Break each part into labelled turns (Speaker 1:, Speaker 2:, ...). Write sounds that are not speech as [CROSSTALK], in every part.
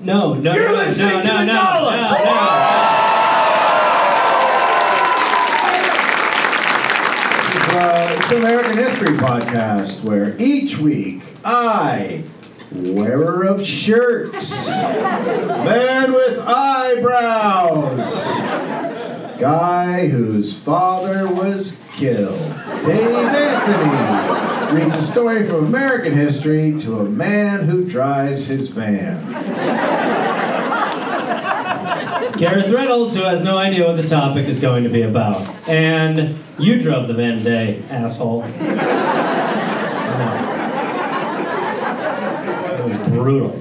Speaker 1: No, no,
Speaker 2: You're
Speaker 1: no,
Speaker 2: listening
Speaker 1: no,
Speaker 2: to
Speaker 1: no,
Speaker 2: the
Speaker 1: no,
Speaker 2: dollar.
Speaker 1: no, no.
Speaker 2: Uh, it's American History Podcast, where each week I, wearer of shirts, man with eyebrows, guy whose father was killed, Dave Anthony, reads a story from American history to a man who drives his van.
Speaker 1: Karen Reynolds, who has no idea what the topic is going to be about. And you drove the van today, asshole. [LAUGHS] That was brutal.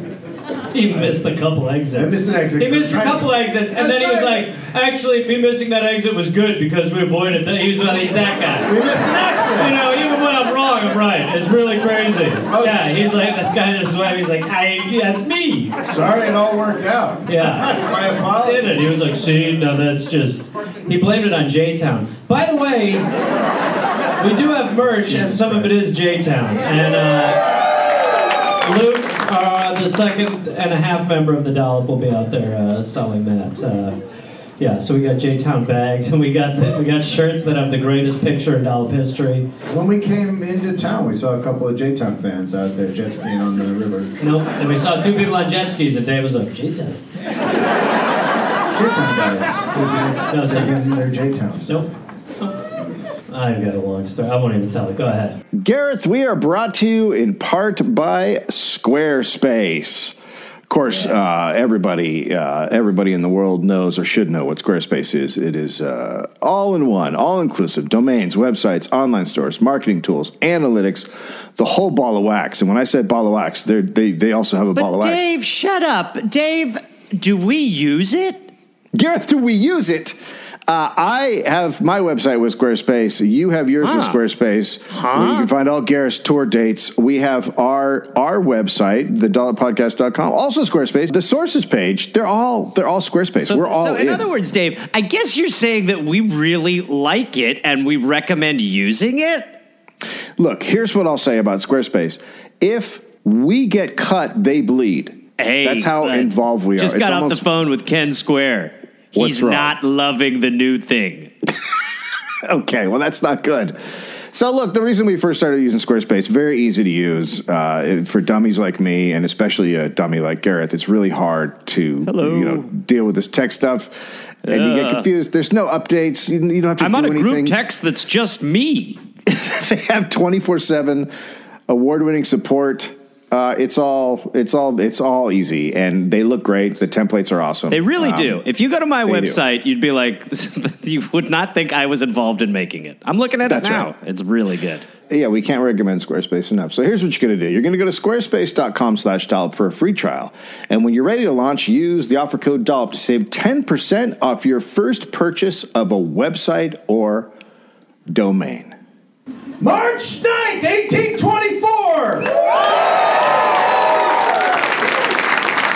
Speaker 1: He missed a couple exits.
Speaker 2: I missed an exit.
Speaker 1: He missed a
Speaker 2: Right.
Speaker 1: couple exits, and then he was like, "Actually, me missing that exit was good because we avoided that." He's, he's that guy.
Speaker 2: We missed an
Speaker 1: You
Speaker 2: accident!
Speaker 1: know, even when I'm wrong, I'm right. It's really crazy.
Speaker 2: Oh,
Speaker 1: Yeah, he's like that guy. That's why he's like, "I, yeah, it's me."
Speaker 2: Sorry it all worked out.
Speaker 1: Yeah
Speaker 2: [LAUGHS] My
Speaker 1: did
Speaker 2: apologies.
Speaker 1: it. He was like, see, no, that's just. He blamed it on J Town. By the way, we do have merch, and some of it is J Town. And uh, Luke, uh, the second and a half member of the Dollop, will be out there uh, selling that. Uh, yeah, so we got J Town bags, and we got the, we got shirts that have the greatest picture in Dollop history.
Speaker 2: When we came into town, we saw a couple of J-Town fans out there jet skiing on the river.
Speaker 1: Nope. And we saw two people on jet skis, and Dave was like, J Town.
Speaker 2: J-Town guys.
Speaker 1: No
Speaker 2: They're
Speaker 1: sense.
Speaker 2: getting their J-Town stuff.
Speaker 1: Nope. I've got a long story. I won't even tell it. Go ahead.
Speaker 3: Gareth, we are brought to you in part by Squarespace. Of course, uh, everybody uh, everybody in the world knows or should know what Squarespace is. It is uh, all in one, all inclusive domains, websites, online stores, marketing tools, analytics, the whole ball of wax. And when I said ball of wax, they're- they they also have a ball
Speaker 4: But
Speaker 3: of wax.
Speaker 4: Dave, shut up. Dave, do we use it?
Speaker 3: Gareth, do we use it? Uh, I have my website with Squarespace. You have yours with
Speaker 4: Huh.
Speaker 3: Squarespace. You can find all Gareth's tour dates. We have our our website, thedollarpodcast.com, also Squarespace. The sources page, they're all they're all Squarespace. We're all
Speaker 4: so in,
Speaker 3: in.
Speaker 4: other words, Dave, I guess you're saying that we really like it and we recommend using it?
Speaker 3: Look, here's what I'll say about Squarespace. If we get cut, they bleed.
Speaker 4: Hey,
Speaker 3: That's how
Speaker 4: but
Speaker 3: involved we are.
Speaker 4: Just
Speaker 3: It's
Speaker 4: got off
Speaker 3: almost-
Speaker 4: the phone with Ken Square.
Speaker 3: What's
Speaker 4: He's
Speaker 3: wrong?
Speaker 4: not loving the new thing.
Speaker 3: [LAUGHS] Okay, well, that's not good. So, look, the reason we first started using Squarespace, very easy to use uh, it- for dummies like me, and especially a dummy like Gareth. It's really hard to
Speaker 4: Hello.
Speaker 3: you know deal with this tech stuff, and you get
Speaker 4: Ugh.
Speaker 3: confused. There's no updates. You, you don't have to
Speaker 4: I'm
Speaker 3: do
Speaker 4: on a
Speaker 3: anything.
Speaker 4: group text that's just me.
Speaker 3: [LAUGHS] they have 24 seven award winning support. Uh, it's all it's all it's all easy, and they look great. The templates are awesome.
Speaker 4: They really
Speaker 3: Um,
Speaker 4: do. If you go to my
Speaker 3: they do.
Speaker 4: website, you'd be like, [LAUGHS] you would not think I was involved in making it. I'm looking at
Speaker 3: That's
Speaker 4: it now.
Speaker 3: right.
Speaker 4: It's really good.
Speaker 3: yeah, we can't recommend Squarespace enough. So here's what you're going to do. You're going to go to squarespace.com slash dollop for a free trial. And when you're ready to launch, use the offer code dollop to save 10% off your first purchase of a website or domain.
Speaker 2: March 9th, 1824!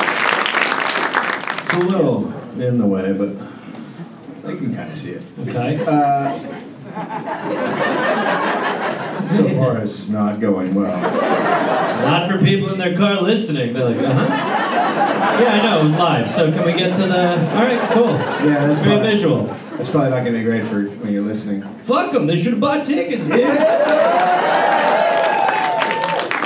Speaker 2: It's a little in the way, but I can kind of see it.
Speaker 1: Okay.
Speaker 2: So far, it's not going well.
Speaker 1: Not for people in their car listening. They're like, uh huh. Yeah, I know, it was live. So can we get to the. All right, cool.
Speaker 2: Yeah, that's
Speaker 1: Very
Speaker 2: fine.
Speaker 1: visual.
Speaker 2: It's probably not going to be great for when you're listening.
Speaker 1: Fuck them. They should have bought tickets.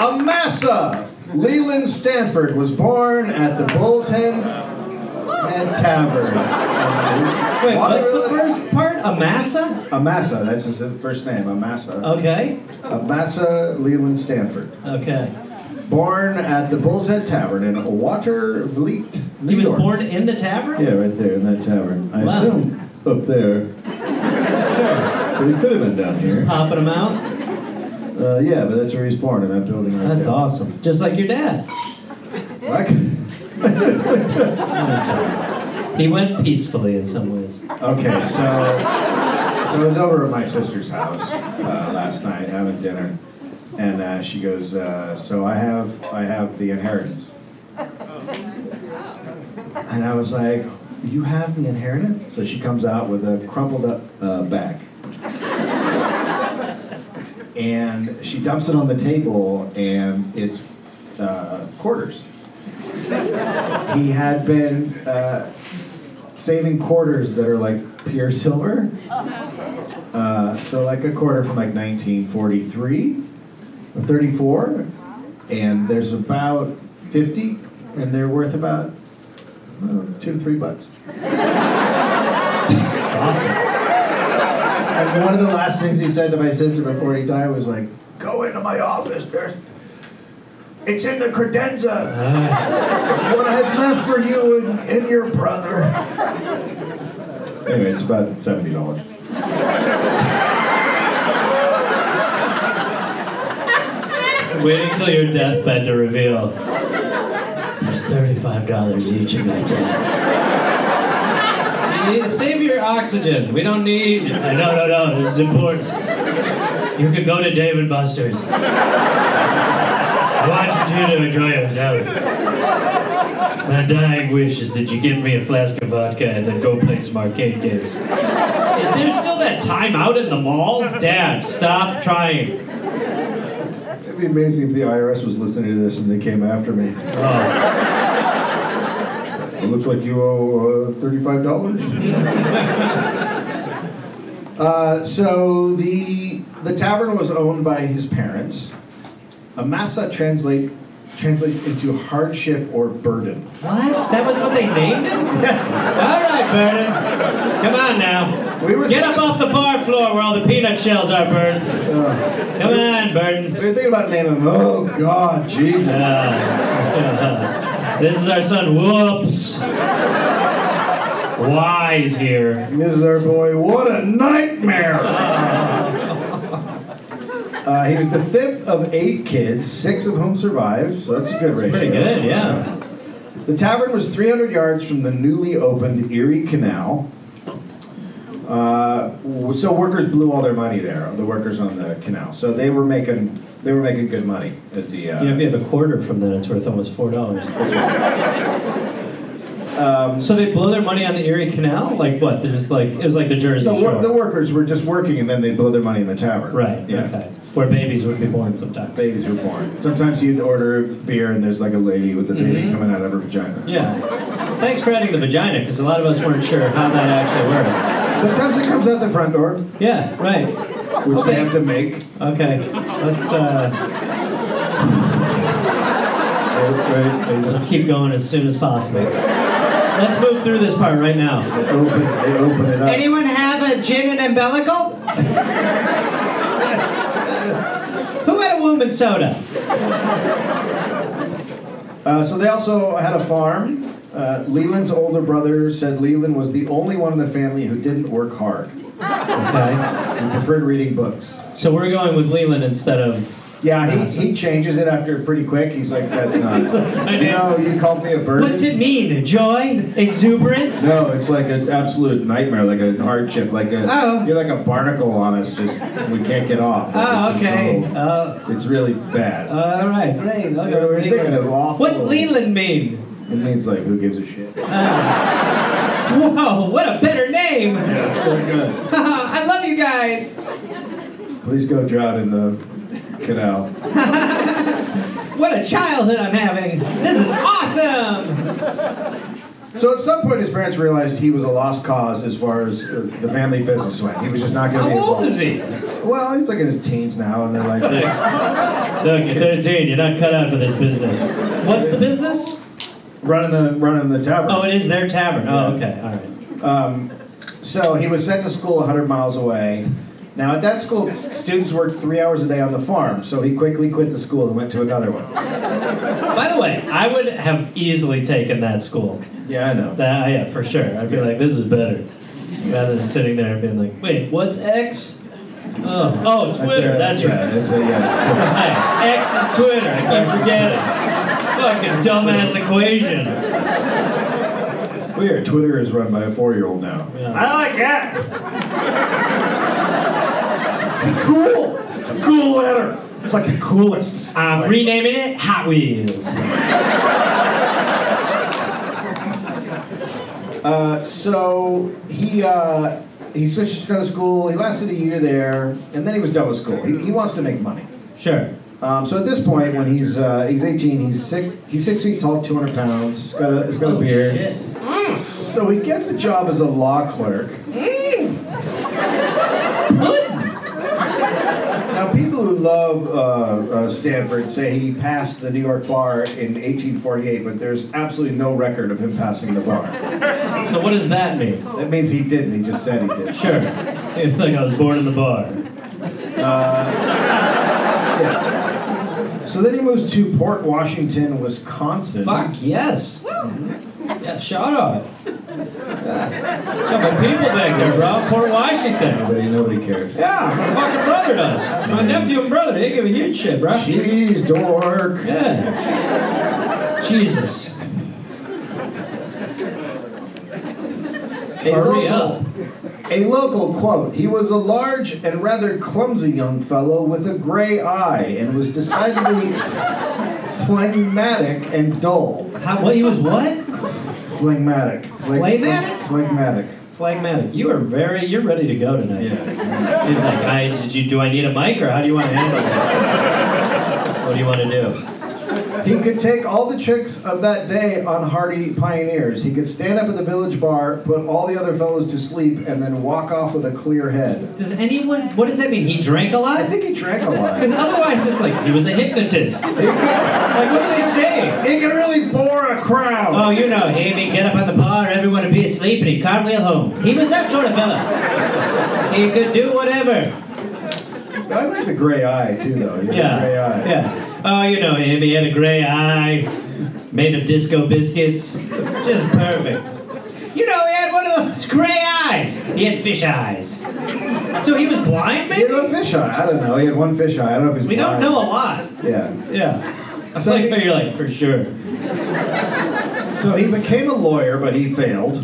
Speaker 2: Amasa Leland Stanford was born at the Bull's Head and Tavern.
Speaker 1: Wait, what's the first part? Amasa?
Speaker 2: Amasa, that's his first name, Amasa.
Speaker 1: Okay.
Speaker 2: Amasa Leland Stanford.
Speaker 1: Okay.
Speaker 2: Born at the Bull's Head Tavern in Watervliet, New
Speaker 1: He was
Speaker 2: York.
Speaker 1: born in the tavern?
Speaker 2: Yeah, right there in that tavern. I
Speaker 1: Wow.
Speaker 2: assume up there.
Speaker 1: Sure.
Speaker 2: But he could have been down here.
Speaker 1: Popping them out.
Speaker 2: Uh, yeah, but that's where he's born, in that building right
Speaker 1: That's
Speaker 2: there.
Speaker 1: awesome. Just like your dad.
Speaker 2: Like,
Speaker 1: He went peacefully in some ways.
Speaker 2: okay, so so I was over at my sister's house uh, last night having dinner, and uh, she goes, uh, "So I have I have the inheritance," and I was like, "You have the inheritance?" So she comes out with a crumpled up uh, bag. And she dumps it on the table, and it's uh, quarters. he had been uh, saving quarters that are like pure silver. Uh, so like a quarter from like 1943 or 34, and there's about 50, and they're worth about I don't know, two to three bucks.
Speaker 1: It's awesome.
Speaker 2: And one of the last things he said to my sister before he died was like, "Go into my office, there's." It's in the credenza. What I've left for you and, and your brother. Anyway, it's about seventy dollars.
Speaker 1: Waiting till your deathbed to reveal. There's thirty-five dollars each in my desk. You- Save your oxygen. We don't need. No, no, no. This is important. You can go to Dave and Buster's. I want you two to enjoy yourself. My dying wish is that you give me a flask of vodka and then go play some arcade games. Is there still that timeout in the mall? Dad, stop trying.
Speaker 2: It'd be amazing if the IRS was listening to this and they came after me.
Speaker 1: Oh.
Speaker 2: It looks like you owe uh, thirty-five dollars. uh, so the the tavern was owned by his parents. Amasa translate translates into hardship or burden.
Speaker 1: What? That was what they named it?
Speaker 2: Yes.
Speaker 1: All right, Burden. Come on now.
Speaker 2: We were
Speaker 1: Get
Speaker 2: thinking-
Speaker 1: up off the bar floor where all the peanut shells are, Burden. Come on, Burden.
Speaker 2: We were thinking about naming him. Oh God, Jesus.
Speaker 1: This is our son, Whoops. Wise here.
Speaker 2: This is our boy. What a nightmare! Uh, he was the fifth of eight kids, six of whom survived, so that's a good ratio.
Speaker 1: Pretty good, yeah.
Speaker 2: The tavern was 300 yards from the newly opened Erie Canal. Uh, w- so workers blew all their money there. The workers on the canal, so they were making they were making good money at the. Uh,
Speaker 1: You know, if you have a quarter from that, it's worth almost four dollars. Um, so they blow their money on the Erie Canal? Like what? They're just like it was like the Jersey
Speaker 2: The,
Speaker 1: Shore.
Speaker 2: wor- the workers were just working, and then they blew their money in the tavern.
Speaker 1: right.
Speaker 2: Yeah.
Speaker 1: Okay. Where babies would be born sometimes.
Speaker 2: Babies were born. Sometimes you'd order beer, and there's like a lady with a baby coming out of her vagina.
Speaker 1: Yeah. Thanks for adding the vagina, because a lot of us weren't sure how that actually worked.
Speaker 2: Sometimes it comes out the front door,
Speaker 1: Yeah, right.
Speaker 2: which they have to make.
Speaker 1: Okay. Let's uh,
Speaker 2: Right, They
Speaker 1: let's
Speaker 2: just
Speaker 1: keep going as soon as possible. Let's move through this part right now.
Speaker 2: they open, they open it up.
Speaker 1: have a gin and umbilical? Who had a womb and soda?
Speaker 2: Uh, so they also had a farm. Uh, Leland's older brother said Leland was the only one in the family who didn't work hard.
Speaker 1: Okay.
Speaker 2: He preferred reading books.
Speaker 1: So we're going with Leland instead of.
Speaker 2: Yeah, he, he changes it after pretty quick. He's like,
Speaker 1: [LAUGHS]
Speaker 2: that's not.
Speaker 1: I
Speaker 2: you know, you called me a bird.
Speaker 1: What's it mean? Joy? Exuberance?
Speaker 2: No, it's like an absolute nightmare, like a hardship, like a.
Speaker 1: Oh.
Speaker 2: You're like a barnacle on us. Just we can't get off. Like,
Speaker 1: Oh,
Speaker 2: it's a
Speaker 1: okay.
Speaker 2: total-
Speaker 1: Uh,
Speaker 2: it's really bad.
Speaker 1: all right, great. Okay,
Speaker 2: We're thinking of awful-
Speaker 1: What's Leland mean?
Speaker 2: it means like who gives a shit.
Speaker 1: Whoa, what a better name!
Speaker 2: Yeah, it's really good.
Speaker 1: [LAUGHS] I love you guys!
Speaker 2: Please go drown in the canal.
Speaker 1: What a childhood I'm having! This is awesome!
Speaker 2: So at some point, his parents realized he was a lost cause as far as uh, the family business went. He was just not going to
Speaker 1: How
Speaker 2: be
Speaker 1: old
Speaker 2: involved.
Speaker 1: is he?
Speaker 2: Well, he's like in his teens now, and they're like, this-
Speaker 1: Look, you're 13, you're not cut out for this business. What's the business?
Speaker 2: running the running the tavern.
Speaker 1: Oh, it is their tavern. Oh, okay, alright.
Speaker 2: So he was sent to school 100 miles away. Now at that school, students worked three hours a day on the farm, so he quickly quit the school and went to another one.
Speaker 1: By the way, I would have easily taken that school.
Speaker 2: Yeah, I know.
Speaker 1: That, oh, yeah, for sure. I'd be like, this is better. Rather than sitting there and being like, wait, what's X? Oh, oh Twitter,
Speaker 2: a-
Speaker 1: that's,
Speaker 2: yeah,
Speaker 1: right.
Speaker 2: That's a, yeah, it's
Speaker 1: Hey, X is Twitter. I keep forgetting. Fucking dumbass equation.
Speaker 2: Twitter. Weird. Twitter is run by a four-year-old now. I like X. It's cool. It's a cool letter. It's like the coolest. It's
Speaker 1: I'm
Speaker 2: like-
Speaker 1: renaming Um, it Hot Wheels.
Speaker 2: So he uh, he switched to another school. He lasted a year there, and then he was done with school. He, he wants to make money.
Speaker 1: Sure.
Speaker 2: Um, so at this point, when he's uh, he's 18, he's six he's six feet tall, 200 pounds. He's got a he's got a beard.
Speaker 1: Oh, Shit.
Speaker 2: So he gets a job as a law clerk. Now, people who love uh, uh, Stanford say he passed the New York bar in 1848, but there's absolutely no record of him passing the bar.
Speaker 1: So what does that mean?
Speaker 2: That means he didn't. He just said he did.
Speaker 1: Sure. It's like I was born in the bar.
Speaker 2: So then he moves to Port Washington, Wisconsin.
Speaker 1: Fuck yes. Yeah, shout out. Got my people back there, bro. Port Washington.
Speaker 2: Nobody, nobody cares.
Speaker 1: Yeah, my fucking brother does. My nephew and brother, they give a huge shit, bro.
Speaker 2: Jeez, dork.
Speaker 1: Yeah. Jesus. Hurry up.
Speaker 2: A local quote He was a large and rather clumsy young fellow with a gray eye and was decidedly phlegmatic and dull.
Speaker 1: How, what, he was what?
Speaker 2: Phlegmatic. Phleg-
Speaker 1: Phlegmatic?
Speaker 2: Phlegmatic.
Speaker 1: Phlegmatic. You are very, you're ready to go tonight.
Speaker 2: Yeah.
Speaker 1: She's like, I, did you, do I need a mic or how do you want to handle this? what do you want to do?
Speaker 2: He could take all the tricks of that day on hardy pioneers. He could stand up at the village bar, put all the other fellows to sleep, and then walk off with a clear head.
Speaker 1: Does anyone, what does that mean? He drank a
Speaker 2: I
Speaker 1: lot?
Speaker 2: think he drank a lot.
Speaker 1: Because otherwise it's like, he was a hypnotist.
Speaker 2: He can,
Speaker 1: Like, what are they saying?
Speaker 2: he can really bore a crowd.
Speaker 1: Oh, you know, he would get up at the bar, everyone would be asleep, and he'd cartwheel home. He was that sort of fella. He could do whatever.
Speaker 2: I like the gray eye, too, though. He had a
Speaker 1: Yeah.
Speaker 2: Gray eye.
Speaker 1: Yeah. Oh, you know him. He had a gray eye, made of disco biscuits. Just perfect. You know, he had one of those gray eyes. He had fish eyes. So he was blind,
Speaker 2: He had
Speaker 1: maybe?
Speaker 2: a fish eye. I don't know. He had one fish eye. I don't know if he's
Speaker 1: We don't
Speaker 2: blind.
Speaker 1: know a lot. [LAUGHS]
Speaker 2: Yeah.
Speaker 1: Yeah. I was
Speaker 2: So
Speaker 1: like,
Speaker 2: he-
Speaker 1: but you're like, for sure.
Speaker 2: So he became a lawyer, but he failed.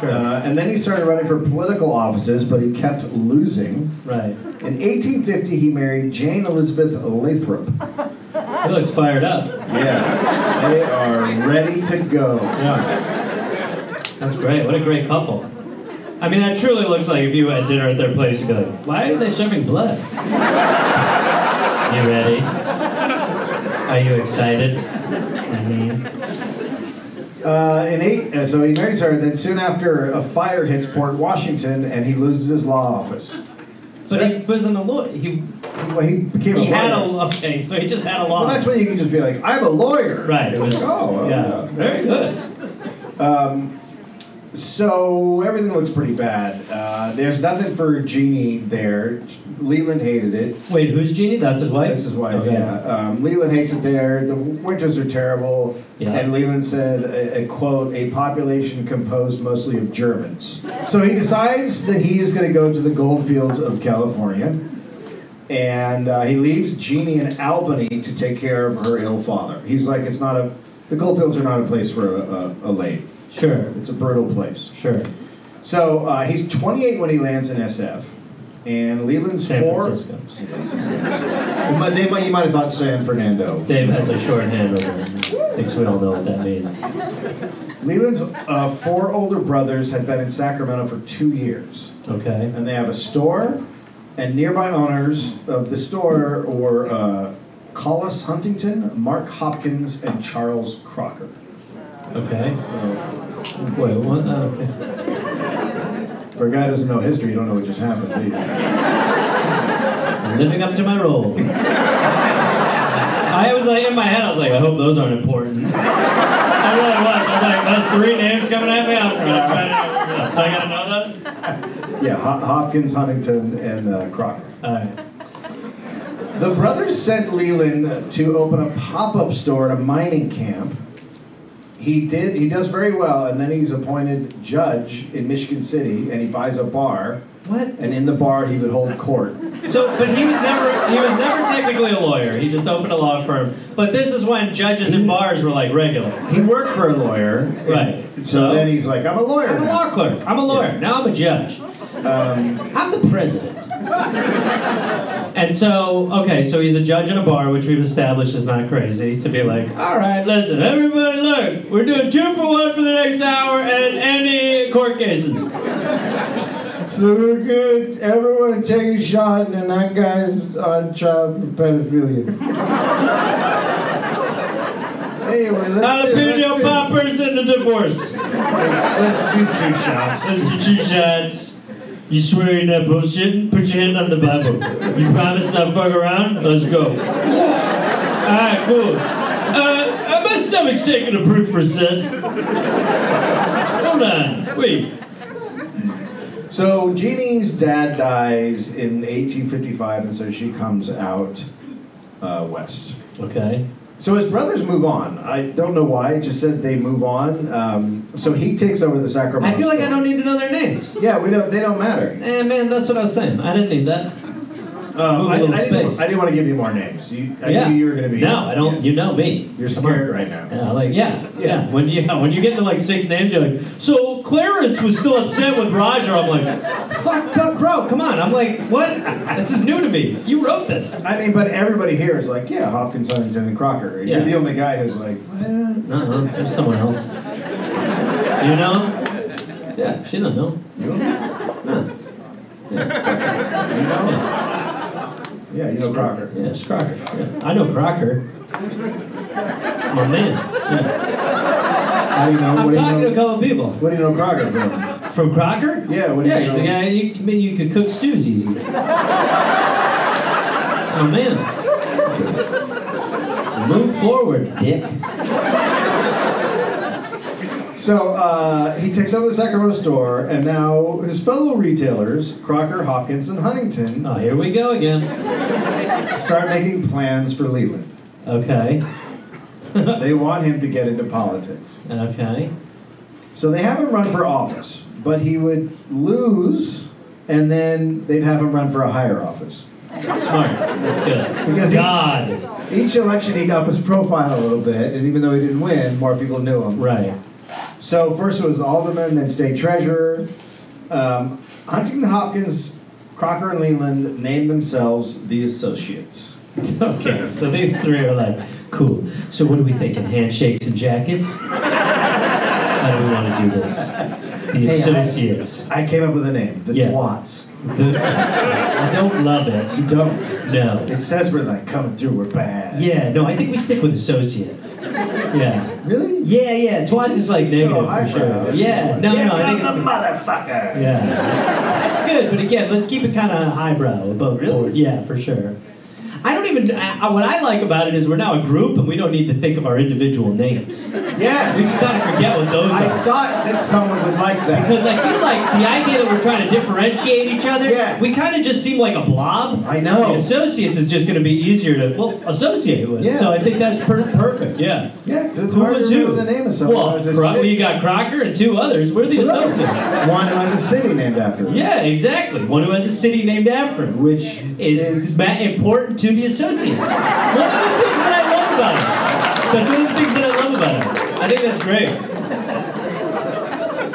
Speaker 1: Sure.
Speaker 2: Uh, and then he started running for political offices, but he kept losing.
Speaker 1: right.
Speaker 2: In 1850, he married Jane Elizabeth Lathrop.
Speaker 1: He looks fired up. [LAUGHS]
Speaker 2: Yeah, they are ready to go.
Speaker 1: Yeah. That's great. What a great couple. I mean, that truly looks like if you had dinner at their place, you'd be like, why are they serving blood? you ready? Are you excited? Mhm.
Speaker 2: Uh, in eight, uh, so he marries her, and then soon after, a fire hits Port Washington, and he loses his law office.
Speaker 1: But he wasn't a lawyer. He,
Speaker 2: Well, he became
Speaker 1: he
Speaker 2: a lawyer.
Speaker 1: had a okay, so he just had a law.
Speaker 2: well, that's when you can just be like, I'm a lawyer.
Speaker 1: right.
Speaker 2: It was, oh, well,
Speaker 1: yeah.
Speaker 2: yeah.
Speaker 1: Very good.
Speaker 2: So everything looks pretty bad. Uh, there's nothing for Jeannie there. Leland hated it.
Speaker 1: Wait, who's Jeannie? That's his wife.
Speaker 2: That's his wife,
Speaker 1: Okay.
Speaker 2: yeah. Um, Leland hates it there. The winters are terrible.
Speaker 1: Yeah.
Speaker 2: And Leland said, a, a quote, a population composed mostly of Germans. So he decides that he is going to go to the gold fields of California. And uh, he leaves Jeannie in Albany to take care of her ill father. He's like, it's not a, the gold fields are not a place for a, a, a lady.
Speaker 1: Sure.
Speaker 2: It's a brutal place.
Speaker 1: Sure.
Speaker 2: So uh, he's 28 when he lands in SF, and Leland's
Speaker 1: San
Speaker 2: four.
Speaker 1: Francisco.
Speaker 2: They might, they might- you might have thought San Fernando.
Speaker 1: Dave has a shorthand over there. Thinks we all know what that means.
Speaker 2: Leland's uh, four older brothers had been in Sacramento for two years,
Speaker 1: Okay.
Speaker 2: and they have a store, and nearby owners of the store were uh, Collis Huntington, Mark Hopkins, and Charles Crocker.
Speaker 1: Okay.
Speaker 2: So,
Speaker 1: Wait, what? Oh, okay.
Speaker 2: for a guy who doesn't know history, you don't know what just happened, do you?
Speaker 1: I'm living up to my role. I was like, in my head, I was like, I hope those aren't important. [LAUGHS] I really was. I was like, those three names coming at me. I'm, I'm trying to, so I gotta know those.
Speaker 2: Yeah, Hop- Hopkins, Huntington, and uh, Crocker.
Speaker 1: All right.
Speaker 2: The brothers sent Leland to open a pop-up store at a mining camp. He did. He does very well, and then he's appointed judge in Michigan City, and he buys a bar.
Speaker 1: What?
Speaker 2: And in the bar, he would hold court.
Speaker 1: So, but he was never, he was never technically a lawyer. He just opened a law firm. But this is when judges and bars were like regular.
Speaker 2: He worked for a lawyer,
Speaker 1: Right.
Speaker 2: so then he's like, "I'm a lawyer."
Speaker 1: I'm a
Speaker 2: now."
Speaker 1: law clerk. I'm a lawyer. Now I'm a judge. I'm the president. and so, okay, so he's a judge in a bar, which we've established is not crazy to be like, all right, listen, everybody, look, we're doing two for one for the next hour and any court cases.
Speaker 2: So we're good. Everyone take a shot, and that guy's on trial
Speaker 1: [LAUGHS]
Speaker 2: for pedophilia. anyway, let's do,
Speaker 1: Jalapeno
Speaker 2: let's, do,
Speaker 1: poppers and a divorce.
Speaker 2: let's do two shots.
Speaker 1: Those are two shots. You swear you're not bullshitting? Put your hand on the Bible. You promise not fuck around? Let's go. Alright, cool. Uh, uh, my stomach's taking a break for sis. Hold on. Wait.
Speaker 2: So Jeannie's dad dies in 1855, and so she comes out uh, west.
Speaker 1: Okay.
Speaker 2: So his brothers move on. I don't know why. It just said they move on. Um, so he takes over the Sacramento.
Speaker 1: I feel like I
Speaker 2: store.
Speaker 1: don't need to know their names.
Speaker 2: Yeah, we don't. They don't matter.
Speaker 1: Eh, man, that's what I was saying. I didn't need that. Move
Speaker 2: Um,
Speaker 1: a
Speaker 2: I, I,
Speaker 1: little
Speaker 2: didn't,
Speaker 1: space.
Speaker 2: I didn't want to give you more names. You, I
Speaker 1: yeah.
Speaker 2: knew you were going to be.
Speaker 1: No, I don't.
Speaker 2: yeah.
Speaker 1: You know me.
Speaker 2: You're scared right now.
Speaker 1: Yeah, like yeah, yeah.
Speaker 2: Yeah.
Speaker 1: When you [LAUGHS] when you get to like six names, you're like, so Clarence was still upset with Roger. I'm like, fuck, bro, bro, come on. I'm like, what? This is new to me. You wrote this.
Speaker 2: I mean, but everybody here is like, yeah, Hopkins, Huntington, and Crocker. And
Speaker 1: Yeah.
Speaker 2: You're the only guy who's like, what?
Speaker 1: Uh-huh. There's someone else. You know? Yeah, she don't know.
Speaker 2: You?
Speaker 1: No.
Speaker 2: Do you know? Yeah, you know Crocker.
Speaker 1: Yeah, it's Crocker. Yeah. I know Crocker. It's my man. Yeah.
Speaker 2: How do you know?
Speaker 1: I'm
Speaker 2: what do you
Speaker 1: talking
Speaker 2: know?
Speaker 1: to a couple people.
Speaker 2: What do you know Crocker from?
Speaker 1: From Crocker?
Speaker 2: Yeah, what do
Speaker 1: yeah,
Speaker 2: you
Speaker 1: he's
Speaker 2: know?
Speaker 1: the guy. You, I mean, you could cook stews easy. it's my man. Move forward, Dick.
Speaker 2: So uh, he takes over the Sacramento store, and now his fellow retailers, Crocker, Hopkins, and Huntington,
Speaker 1: Oh, here we go again.
Speaker 2: start making plans for Leland.
Speaker 1: Okay,
Speaker 2: They want him to get into politics.
Speaker 1: okay.
Speaker 2: So they have him run for office, but he would lose, and then they'd have him run for a higher office.
Speaker 1: Smart. That's good.
Speaker 2: Because he-
Speaker 1: God.
Speaker 2: Each election, he'd up his profile a little bit, and even though he didn't win, more people knew him.
Speaker 1: Right. [LAUGHS]
Speaker 2: So first it was alderman, then state treasurer. Um, Huntington Hopkins, Crocker, and Leland named themselves the Associates.
Speaker 1: Okay, so these three are like, cool. So what are we thinking? Handshakes and jackets? How do we want to do this? The
Speaker 2: Hey, I-
Speaker 1: associates.
Speaker 2: I came up with a name, the
Speaker 1: Yeah.
Speaker 2: Twats.
Speaker 1: The- I don't love it.
Speaker 2: You don't.
Speaker 1: No.
Speaker 2: It says we're like coming through, we're bad.
Speaker 1: Yeah, no, I think we stick with associates. Yeah.
Speaker 2: Really?
Speaker 1: Yeah, yeah. Twats is like
Speaker 2: So
Speaker 1: negative for
Speaker 2: highbrow.
Speaker 1: sure. Yeah, no,
Speaker 2: Here
Speaker 1: no, I
Speaker 2: come
Speaker 1: think
Speaker 2: the
Speaker 1: it's,
Speaker 2: motherfucker.
Speaker 1: yeah. That's good, but again, let's keep it kind of highbrow above
Speaker 2: Really?
Speaker 1: board. Yeah, for sure. I don't even. I, I- what I like about it is we're now a group, and we don't need to think of our individual names. We can
Speaker 2: Yes.
Speaker 1: kind of forget what those
Speaker 2: I
Speaker 1: are.
Speaker 2: thought that someone would like that.
Speaker 1: Because I feel like the idea that we're trying to differentiate each other,
Speaker 2: Yes.
Speaker 1: we kind of just seem like a blob.
Speaker 2: I
Speaker 1: The
Speaker 2: know.
Speaker 1: associates is just going to be easier to well associate with.
Speaker 2: Yeah.
Speaker 1: So I think that's per- perfect. Yeah.
Speaker 2: yeah, because it's
Speaker 1: Who
Speaker 2: hard to
Speaker 1: was who?
Speaker 2: remember the name of someone.
Speaker 1: well,
Speaker 2: There's a
Speaker 1: Cro- well,
Speaker 2: city-
Speaker 1: you got Crocker and two others. We're the associates.
Speaker 2: One who has a city named after him.
Speaker 1: Yeah, exactly. One who has a city named after him.
Speaker 2: Which
Speaker 1: is ma- important to the associates. One of the things that I love about it. That's one of the things that I love about it. I think that's great. It's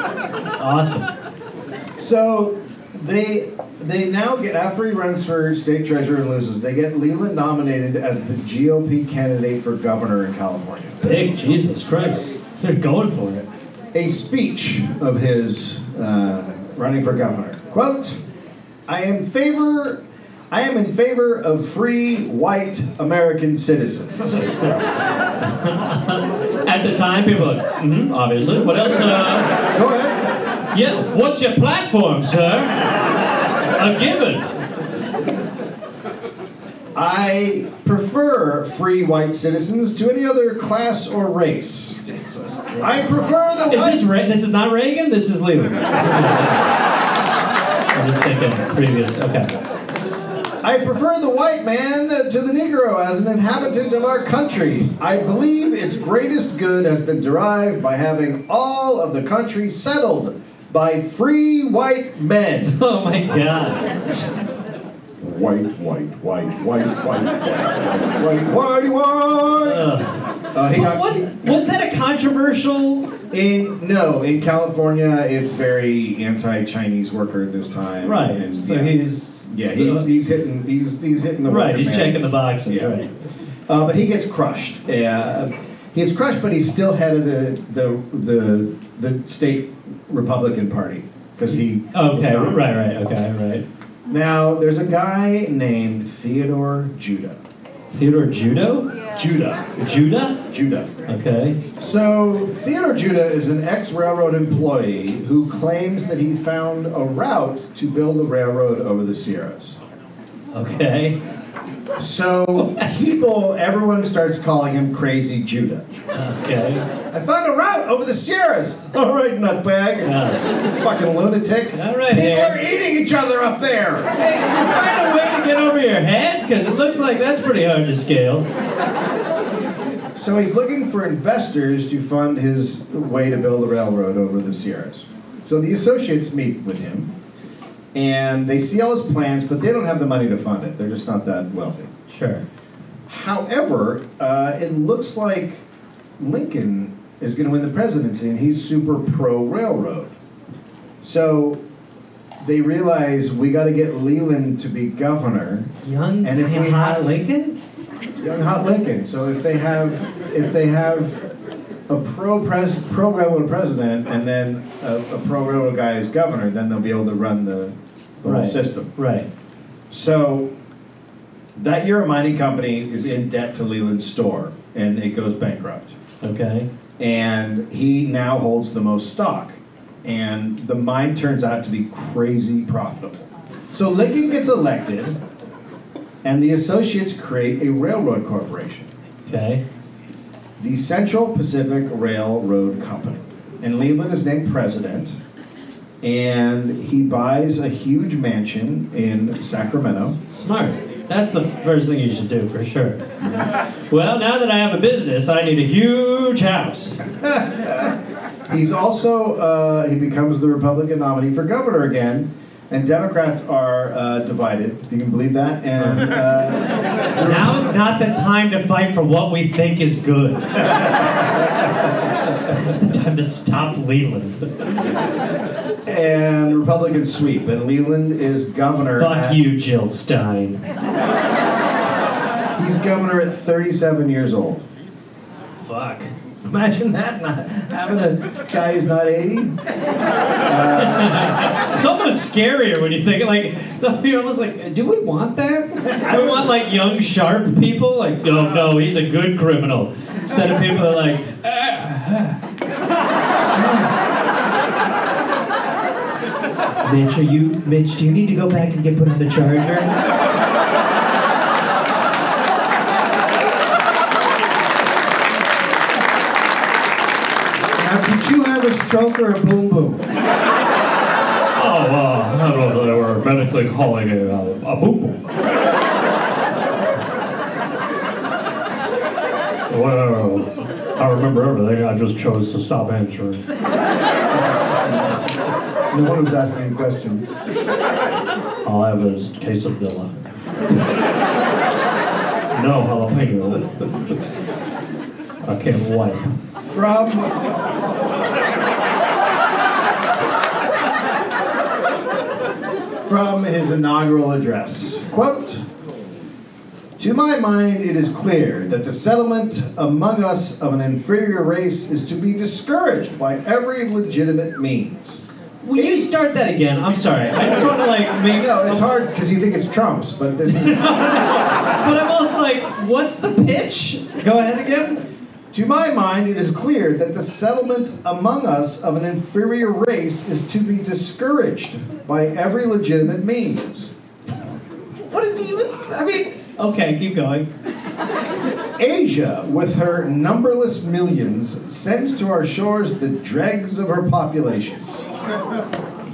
Speaker 1: awesome.
Speaker 2: So they they now get after he runs for state treasurer and loses, they get Leland nominated as the GOP candidate for governor in California.
Speaker 1: Big Jesus Christ. They're going for it.
Speaker 2: A speech of his uh, running for governor. Quote: I am favor. I am in favor of free white American citizens.
Speaker 1: At the time, people were like, mm-hmm, obviously. What else? Uh,
Speaker 2: Go ahead.
Speaker 1: yeah, what's your platform, sir? A given.
Speaker 2: I prefer free white citizens to any other class or race. I prefer the
Speaker 1: Is
Speaker 2: white
Speaker 1: this, Re- this is not Reagan, this is
Speaker 5: [LAUGHS]
Speaker 1: Leland. This is Leland. I'm just thinking previous, okay.
Speaker 2: I prefer the white man to the Negro as an inhabitant of our country. I believe its greatest good has been derived by having all of the country settled by free white men.
Speaker 1: Oh my god.
Speaker 2: White, white, white, white, white, white, white, white, white, white.
Speaker 1: Ugh.
Speaker 2: Uh, he got,
Speaker 1: Was, was that a controversial?
Speaker 2: in no in California. It's very anti-Chinese worker at this time.
Speaker 1: Right.
Speaker 2: And,
Speaker 1: So
Speaker 2: yeah.
Speaker 1: he's
Speaker 2: yeah,
Speaker 5: uh,
Speaker 2: he's, he's hitting he's he's hitting the
Speaker 1: right.
Speaker 2: working
Speaker 1: He's
Speaker 2: man.
Speaker 1: checking the boxes.
Speaker 2: Yeah.
Speaker 1: Right.
Speaker 2: Uh, but he gets crushed. Uh, he gets crushed, but he's still head of the the the, the state Republican Party. because he. was
Speaker 5: Okay,
Speaker 2: not.
Speaker 5: right, right, okay, right.
Speaker 2: Now there's a guy named Theodore Judah.
Speaker 5: Theodore Judo?
Speaker 2: Judah.
Speaker 5: Judah?
Speaker 2: Judah.
Speaker 5: Okay.
Speaker 2: So Theodore Judah is an ex-railroad employee who claims that he found a route to build a railroad over the Sierras.
Speaker 5: Okay.
Speaker 2: So people, everyone starts calling him Crazy Judah.
Speaker 5: Okay.
Speaker 2: I found a route over the Sierras. [LAUGHS] All right, nutbag. You fucking lunatic.
Speaker 5: All right,
Speaker 2: People
Speaker 5: Hank.
Speaker 2: are eating each other up there.
Speaker 5: Hey, can you find a way to get over your head? Because it looks like that's pretty hard to scale.
Speaker 2: So he's looking for investors to fund his way to build a railroad over the Sierras. So the associates meet with him, and they see all his plans, but they don't have the money to fund it. They're just not that wealthy.
Speaker 5: Sure.
Speaker 2: However, uh, it looks like Lincoln is going to win the presidency, and he's super pro railroad. So they realize we got to get Leland to be governor,
Speaker 5: Young
Speaker 2: And if we
Speaker 5: hot
Speaker 2: have-
Speaker 5: Lincoln?
Speaker 2: young hot Lincoln. So if they have, if they have a pro pres pro railroad president, and then a, a pro railroad guy as governor, then they'll be able to run the, the whole
Speaker 5: Right.
Speaker 2: system.
Speaker 5: Right.
Speaker 2: So that year, a mining company is in debt to Leland's store, and it goes bankrupt.
Speaker 5: Okay.
Speaker 2: And he now holds the most stock, and the mine turns out to be crazy profitable. So Lincoln gets elected, and the associates create a railroad corporation,
Speaker 5: Okay.
Speaker 2: the Central Pacific Railroad Company. And Leland is named president, and he buys a huge mansion in Sacramento.
Speaker 5: Smart. That's the first thing you should do for sure. Well, now that I have a business, I need a huge house.
Speaker 2: He's also uh, he becomes the Republican nominee for governor again, and Democrats are uh, divided. If you can believe that, and uh,
Speaker 5: Now is not the time to fight for what we think is good. it's the time to stop Leland.
Speaker 2: and Republicans sweep, and Leland is governor.
Speaker 5: Fuck
Speaker 2: at,
Speaker 5: you, Jill Stein.
Speaker 2: He's governor at 37 years old.
Speaker 5: Fuck.
Speaker 2: Imagine that, not having a guy who's not 80.
Speaker 5: It's almost scarier when you think like so you're almost like, do we want that? Do we want like young sharp people? Like, no, no, he's a good criminal. Instead of people that are like, ah, ah. Mitch, are you Mitch, do you need to go back and get put on the charger?
Speaker 2: Now, did you have a stroke or a boom boom?
Speaker 5: Oh well, I don't know if they were medically calling it a, a boom boom. Well, I remember everything. I just chose to stop answering.
Speaker 2: No one was asking him questions.
Speaker 5: All I have is a quesadilla. no jalapeno. I can't wipe.
Speaker 2: From from his inaugural address. Quote To my mind, it is clear that the settlement among us of an inferior race is to be discouraged by every legitimate means.
Speaker 5: Will you start that again? I'm sorry. I just want to like make.
Speaker 2: No, it's hard because you think it's Trump's, but this is. [LAUGHS]
Speaker 5: But I'm also like, what's the pitch? Go ahead again.
Speaker 2: to my mind, it is clear that the settlement among us of an inferior race is to be discouraged by every legitimate means.
Speaker 5: What is he even? s- I mean. Okay, keep going.
Speaker 2: Asia, with her numberless millions, sends to our shores the dregs of her population.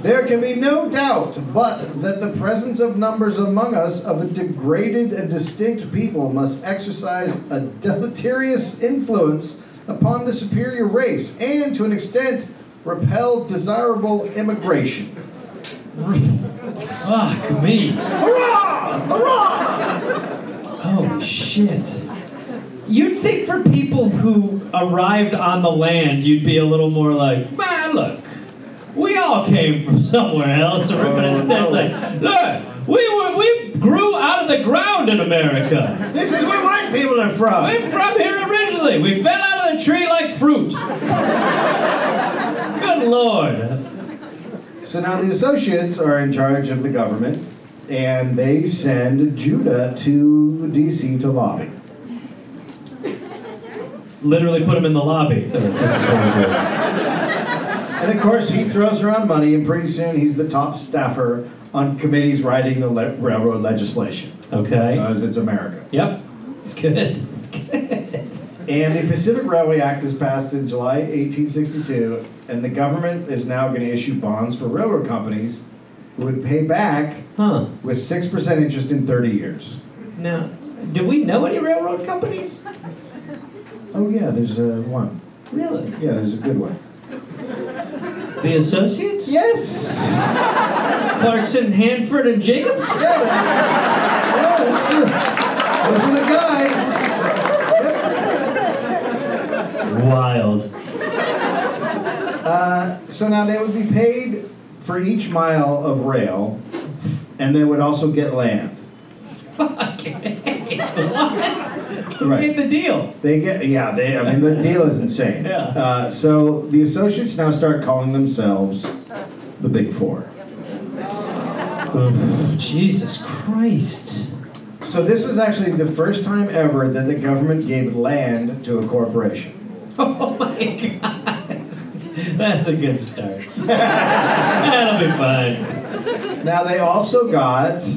Speaker 2: There can be no doubt but that the presence of numbers among us of a degraded and distinct people must exercise a deleterious influence upon the superior race and, to an extent, repel desirable immigration.
Speaker 5: Fuck me.
Speaker 2: Hurrah! Hurrah!
Speaker 5: Holy Oh, shit. You'd think for people who arrived on the land, you'd be a little more like, man, look, we all came from somewhere else. But instead, it's like, look, we, were, we grew out of the ground in America.
Speaker 2: This is where white people are from!
Speaker 5: We're from here originally. We fell out of the tree like fruit. Good lord.
Speaker 2: So now the associates are in charge of the government, and they send Judah to DC to lobby.
Speaker 5: Literally put him in the lobby. This is what we do.
Speaker 2: And of course, he throws around money, and pretty soon he's the top staffer on committees writing the le- railroad legislation,
Speaker 5: Okay.
Speaker 2: because it's America.
Speaker 5: Yep. It's good. [LAUGHS] It's good.
Speaker 2: And the Pacific Railway Act is passed in July 1862, and the government is now going to issue bonds for railroad companies who would pay back
Speaker 5: Huh.
Speaker 2: with 6% interest in 30 years.
Speaker 5: Now, do we know any railroad companies?
Speaker 2: Oh, yeah, there's a one.
Speaker 5: Really?
Speaker 2: Yeah, there's a good one.
Speaker 5: The Associates?
Speaker 2: Yes!
Speaker 5: Clarkson, Hanford, and Jacobs?
Speaker 2: Yeah, that- yeah, that's the- those are the guys.
Speaker 5: Wild.
Speaker 2: So now they would be paid for each mile of rail, and they would also get land.
Speaker 5: Who
Speaker 2: Right.
Speaker 5: made the deal?
Speaker 2: They get yeah. They I mean the deal is insane.
Speaker 5: Yeah.
Speaker 2: Uh, so the associates now start calling themselves the Big Four.
Speaker 5: Jesus Christ.
Speaker 2: So this was actually the first time ever that the government gave land to a corporation.
Speaker 5: Oh my god. That's a good start. [LAUGHS] That'll be fine.
Speaker 2: Now they also got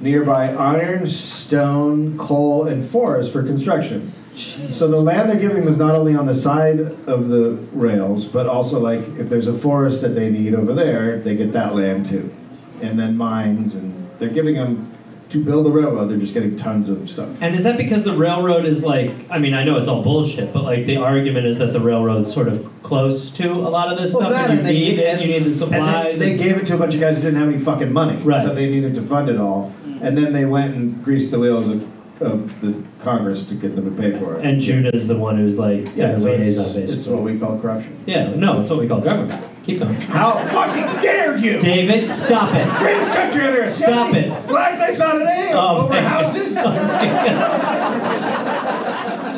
Speaker 2: nearby iron, stone, coal, and forest for construction. So the land they're giving was not only on the side of the rails, but also like if there's a forest that they need over there, they get that land too, and then mines, and they're giving them to build the railroad. They're just getting tons of stuff.
Speaker 5: And is that because the railroad is like, I mean, I know it's all bullshit, but like the argument is that the railroad's sort of close to a lot of this
Speaker 2: Well,
Speaker 5: stuff
Speaker 2: that
Speaker 5: and you
Speaker 2: and they
Speaker 5: need
Speaker 2: ga-
Speaker 5: it, you need the
Speaker 2: And they,
Speaker 5: supplies.
Speaker 2: they gave it to a bunch of guys who didn't have any fucking money,
Speaker 5: Right. Mm.
Speaker 2: so they needed to fund it all, and then they went and greased the wheels of, of the Congress to get them to pay for it.
Speaker 5: and Judah's the one who's like, yeah,
Speaker 2: Yeah,
Speaker 5: the
Speaker 2: so it's,
Speaker 5: liaison basically.
Speaker 2: it's what we call corruption.
Speaker 5: Yeah, no, it's what we call government. Keep going.
Speaker 2: How fucking dare you!
Speaker 5: David, stop it. [LAUGHS]
Speaker 2: Greatest country under a
Speaker 5: Stop
Speaker 2: seventy
Speaker 5: it.
Speaker 2: Flags I saw today
Speaker 5: Oh,
Speaker 2: over
Speaker 5: man.
Speaker 2: houses.
Speaker 5: [LAUGHS]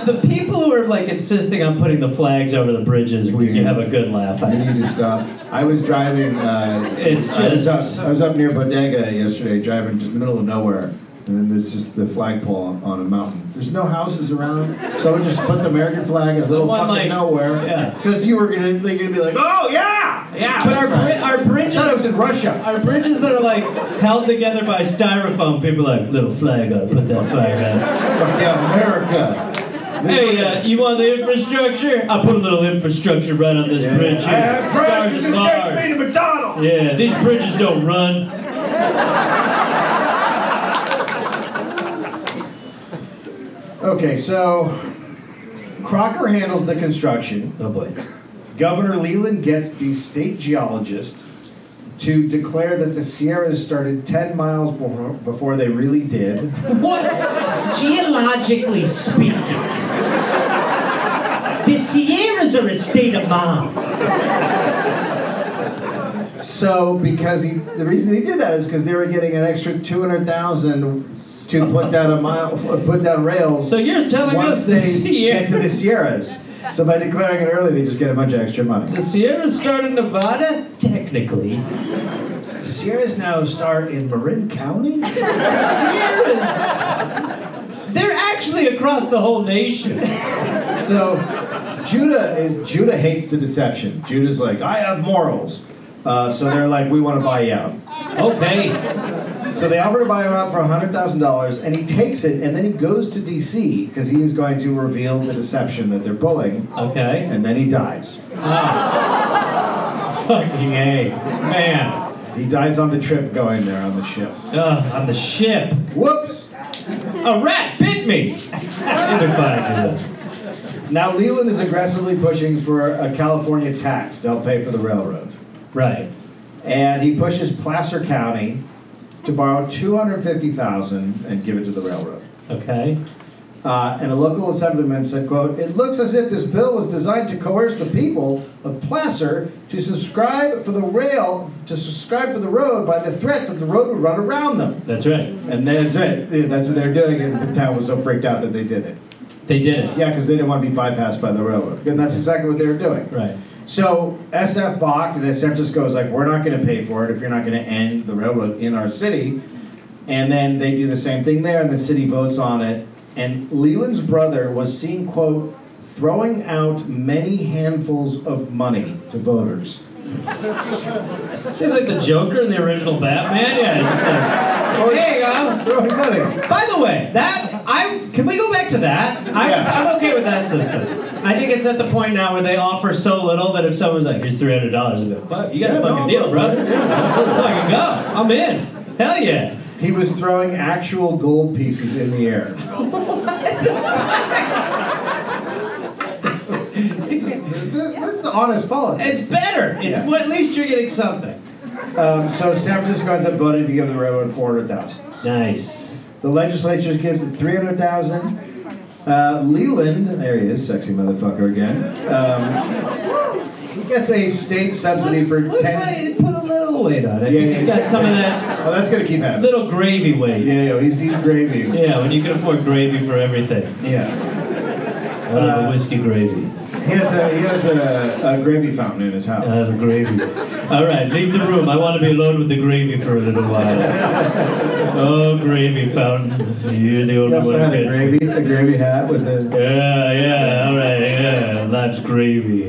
Speaker 5: The people who are like insisting on putting the flags over the bridges, we you have a good laugh
Speaker 2: I
Speaker 5: at.
Speaker 2: need to stop. I was driving. Uh,
Speaker 5: It's
Speaker 2: I was,
Speaker 5: just-
Speaker 2: up, I was up near Bodega yesterday, driving just in the middle of nowhere, and then there's just the flagpole on a mountain. There's no houses around. Someone just put the American flag in the middle of
Speaker 5: Someone,
Speaker 2: fucking
Speaker 5: like-
Speaker 2: nowhere.
Speaker 5: yeah.
Speaker 2: Because you were gonna, they're gonna be like, oh yeah, yeah.
Speaker 5: But our,
Speaker 2: that's right."
Speaker 5: bri- our
Speaker 2: I thought it
Speaker 5: bridges,
Speaker 2: was in Russia.
Speaker 5: our bridges that are like held together by styrofoam, people are like, little flag up, put that flag up.
Speaker 2: Fuck yeah, America.
Speaker 5: Hey, uh, you want the infrastructure? I put a little infrastructure right on this bridge here.
Speaker 2: I have crabs
Speaker 5: Stars
Speaker 2: since
Speaker 5: and bars.
Speaker 2: takes me to McDonald's.
Speaker 5: Yeah, these bridges don't run.
Speaker 2: Okay, so Crocker handles the construction.
Speaker 5: Oh boy.
Speaker 2: Governor Leland gets the state geologist to declare that the Sierras started 10 miles before, before they really did.
Speaker 5: What, geologically speaking, the Sierras are a state of mind.
Speaker 2: So, because he, the reason he did that is because they were getting an extra 200,000 to put down a mile, put down rails
Speaker 5: So you're telling
Speaker 2: once
Speaker 5: us the
Speaker 2: they get
Speaker 5: Sierras,
Speaker 2: to the Sierras. So by declaring it early, they just get a bunch of extra money.
Speaker 5: the Sierras start in Nevada? Technically.
Speaker 2: The Sierras now start in Marin County?
Speaker 5: Sierras! They're actually across the whole nation.
Speaker 2: So Judah is Judah hates the deception. Judah's like, I have morals. Uh, so they're like, we want to buy you out.
Speaker 5: Okay.
Speaker 2: So they offer to buy him out for hundred thousand dollars, and he takes it, and then he goes to D.C. because he is going to reveal the deception that they're pulling,
Speaker 5: Okay.
Speaker 2: and then he dies.
Speaker 5: Fucking A. Man.
Speaker 2: He dies on the trip going there on the ship.
Speaker 5: Ugh, on the ship.
Speaker 2: Whoops!
Speaker 5: A rat bit me! [LAUGHS] Either fine, Judah.
Speaker 2: Now Leland is aggressively pushing for a California tax to help pay for the railroad.
Speaker 5: Right.
Speaker 2: and he pushes Placer County to borrow two hundred fifty thousand and give it to the railroad.
Speaker 5: Okay.
Speaker 2: Uh, and a local assemblyman said, "quote It looks as if this bill was designed to coerce the people of Placer to subscribe for the rail to subscribe for the road by the threat that the road would run around them."
Speaker 5: That's right.
Speaker 2: And that's it. Yeah, That's what they're doing, and the town was so freaked out that they did it.
Speaker 5: They did it.
Speaker 2: Yeah, because they didn't want to be bypassed by the railroad, and that's exactly what they were doing.
Speaker 5: Right.
Speaker 2: So SF balked, and SF just goes like, "We're not going to pay for it if you're not going to end the railroad in our city." And then they do the same thing there, and the city votes on it. And Leland's brother was seen quote throwing out many handfuls of money to voters.
Speaker 5: She's like the Joker in the original Batman. Yeah. Just like, hey, uh,
Speaker 2: Throwing money.
Speaker 5: By the way, that I can we go back to that? I'm,
Speaker 2: Yeah.
Speaker 5: I'm okay with that system. I think it's at the point now where they offer so little that if someone's like, "Here's three hundred dollars," I'm like, "Fuck, you got a
Speaker 2: Yeah,
Speaker 5: fucking
Speaker 2: no,
Speaker 5: deal, bro.
Speaker 2: bro.
Speaker 5: fucking go. I'm in. Hell yeah."
Speaker 2: He was throwing actual gold pieces in the air. this, is, this, this is honest politics.
Speaker 5: It's better. It's
Speaker 2: Yeah.
Speaker 5: well, at least you're getting something.
Speaker 2: Um, so San Francisco ends up voting to give the railroad four hundred thousand.
Speaker 5: Nice.
Speaker 2: The legislature gives it three hundred thousand. Uh, Leland, there he is, sexy motherfucker again. Um, he gets a state subsidy
Speaker 5: Looks,
Speaker 2: for
Speaker 5: looks
Speaker 2: ten.
Speaker 5: like it put a little weight on it.
Speaker 2: Yeah,
Speaker 5: It's
Speaker 2: yeah,
Speaker 5: got
Speaker 2: yeah.
Speaker 5: some of that
Speaker 2: oh, that's gonna keep happening.
Speaker 5: little gravy weight.
Speaker 2: Yeah, yeah, he's, he's gravy.
Speaker 5: Yeah, when you can afford gravy for everything.
Speaker 2: yeah.
Speaker 5: I love the whiskey
Speaker 2: He
Speaker 5: gravy.
Speaker 2: has a he has a, a gravy fountain in his house.
Speaker 5: I have a gravy. [LAUGHS] All right, leave the room. I want to be alone with the gravy for a little [LAUGHS] while. Oh, gravy fountain. You're the
Speaker 2: he
Speaker 5: only
Speaker 2: also
Speaker 5: one
Speaker 2: had a
Speaker 5: who gets me.
Speaker 2: gravy a gravy hat with a
Speaker 5: Yeah, yeah, all right, yeah. Life's gravy.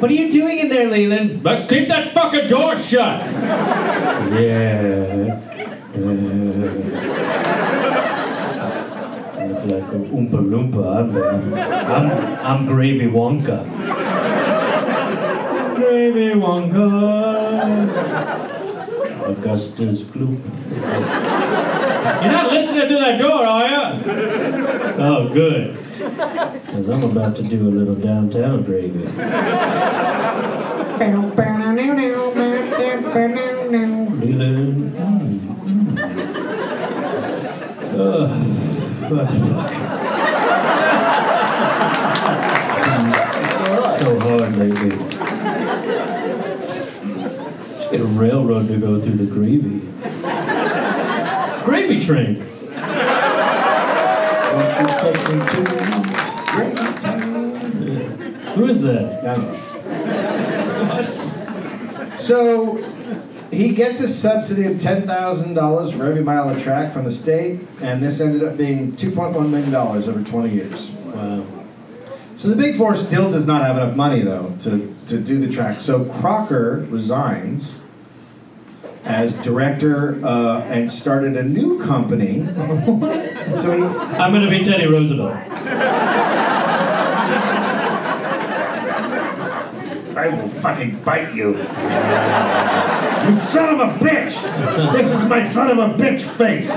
Speaker 5: What are you doing in there, Leland? But keep that fucking door shut! Yeah. Uh, look like a Oompa Loompa. I'm, uh, I'm, I'm Gravy Wonka. Gravy Wonka. Augustus Gloop. You're not listening to that door, are you? Oh, good. Because I'm about to do a little downtown gravy. Leland. Mm, mm. Ugh. Well, fuck. so hard lately. Just get a railroad to go through the gravy. Gravy train.
Speaker 2: Won't you take me to gravy town?
Speaker 5: Who is that?
Speaker 2: I don't know. So he gets a subsidy of ten thousand dollars for every mile of track from the state, and this ended up being two point one million dollars over twenty years.
Speaker 5: Wow.
Speaker 2: So the Big Four still does not have enough money though to, to do the track. So Crocker resigns as director uh, and started a new company. so he
Speaker 5: I'm gonna be Teddy Roosevelt.
Speaker 6: I will fucking bite you. you son of a bitch! This is my son of a bitch face!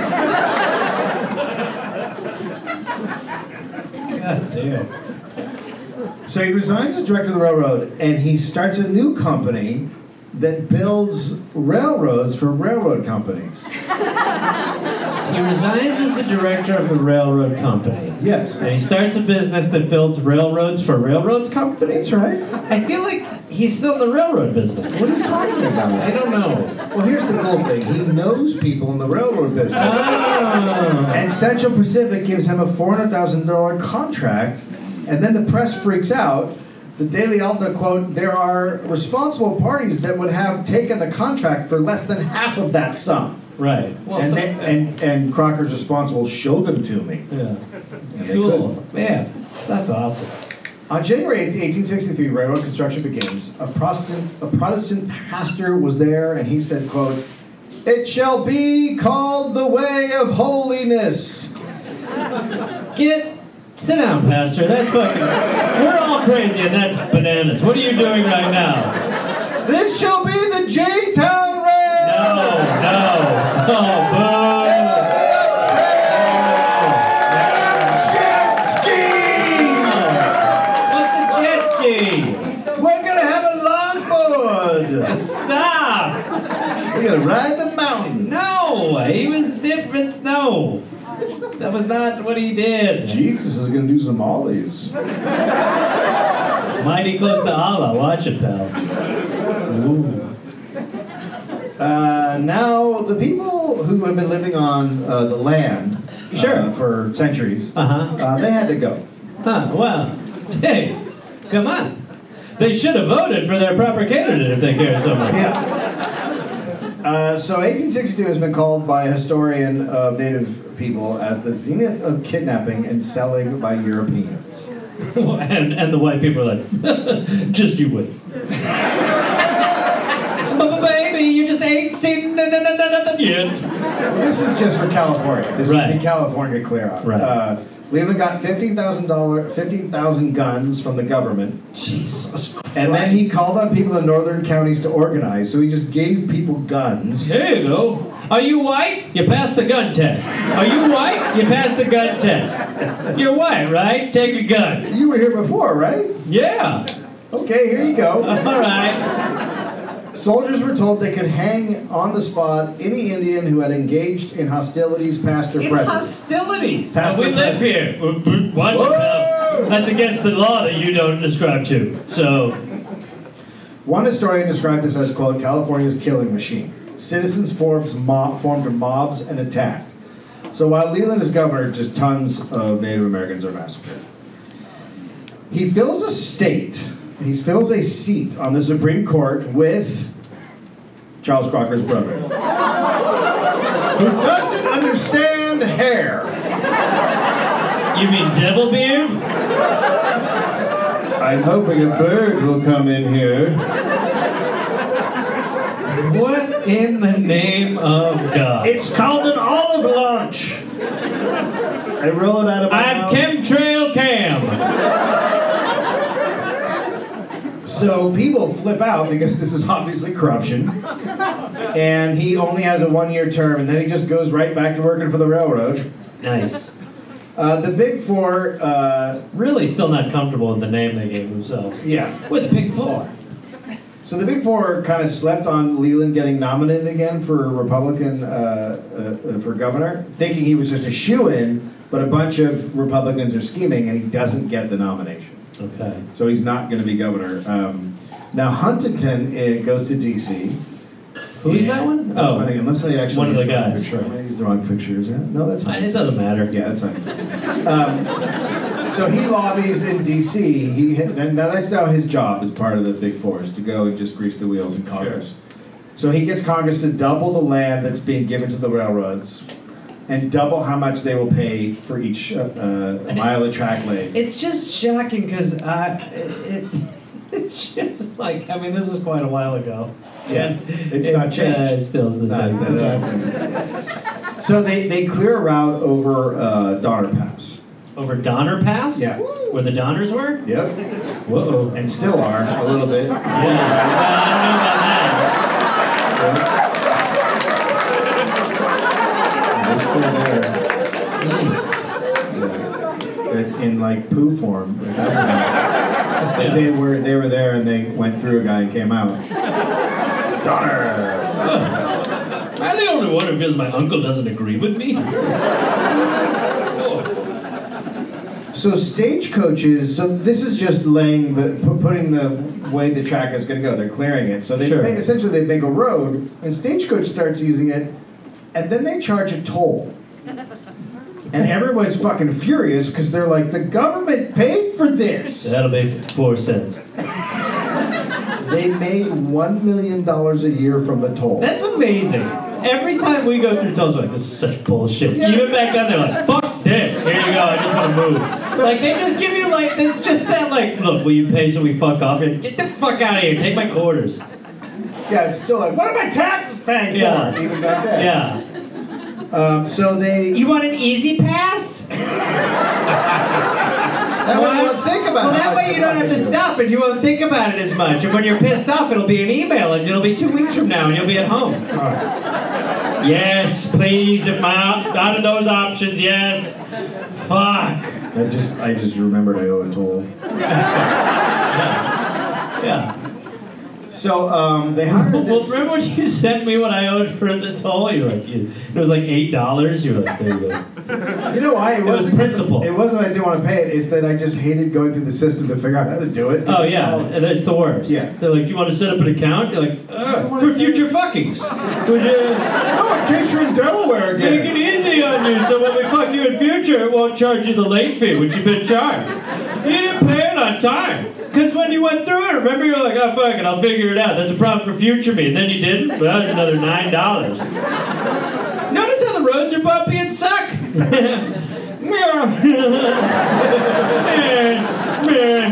Speaker 5: God damn.
Speaker 2: so he resigns as director of the railroad and he starts a new company that builds railroads for railroad companies.
Speaker 5: He resigns as the director of the railroad company.
Speaker 2: Yes.
Speaker 5: And he starts a business that builds railroads for railroads
Speaker 2: That's
Speaker 5: companies.
Speaker 2: right.
Speaker 5: I feel like he's still in the railroad business.
Speaker 2: What are you talking
Speaker 5: I
Speaker 2: about?
Speaker 5: don't know.
Speaker 2: Well, here's the cool thing. He knows people in the railroad business.
Speaker 5: Oh.
Speaker 2: And Central Pacific gives him a $400,000 contract, and then the press freaks out. The Daily Alta quote, there are responsible parties that would have taken the contract for less than half of that sum.
Speaker 5: Right. Well,
Speaker 2: and,
Speaker 5: so-
Speaker 2: they- and, and Crocker's response will show them to me.
Speaker 5: yeah.
Speaker 2: And they
Speaker 5: Cool.
Speaker 2: couldn't.
Speaker 5: Man, that's awesome.
Speaker 2: On January 8, 1863, railroad construction begins. A Protestant, a Protestant pastor was there, and he said, quote, It shall be called the way of holiness.
Speaker 5: Get. Sit down, Pastor. That's fucking. We're all crazy, and that's bananas. What are you doing right now?
Speaker 2: This shall be the J-Town Rail!
Speaker 5: No, no. Oh, boo. What's a jet ski?
Speaker 2: We're gonna have a longboard.
Speaker 5: Stop!
Speaker 2: We're gonna ride the mountain.
Speaker 5: No! He was different. No! That was not what he did.
Speaker 2: Jesus is gonna do some ollies.
Speaker 5: Mighty close to Allah. Watch it, pal. Ooh.
Speaker 2: Uh, now the people who have been living on uh, the land,
Speaker 5: Sure.
Speaker 2: uh, for centuries,
Speaker 5: Uh-huh.
Speaker 2: uh, they had to go.
Speaker 5: Huh, well. Hey, come on. They should have voted for their proper candidate if they cared so much. [LAUGHS]
Speaker 2: Yeah. Uh, so 1862 has been called by a historian of Native people as the zenith of kidnapping and selling by Europeans.
Speaker 5: and, and the white people are like, [LAUGHS] just you wait. but baby, you just ain't seen no no no no nothing yet.
Speaker 2: This is just for California. This is
Speaker 5: Right.
Speaker 2: the California clear out.
Speaker 5: Right.
Speaker 2: Uh, Leland got fifty thousand dollars, fifteen thousand guns from the government,
Speaker 5: Jesus Christ.
Speaker 2: and then he called on people in northern counties to organize. So he just gave people guns.
Speaker 5: There you go. Are you white? You passed the gun test. Are you white? You passed the gun test. You're white, right? Take a gun.
Speaker 2: You were here before, right?
Speaker 5: Yeah.
Speaker 2: Okay, here you go.
Speaker 5: All right.
Speaker 2: Soldiers were told they could hang on the spot any Indian who had engaged in hostilities, past or
Speaker 5: In
Speaker 2: present.
Speaker 5: hostilities.
Speaker 2: Past
Speaker 5: we
Speaker 2: or
Speaker 5: live
Speaker 2: present.
Speaker 5: here. Watch it
Speaker 2: Whoa!
Speaker 5: now. That's against the law that you don't ascribe to. So
Speaker 2: One historian described this as, quote, California's killing machine. Citizens forms mob, formed mobs and attacked. So while Leland is governor, just tons of Native Americans are massacred. He fills a state, he fills a seat on the Supreme Court with Charles Crocker's brother, who doesn't understand hair.
Speaker 5: you mean devil beard?
Speaker 2: I'm hoping a bird will come in here.
Speaker 5: What in the name of God?
Speaker 2: It's called an olive launch. I roll it out of my
Speaker 5: I'm
Speaker 2: mouth.
Speaker 5: Chemtrail Cam.
Speaker 2: So people flip out because this is obviously corruption. And he only has a one year term, and then he just goes right back to working for the railroad.
Speaker 5: [LAUGHS] Nice.
Speaker 2: Uh, the Big Four, uh,
Speaker 5: Really still not comfortable with the name they gave themselves.
Speaker 2: yeah.
Speaker 5: We're the Big Four.
Speaker 2: So the Big Four kind of slept on Leland getting nominated again for Republican, uh, uh, uh, for governor, thinking he was just a shoe in, but a bunch of Republicans are scheming, and he doesn't get the nomination.
Speaker 5: Okay.
Speaker 2: So he's not going to be governor. Um, now, Huntington uh, goes to D.C.
Speaker 5: Who's that one?
Speaker 2: That's
Speaker 5: Oh.
Speaker 2: funny. Unless I actually
Speaker 5: One of the
Speaker 2: used the wrong
Speaker 5: guys.
Speaker 2: Picture. I might use the wrong picture. Is that? No, that's
Speaker 5: I- It
Speaker 2: fine.
Speaker 5: doesn't matter.
Speaker 2: Yeah, that's fine. Um, so he lobbies in D.C. He had- and now that's now his job as part of the Big Four is to go and just grease the wheels in Congress. So he gets Congress to double the land that's being given to the railroads, and double how much they will pay for each uh, uh, mile of track laid.
Speaker 5: It's just shocking because uh, it, it- [LAUGHS] it's just like I mean this is quite a while ago.
Speaker 2: Yeah, it's not changed.
Speaker 5: Uh, it still is the same.
Speaker 2: So they, they clear a route over uh, Donner Pass.
Speaker 5: Over Donner Pass.
Speaker 2: Yeah.
Speaker 5: Where the Donners were.
Speaker 2: Yep.
Speaker 5: Whoa.
Speaker 2: And still are a little bit. They're still there. They're In like poo [LAUGHS] form. But they were they were there and they went through a guy and came out. Donner.
Speaker 5: I'm the only one who feels my uncle doesn't agree with me. Oh,
Speaker 2: So stagecoaches. So this is just laying the pu- putting the way the track is going to go. They're clearing it. So they
Speaker 5: Sure.
Speaker 2: make, essentially they make a road, and stagecoach starts using it, and then they charge a toll. And everybody's fucking furious because they're like, the government paid for this.
Speaker 5: That'll be four cents.
Speaker 2: They made one million dollars a year from the toll.
Speaker 5: That's amazing. Every time we go through Tulsa, like, this is such bullshit.
Speaker 2: Yeah.
Speaker 5: Even back then, they're like, fuck this. Here you go. I just want to move. Like, they just give you, like, it's just that, like, look, will you pay so we fuck off? You're like, Get the fuck out of here. Take my quarters.
Speaker 2: Yeah, it's still like, what are my taxes paying
Speaker 5: Yeah.
Speaker 2: for? Even back then.
Speaker 5: Yeah.
Speaker 2: Um, so they.
Speaker 5: You want an easy pass?
Speaker 2: That way you don't think about.
Speaker 5: Well,
Speaker 2: how
Speaker 5: that
Speaker 2: much
Speaker 5: way
Speaker 2: the
Speaker 5: you don't have to
Speaker 2: government is.
Speaker 5: stop and you won't think about it as much. And when you're pissed off, it'll be an email and it'll be two weeks from now and you'll be at home. Yes, please. If my op- out of those options, yes. Fuck.
Speaker 2: I just I just remembered I owe a toll.
Speaker 5: Yeah.
Speaker 2: So um, they hired this.
Speaker 5: Well, remember when you sent me what I owed for the toll? You were like, you, it was like eight dollars. You were like, there you go.
Speaker 2: You know why? It,
Speaker 5: was
Speaker 2: wasn't-
Speaker 5: principle.
Speaker 2: It wasn't I didn't want to pay it. It's that I just hated going through the system to figure out how to do [LAUGHS] it.
Speaker 5: Oh yeah, and it's the worst.
Speaker 2: Yeah.
Speaker 5: They're like, do you want to set up an account? You're like, Ugh,
Speaker 2: wanna
Speaker 5: for
Speaker 2: set up-
Speaker 5: future fuckings.
Speaker 2: [LAUGHS]
Speaker 5: Would you?
Speaker 2: Oh, in case you're in Delaware
Speaker 5: Make
Speaker 2: again.
Speaker 5: it easy on you so when we fuck you in future, it won't charge you the late fee, which you've been charged. You didn't pay it on time. Because when you went through it, remember you were like, oh, fuck it, I'll figure it out. That's a problem for future me. And then you didn't. Well, that was another $9. Notice how the roads are bumpy and suck. [LAUGHS] Man,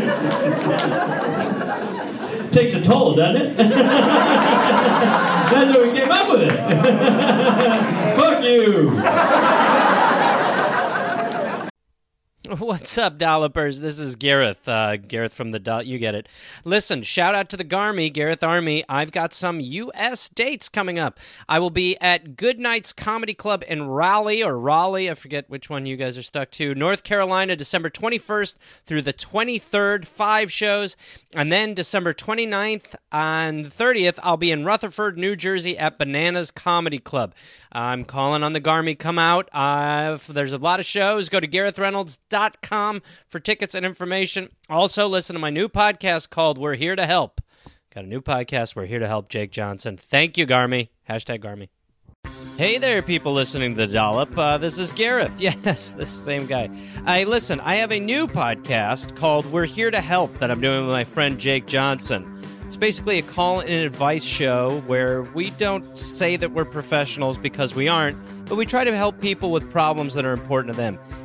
Speaker 5: man. [LAUGHS] Takes a toll, doesn't it? [LAUGHS] That's why we came up with it. Fuck you.
Speaker 7: [LAUGHS] What's up, dollopers? This is Gareth. Uh, Gareth from the dot. You get it. Listen, shout out to the Garmy, Gareth Army. I've got some U.S. dates coming up. I will be at Good Nights Comedy Club in Raleigh or Raleigh. I forget which one you guys are stuck to. North Carolina, December 21st through the 23rd, five shows. And then December 29th and 30th, I'll be in Rutherford, New Jersey at Bananas Comedy Club. I'm calling on the Garmy. Come out. Uh, if there's a lot of shows. Go to GarethReynolds.com for tickets and information. Also, listen to my new podcast called We're Here to Help. Got a new podcast. We're Here to Help Jake Johnson. Thank you, Garmy. Hashtag Garmy. Hey there, people listening to the Dollop. Uh, this is Gareth. [LAUGHS] Yes, this same guy. I listen. I have a new podcast called "We're Here to Help" that I'm doing with my friend Jake Johnson. It's basically a call and advice show where we don't say that we're professionals because we aren't, but we try to help people with problems that are important to them.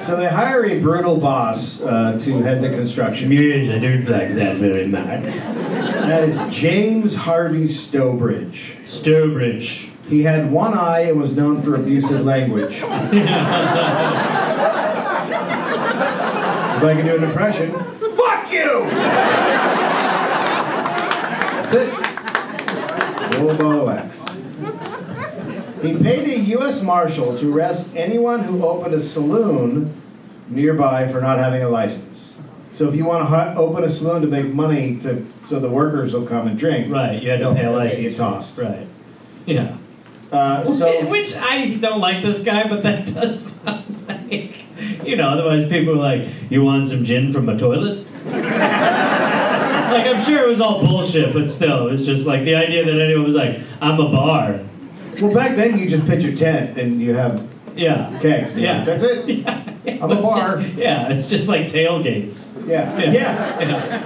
Speaker 2: So they hire a brutal boss uh, to head the construction.
Speaker 5: Yes, I don't like that very much.
Speaker 2: That is James Harvey Stowbridge.
Speaker 5: Stowbridge.
Speaker 2: He had one eye and was known for abusive language. if I can do an impression, fuck you! That's it. It's a little ball of wax. He paid a U.S. Marshal to arrest anyone who opened a saloon nearby for not having a license. So if you want to hu- open a saloon to make money to so the workers will come and drink,
Speaker 5: Right, you had to
Speaker 2: they'll-
Speaker 5: pay a
Speaker 2: they'll get
Speaker 5: license.
Speaker 2: You tossed.
Speaker 5: Right. Yeah.
Speaker 2: Uh, so
Speaker 5: Which I don't like this guy, but that [LAUGHS] does sound like. You know, otherwise people are like, you want some gin from a toilet? [LAUGHS] like, I'm sure it was all bullshit, but still, it's just like the idea that anyone was like, I'm a bar.
Speaker 2: Well, back then you just pitch your tent and you have
Speaker 5: Yeah.
Speaker 2: kegs. and
Speaker 5: [LAUGHS] Yeah.
Speaker 2: That's it. I'm a bar.
Speaker 5: [LAUGHS] Yeah, it's just like tailgates.
Speaker 2: Yeah.
Speaker 5: Yeah.
Speaker 2: Yeah.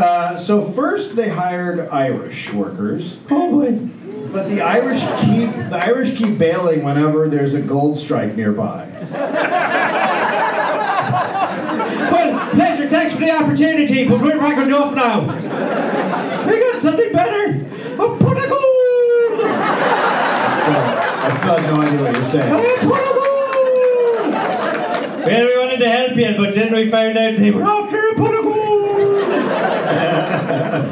Speaker 2: Uh, so first they hired Irish workers,
Speaker 5: Oh boy.
Speaker 2: but the Irish keep the Irish keep bailing whenever there's a gold strike nearby.
Speaker 5: Well, pleasure, thanks for the opportunity, but we're back enough now. [LAUGHS] We got something better. A pot of gold!
Speaker 2: So, I still have no idea what you're saying.
Speaker 5: A pot of gold! Well, we wanted to help you, but then we found out they were after a pot of gold.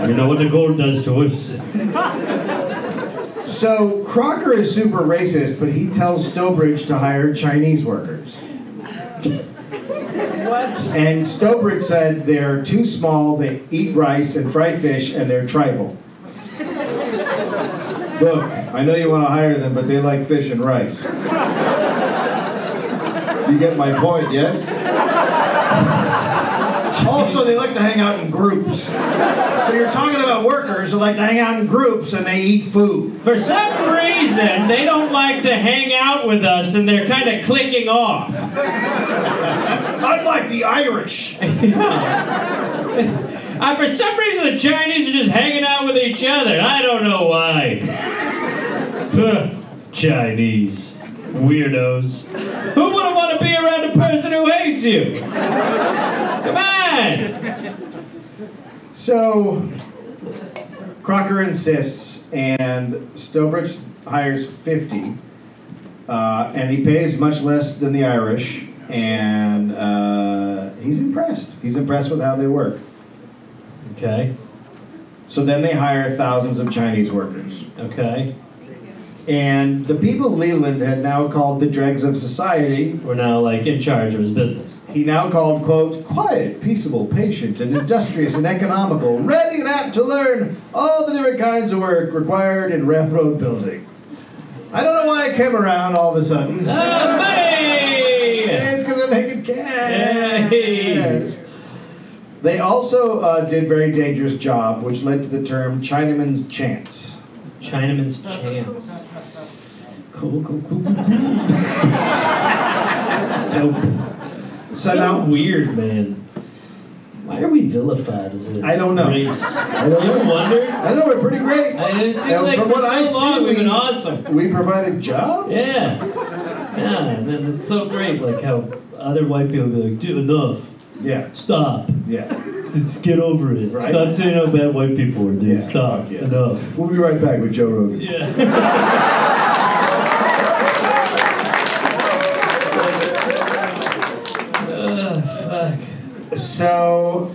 Speaker 5: you know what the gold does to us.
Speaker 2: So Crocker is super racist, but he tells Stowbridge to hire Chinese workers.
Speaker 5: What?
Speaker 2: And Stowbridge said they're too small, they eat rice and fried fish, and they're tribal. Look, I know you want to hire them, but they like fish and rice. You get my point, yes? Also, they like to hang out in groups. So you're talking about workers who like to hang out in groups and they eat food.
Speaker 5: For some reason, they don't like to hang out with us and they're kind of clicking off.
Speaker 2: Unlike the Irish.
Speaker 5: Uh, for some reason, the Chinese are just hanging out with each other. I don't know why. Puh, Chinese weirdos. Who wouldn't want to be around a person who hates you? Come on.
Speaker 2: So Crocker insists, and Stowbridge hires 50, uh, and he pays much less than the Irish, and uh, he's impressed. He's impressed with how they work.
Speaker 5: Okay.
Speaker 2: So then they hire thousands of Chinese workers.
Speaker 5: Okay.
Speaker 2: And the people Leland had now called the dregs of society,
Speaker 5: We're now like in charge of his business.
Speaker 2: he now called, quote, quiet, peaceable, patient, and industrious and economical, ready and apt to learn all the different kinds of work required in railroad building. I don't know why I came around all of a sudden.
Speaker 5: Ah, money!
Speaker 2: It's because I'm making cash.
Speaker 5: Yay.
Speaker 2: They also uh, did very dangerous job, which led to the term Chinaman's chance.
Speaker 5: Chinaman's chance. Cool, cool, cool. cool, cool. Dope.
Speaker 2: So
Speaker 5: so
Speaker 2: now
Speaker 5: weird, man. Why are we vilified as a
Speaker 2: I don't know.
Speaker 5: race?
Speaker 2: I don't
Speaker 5: You
Speaker 2: know.
Speaker 5: wonder?
Speaker 2: I know we're pretty great.
Speaker 5: I, it seems
Speaker 2: Now,
Speaker 5: like
Speaker 2: from
Speaker 5: for
Speaker 2: what
Speaker 5: so
Speaker 2: I see,
Speaker 5: long we've been
Speaker 2: we-
Speaker 5: awesome.
Speaker 2: We provided jobs.
Speaker 5: Yeah. Yeah, and then it's so great, like how other white people be like, dude, enough.
Speaker 2: Yeah.
Speaker 5: Stop.
Speaker 2: Yeah.
Speaker 5: Just get over it.
Speaker 2: Right.
Speaker 5: Stop saying how bad white people are, dude.
Speaker 2: Yeah,
Speaker 5: Stop.
Speaker 2: fuck yeah.
Speaker 5: Enough.
Speaker 2: We'll be right back with Joe Rogan.
Speaker 5: Yeah.
Speaker 2: [LAUGHS] So,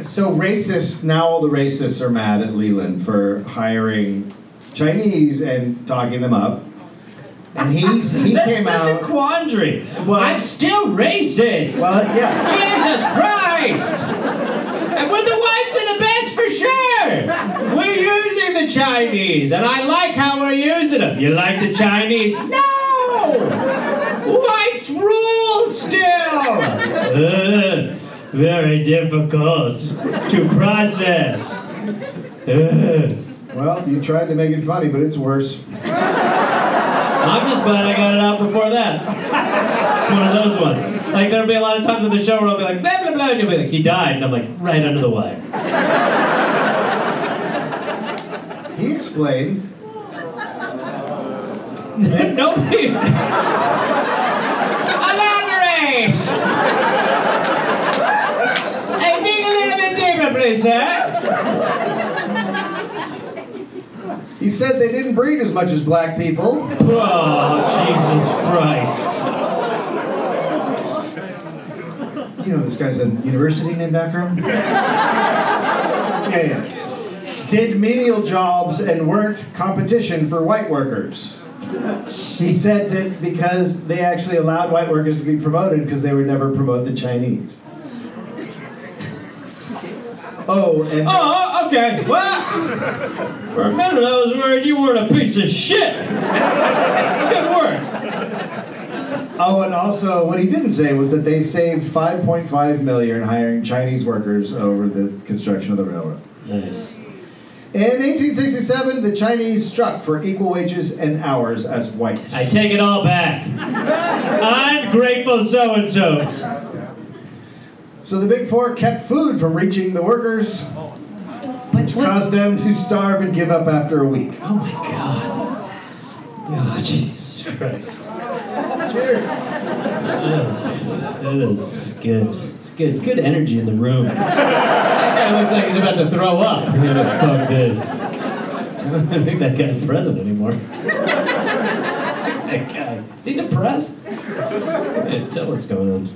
Speaker 2: so racists now. All the racists are mad at Leland for hiring Chinese and talking them up. And he's he
Speaker 5: [LAUGHS] That's
Speaker 2: came
Speaker 5: such
Speaker 2: out.
Speaker 5: a quandary.
Speaker 2: Well-
Speaker 5: I'm still racist.
Speaker 2: well, yeah.
Speaker 5: Jesus Christ! And with the whites are the best for sure! We're using the Chinese, and I like how we're using them. You like the Chinese? No! Whites rule still! Ugh, very difficult to process. Ugh.
Speaker 2: Well, you tried to make it funny, but it's worse.
Speaker 5: I'm just glad I got it out before that. It's one of those ones. Like there'll be a lot of times in the show where I'll be like blah blah blah, and you'll be like he died, and I'm like right under the wire. [LAUGHS]
Speaker 2: He explained.
Speaker 5: Nobody. Elaborate. I dig a little bit deeper, please, sir.
Speaker 2: He said they didn't breed as much as black people.
Speaker 5: Oh, Jesus Christ.
Speaker 2: You know, this guy's a university named after him. yeah, yeah. Did menial jobs and weren't competition for white workers. He said this because they actually allowed white workers to be promoted because they would never promote the Chinese. Oh, and
Speaker 5: Oh, okay. Well, for a minute I was worried you weren't a piece of shit. Good work.
Speaker 2: oh, and also, what he didn't say was that they saved 5.5 million hiring Chinese workers over the construction of the railroad.
Speaker 5: Nice.
Speaker 2: In 1867, the Chinese struck for equal wages and hours as whites.
Speaker 5: I take it all back. Ungrateful so and so's.
Speaker 2: So the Big Four kept food from reaching the workers, which caused them to starve and give up after a week.
Speaker 5: Oh my god. Oh, Jesus Christ. That is good. It's good. Good energy in the room. That guy looks like he's about to throw up. He's like, fuck this. [LAUGHS] I don't think that guy's present anymore. that guy. Is he depressed? I can't tell what's going on.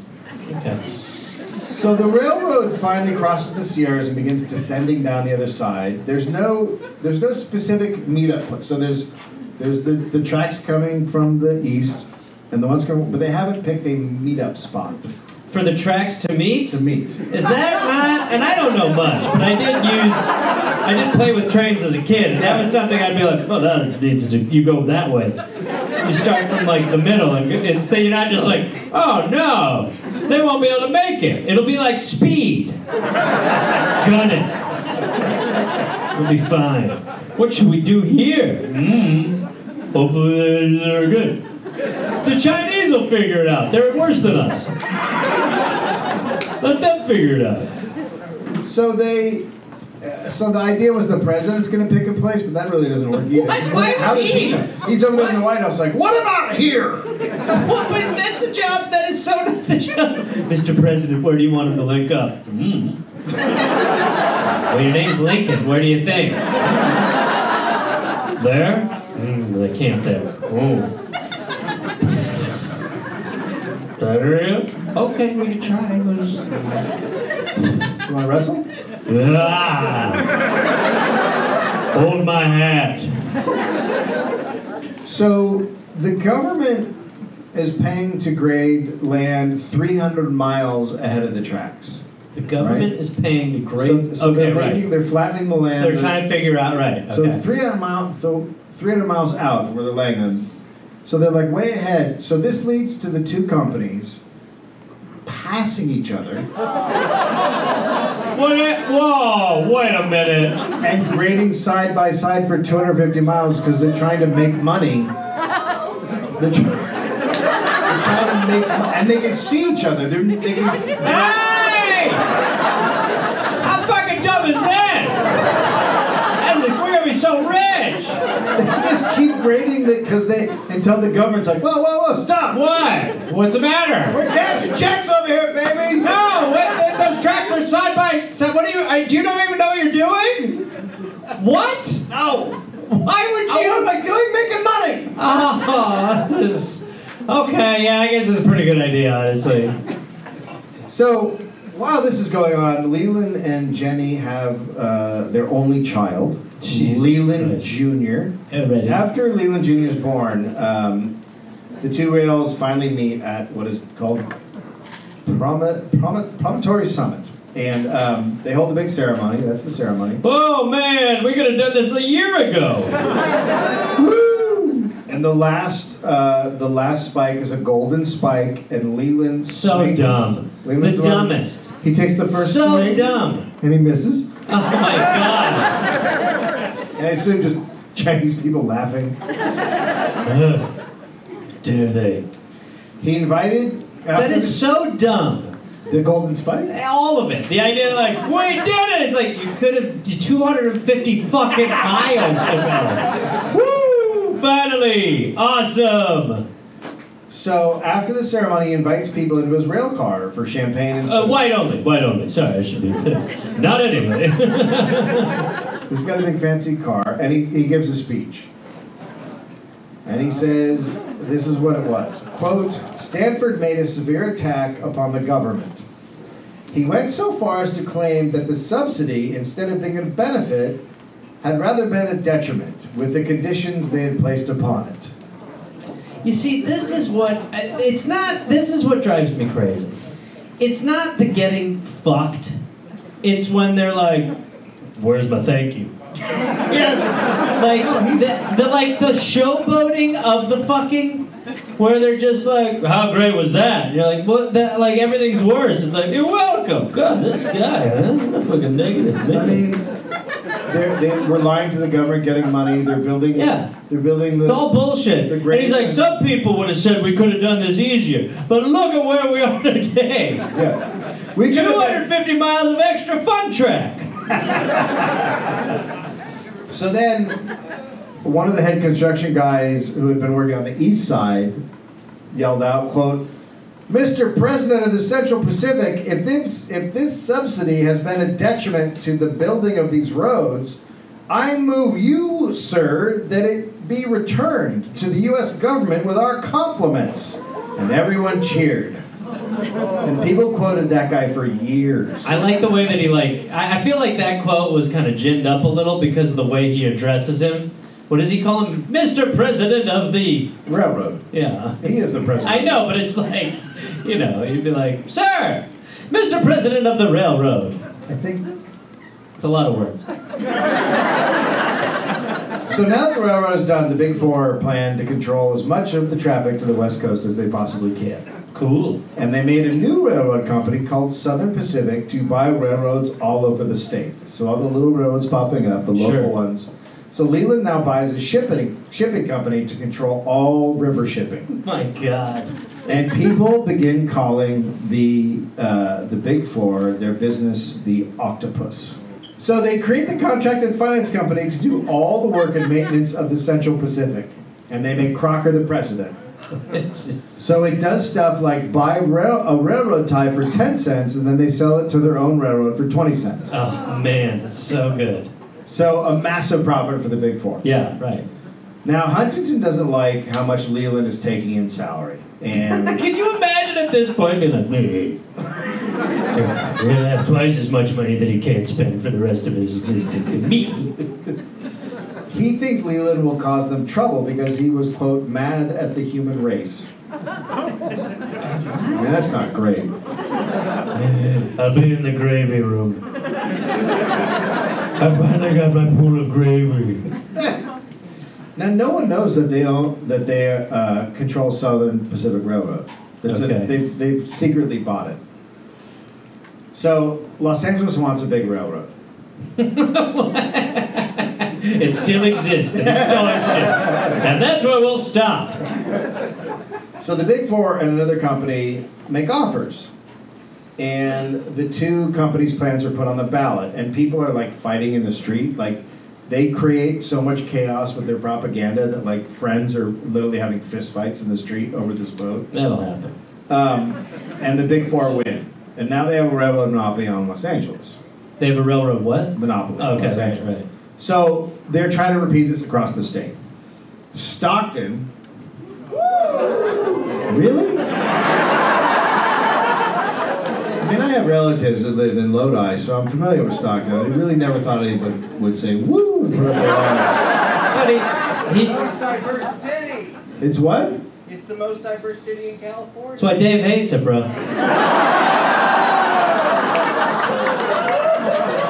Speaker 5: Okay.
Speaker 2: So the railroad finally crosses the Sierras and begins descending down the other side. There's no there's no specific meetup. pla- So there's there's the, the tracks coming from the east and the ones coming, but they haven't picked a meetup spot
Speaker 5: For the tracks to meet,
Speaker 2: to meet.
Speaker 5: Is that not? And I don't know much, but I did use, I did play with trains as a kid. And that was something I'd be like, well, that needs to. You go that way. You start from like the middle, and it's then you're not just like, oh no, they won't be able to make it. It'll be like speed. Gun it. We'll be fine. What should we do here? Mm. Hopefully they're- they're good. The Chinese will figure it out. They're worse than us. Let them figure it out.
Speaker 2: So they. uh, So the idea was the president's going to pick a place, but that really doesn't work either.
Speaker 5: What? Why
Speaker 2: How does he?
Speaker 5: he?
Speaker 2: know? He's over there in the White House, like, what about here?
Speaker 5: Well, but that's the job. That is so not the job. [LAUGHS] Mr. President, where do you want him to link up? Mm. well, your name's Lincoln. Where do you think? there? Mm, they can't there. Oh. That area? Okay, we can try. We'll just-
Speaker 2: You want to wrestle?
Speaker 5: Ah. Hold my hat.
Speaker 2: So the government is paying to grade land 300 miles ahead of the tracks.
Speaker 5: The
Speaker 2: Right.
Speaker 5: government is paying to grade.
Speaker 2: So, so
Speaker 5: okay,
Speaker 2: they're, making,
Speaker 5: right.
Speaker 2: they're flattening the land.
Speaker 5: So they're trying to figure out, right?
Speaker 2: So
Speaker 5: okay.
Speaker 2: 300 miles. So 300 miles out from where they're laying them. So they're like way ahead. So this leads to the two companies passing each other
Speaker 5: Wait, whoa, wait a minute.
Speaker 2: and grading side by side for 250 miles because they're trying to make money. They're, try- they're trying to make money. And they can see each other. They're, they can,
Speaker 5: Hey! How fucking dumb is this? That's like, we're gonna be so rich!
Speaker 2: they just keep grading it because they until the government's like, whoa, whoa, whoa, stop!
Speaker 5: What? What's the matter?
Speaker 2: We're cashing checks over here, baby.
Speaker 5: No, what, th- those tracks are side by side. What do you, uh, do you not even know what you're doing? What?
Speaker 2: no.
Speaker 5: Why would
Speaker 2: Oh,
Speaker 5: you?
Speaker 2: what am I doing? Making money.
Speaker 5: Oh, that is- okay, yeah, I guess it's a pretty good idea, honestly.
Speaker 2: So while this is going on, Leland and Jenny have uh, their only child,
Speaker 5: Jesus
Speaker 2: Leland
Speaker 5: Christ.
Speaker 2: Jr.
Speaker 5: Already.
Speaker 2: After Leland Jr. is born, um, the two rails finally meet at what is called Promi- Promi- Promontory Summit. And um, they hold a big ceremony. That's the ceremony.
Speaker 5: Oh man, we could have done this a year ago.
Speaker 2: And the last, uh, the last spike is a golden spike, and Leland
Speaker 5: So
Speaker 2: swings.
Speaker 5: dumb.
Speaker 2: Leland's
Speaker 5: the
Speaker 2: one-
Speaker 5: dumbest.
Speaker 2: He takes the first
Speaker 5: so
Speaker 2: swing,
Speaker 5: dumb.
Speaker 2: and he misses.
Speaker 5: Oh my god.
Speaker 2: And I assume just Chinese people laughing.
Speaker 5: Dare they?
Speaker 2: He invited
Speaker 5: That is so dumb.
Speaker 2: the golden spike.
Speaker 5: All of it. The idea, like, we did it. It's like you could have 250 fucking miles ago. Woo! Finally, awesome.
Speaker 2: So after the ceremony, he invites people into his rail car for champagne and
Speaker 5: Uh, white only. White only. Sorry, I should be not anybody.
Speaker 2: He's got a big fancy car, and he, he gives a speech. And he says, this is what it was. Quote, Stanford made a severe attack upon the government. He went so far as to claim that the subsidy, instead of being a benefit, had rather been a detriment with the conditions they had placed upon it.
Speaker 5: You see, this is what it's not. This is what drives me crazy. It's not the getting fucked. It's when they're like, "Where's my thank you?"
Speaker 2: Yes!
Speaker 5: Like the, the like the showboating of the fucking, where they're just like, "How great was that?" And you're like, "What? That like everything's worse." It's like, "You're welcome." God, this guy, huh? What a fucking negative man.
Speaker 2: I mean, they're, they were lying to the government, getting money, they're building...
Speaker 5: Yeah.
Speaker 2: They're building the...
Speaker 5: It's all bullshit.
Speaker 2: The
Speaker 5: And
Speaker 2: great-
Speaker 5: he's like, some people would have said we could have done this easier, but look at where we are [LAUGHS] today.
Speaker 2: Yeah. We could have been-
Speaker 5: 250 miles of extra fun track.
Speaker 2: So then, one of the head construction guys who had been working on the east side yelled out, "Quote, Mr. President of the Central Pacific, if this if this subsidy has been a detriment to the building of these roads, I move you, sir, that it be returned to the U.S. government with our compliments." And everyone cheered. And people quoted that guy for years.
Speaker 5: I like the way that he like. I, I feel like that quote was kind of ginned up a little because of the way he addresses him. What does he call him, Mr. President of the?
Speaker 2: Railroad.
Speaker 5: Yeah,
Speaker 2: He is the president.
Speaker 5: I know, but it's like, you know, he'd be like, "Sir, Mr. President of the railroad."
Speaker 2: I think
Speaker 5: It's a lot of words.
Speaker 2: So now that the railroad is done, the Big Four plan to control as much of the traffic to the West Coast as they possibly can.
Speaker 5: Cool.
Speaker 2: And they made a new railroad company called Southern Pacific to buy railroads all over the state. So all the little railroads popping up, the local
Speaker 5: Sure.
Speaker 2: ones. So Leland now buys a shipping shipping company to control all river shipping,
Speaker 5: My God.
Speaker 2: and people begin calling the uh, the Big Four their business the octopus. So they create the contract and finance company to do all the work and maintenance of the Central Pacific, and they make Crocker the president.
Speaker 5: It's just-
Speaker 2: So it does stuff like buy rail- a railroad tie for 10 cents and then they sell it to their own railroad for 20 cents.
Speaker 5: Oh man, it's so good.
Speaker 2: So a massive profit for the big four.
Speaker 5: Yeah, right.
Speaker 2: Now, Huntington doesn't like how much Leland is taking in salary. And
Speaker 5: Can you imagine at this point being like, "Hey, he'll have twice as much money that he can't spend for the rest of his existence than me.
Speaker 2: he thinks Leland will cause them trouble because he was, quote, mad at the human race. I mean, that's not great.
Speaker 5: I'll be in the gravy room. I finally got my pool of gravy.
Speaker 2: Now, no one knows that they own that they uh, control Southern Pacific Railroad. That's
Speaker 5: Okay.
Speaker 2: it. They've, they've secretly bought it. So Los Angeles wants a big railroad.
Speaker 5: It still exists. And, it's still active. and that's where we'll stop.
Speaker 2: So the big four and another company make offers, and the two companies' plans are put on the ballot, and people are like fighting in the street, like. They create so much chaos with their propaganda that like friends are literally having fistfights in the street over this vote.
Speaker 5: That'll happen.
Speaker 2: and the Big Four win. And now they have a railroad monopoly on Los Angeles.
Speaker 5: They have a railroad what?
Speaker 2: Monopoly on
Speaker 5: Okay,
Speaker 2: Los
Speaker 5: right,
Speaker 2: Angeles.
Speaker 5: right.
Speaker 2: So they're trying to repeat this across the state. Stockton. Really? I mean, I have relatives that live in Lodi, so I'm familiar with Stockton. I really never thought anyone would say "woo." and put up their arms.
Speaker 5: But he, he,
Speaker 1: most diverse city.
Speaker 2: It's what?
Speaker 1: It's the most diverse city in California.
Speaker 5: that's why Dave hates it, bro.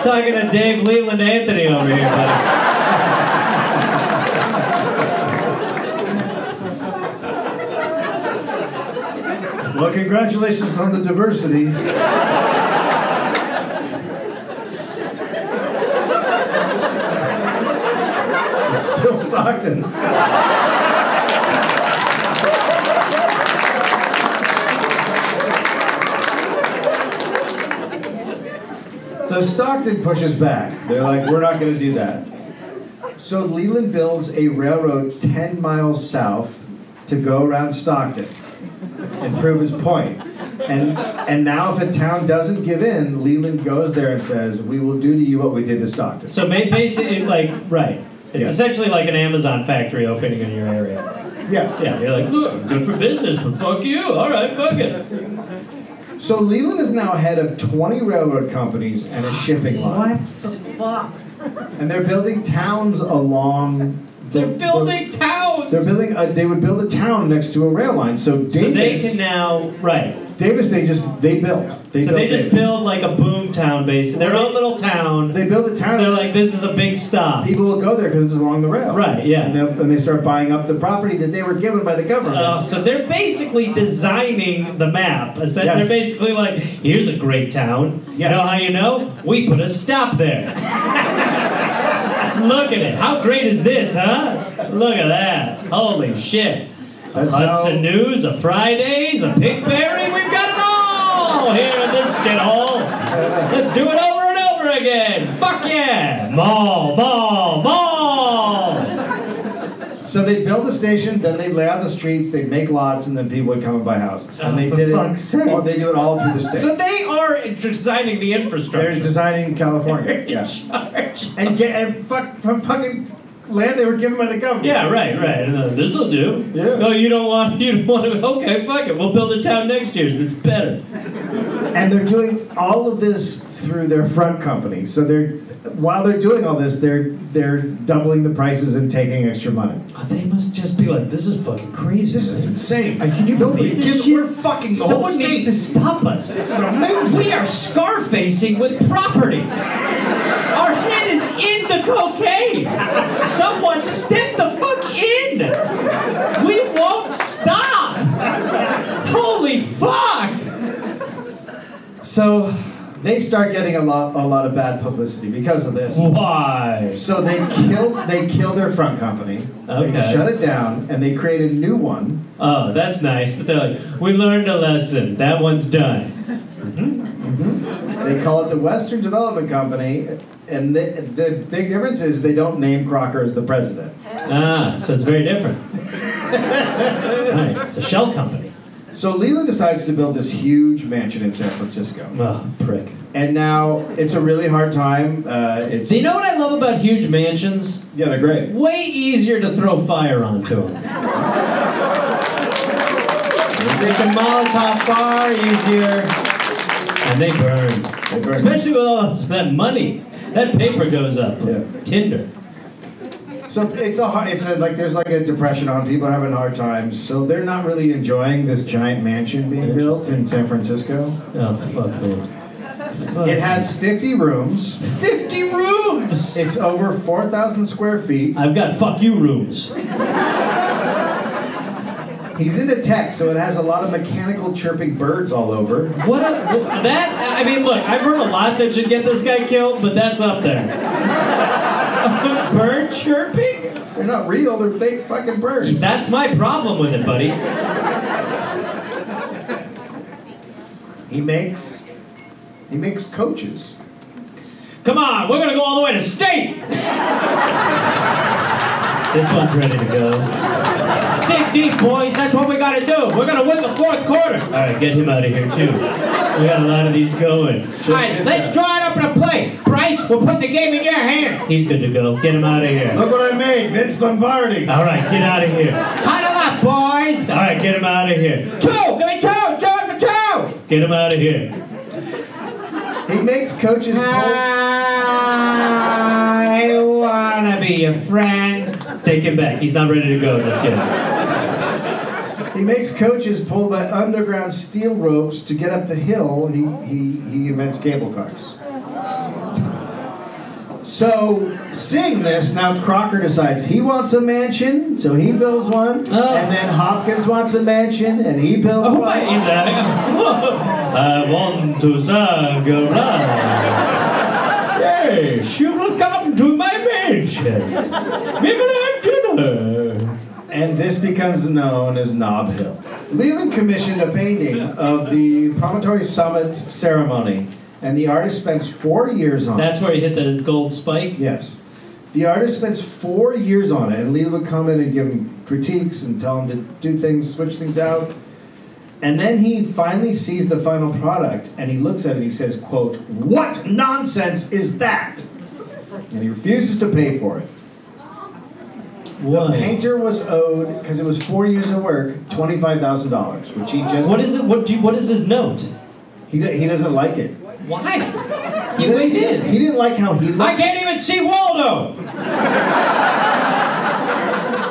Speaker 5: Talking to Dave Leland Anthony over here, buddy.
Speaker 2: Well, congratulations on the diversity. it's still Stockton. So Stockton pushes back. They're like, we're not going to do that. So Leland builds a railroad 10 miles south to go around Stockton and prove his point. And and now if a town doesn't give in, Leland goes there and says, "We will do to you what we did to Stockton."
Speaker 5: So ma- basically, like, right. It's
Speaker 2: Yeah.
Speaker 5: essentially like an Amazon factory opening in your area.
Speaker 2: Yeah.
Speaker 5: Yeah, you're like, look, good for business, but fuck you. All right, fuck it.
Speaker 2: So Leland is now head of 20 railroad companies and a shipping line.
Speaker 1: the fuck?
Speaker 2: And they're building towns along.
Speaker 5: They're building towns.
Speaker 2: They're building. A, they would build a town next to a rail line. So Davis.
Speaker 5: so they can now, right.
Speaker 2: Davis, they just they built. They
Speaker 5: So
Speaker 2: built
Speaker 5: they just
Speaker 2: Davis.
Speaker 5: build like a boom town base, their own little town.
Speaker 2: They built a town.
Speaker 5: They're like, this is a big stop.
Speaker 2: people will go there because it's along the rail.
Speaker 5: Right, yeah.
Speaker 2: And, they'll- and they start buying up the property that they were given by the government.
Speaker 5: Uh, so they're basically designing the map. Essen-
Speaker 2: Yes.
Speaker 5: They're basically like, here's a great town.
Speaker 2: Yeah.
Speaker 5: You know how you know? We put a stop there. [LAUGHS] Look at it. How great is this, huh? Look at that. Holy shit.
Speaker 2: That's
Speaker 5: Hudson
Speaker 2: how-
Speaker 5: News, a Fridays, a Pinkberry. We've got it all here in this shithole. Let's do it over and over again. Fuck yeah. Mall, mall, mall.
Speaker 2: So they'd build a station, then they'd lay out the streets, they'd make lots, and then people would come and buy houses. And they
Speaker 5: Oh, for
Speaker 2: did
Speaker 5: fuck's
Speaker 2: it.
Speaker 5: sake.
Speaker 2: Well, they do it all through the state.
Speaker 5: [LAUGHS] So they are designing the
Speaker 2: They're
Speaker 5: infrastructure.
Speaker 2: designing
Speaker 5: [LAUGHS]
Speaker 2: California. Yeah.
Speaker 5: charge.
Speaker 2: And get and fuck from fucking land they were given by the government.
Speaker 5: Yeah, right, right. this will do.
Speaker 2: Yeah.
Speaker 5: No, you don't want. [LAUGHS] You don't want to. Okay, fuck it. We'll build a town next year. So it's better.
Speaker 2: And they're doing all of this through their front company. So they're while they're doing all this, they're they're doubling the prices and taking extra money.
Speaker 5: Oh, they must just be like, this is fucking crazy.
Speaker 2: This is insane.
Speaker 5: Uh, can you
Speaker 2: Nobody
Speaker 5: believe
Speaker 2: gives
Speaker 5: this shit?
Speaker 2: we're fucking the whole
Speaker 5: Someone needs to
Speaker 2: state.
Speaker 5: stop us.
Speaker 2: This is amazing.
Speaker 5: We are scarfacing with property. Our head is in the cocaine. Someone step the fuck in. We won't stop. Holy fuck.
Speaker 2: So they start getting a lot a lot of bad publicity because of this.
Speaker 5: Why?
Speaker 2: So they kill they kill their front company.
Speaker 5: Okay.
Speaker 2: They shut it down and they create a new one.
Speaker 5: Oh, that's nice. But they're like, we learned a lesson. That one's done.
Speaker 2: They call it the Western Development Company, and the, the big difference is they don't name Crocker as the president.
Speaker 5: Ah, so it's very different. right, it's a shell company.
Speaker 2: So Leland decides to build this huge mansion in San Francisco,
Speaker 5: Oh, prick.
Speaker 2: and now it's a really hard time. Uh, it's
Speaker 5: Do you know what I love about huge mansions?
Speaker 2: yeah, they're great.
Speaker 5: Way easier to throw fire onto them. They can Molotov far easier, and they burn.
Speaker 2: They burn.
Speaker 5: Especially with all that money. That paper goes up.
Speaker 2: Yeah.
Speaker 5: Tinder.
Speaker 2: So it's a hard, it's a, like there's like a depression on people having hard times. So they're not really enjoying this giant mansion being built in San Francisco.
Speaker 5: Oh, fuck, man.
Speaker 2: It has 50 rooms.
Speaker 5: 50 rooms!
Speaker 2: It's over 4,000 square feet.
Speaker 5: I've got fuck you rooms.
Speaker 2: He's into tech, so it has a lot of mechanical chirping birds all over.
Speaker 5: What a, that? I mean, look, I've heard a lot that should get this guy killed, but that's up there. [LAUGHS] Bird chirping?
Speaker 2: They're not real, they're fake fucking birds.
Speaker 5: That's my problem with it, buddy.
Speaker 2: He makes he makes coaches.
Speaker 5: Come on, we're gonna go all the way to state. this one's ready to go. Think deep, boys. That's what we gotta do. We're gonna win the fourth quarter. All right, get him out of here too. We got a lot of these going. All right, let's draw it up and play. Bryce, we'll put the game in your hands. He's good to go. Get him out of here.
Speaker 2: Look what I made, Vince Lombardi.
Speaker 5: All right, get out of here. Huddle up, boys. All right, get him out of here. Two, give me two. Do it for two. Get him out of here.
Speaker 2: He makes coaches.
Speaker 5: Oh.
Speaker 2: Pol-
Speaker 5: I wanna be your friend. Take him back. He's not ready to go just yet.
Speaker 2: he makes coaches pull by underground steel ropes to get up the hill. He he he invents cable cars. So, seeing this, now Crocker decides he wants a mansion, so he builds one,
Speaker 5: Oh.
Speaker 2: and then Hopkins wants a mansion, and he builds
Speaker 5: Oh
Speaker 2: one.
Speaker 5: my, he's having a. [LAUGHS] I want to sing around. Yes, you will come to my mansion. We're gonna have dinner.
Speaker 2: And this becomes known as Nob Hill. Leland commissioned a painting of the Promontory Summit ceremony, and the artist spends four years on
Speaker 5: That's
Speaker 2: it.
Speaker 5: where he hit the gold spike.
Speaker 2: Yes. The artist spends four years on it, and Leland would come in and give him critiques and tell him to do things, switch things out. And then he finally sees the final product, and he looks at it and he says, quote, What nonsense is that? And he refuses to pay for it. The
Speaker 5: Whoa.
Speaker 2: painter was owed, because it was four years of work, twenty-five thousand dollars, which he just
Speaker 5: What is it? What do? You, what is his note?
Speaker 2: he do- he doesn't like it.
Speaker 5: Why? He went in.
Speaker 2: He didn't like how he
Speaker 5: I
Speaker 2: looked.
Speaker 5: can't even see Waldo.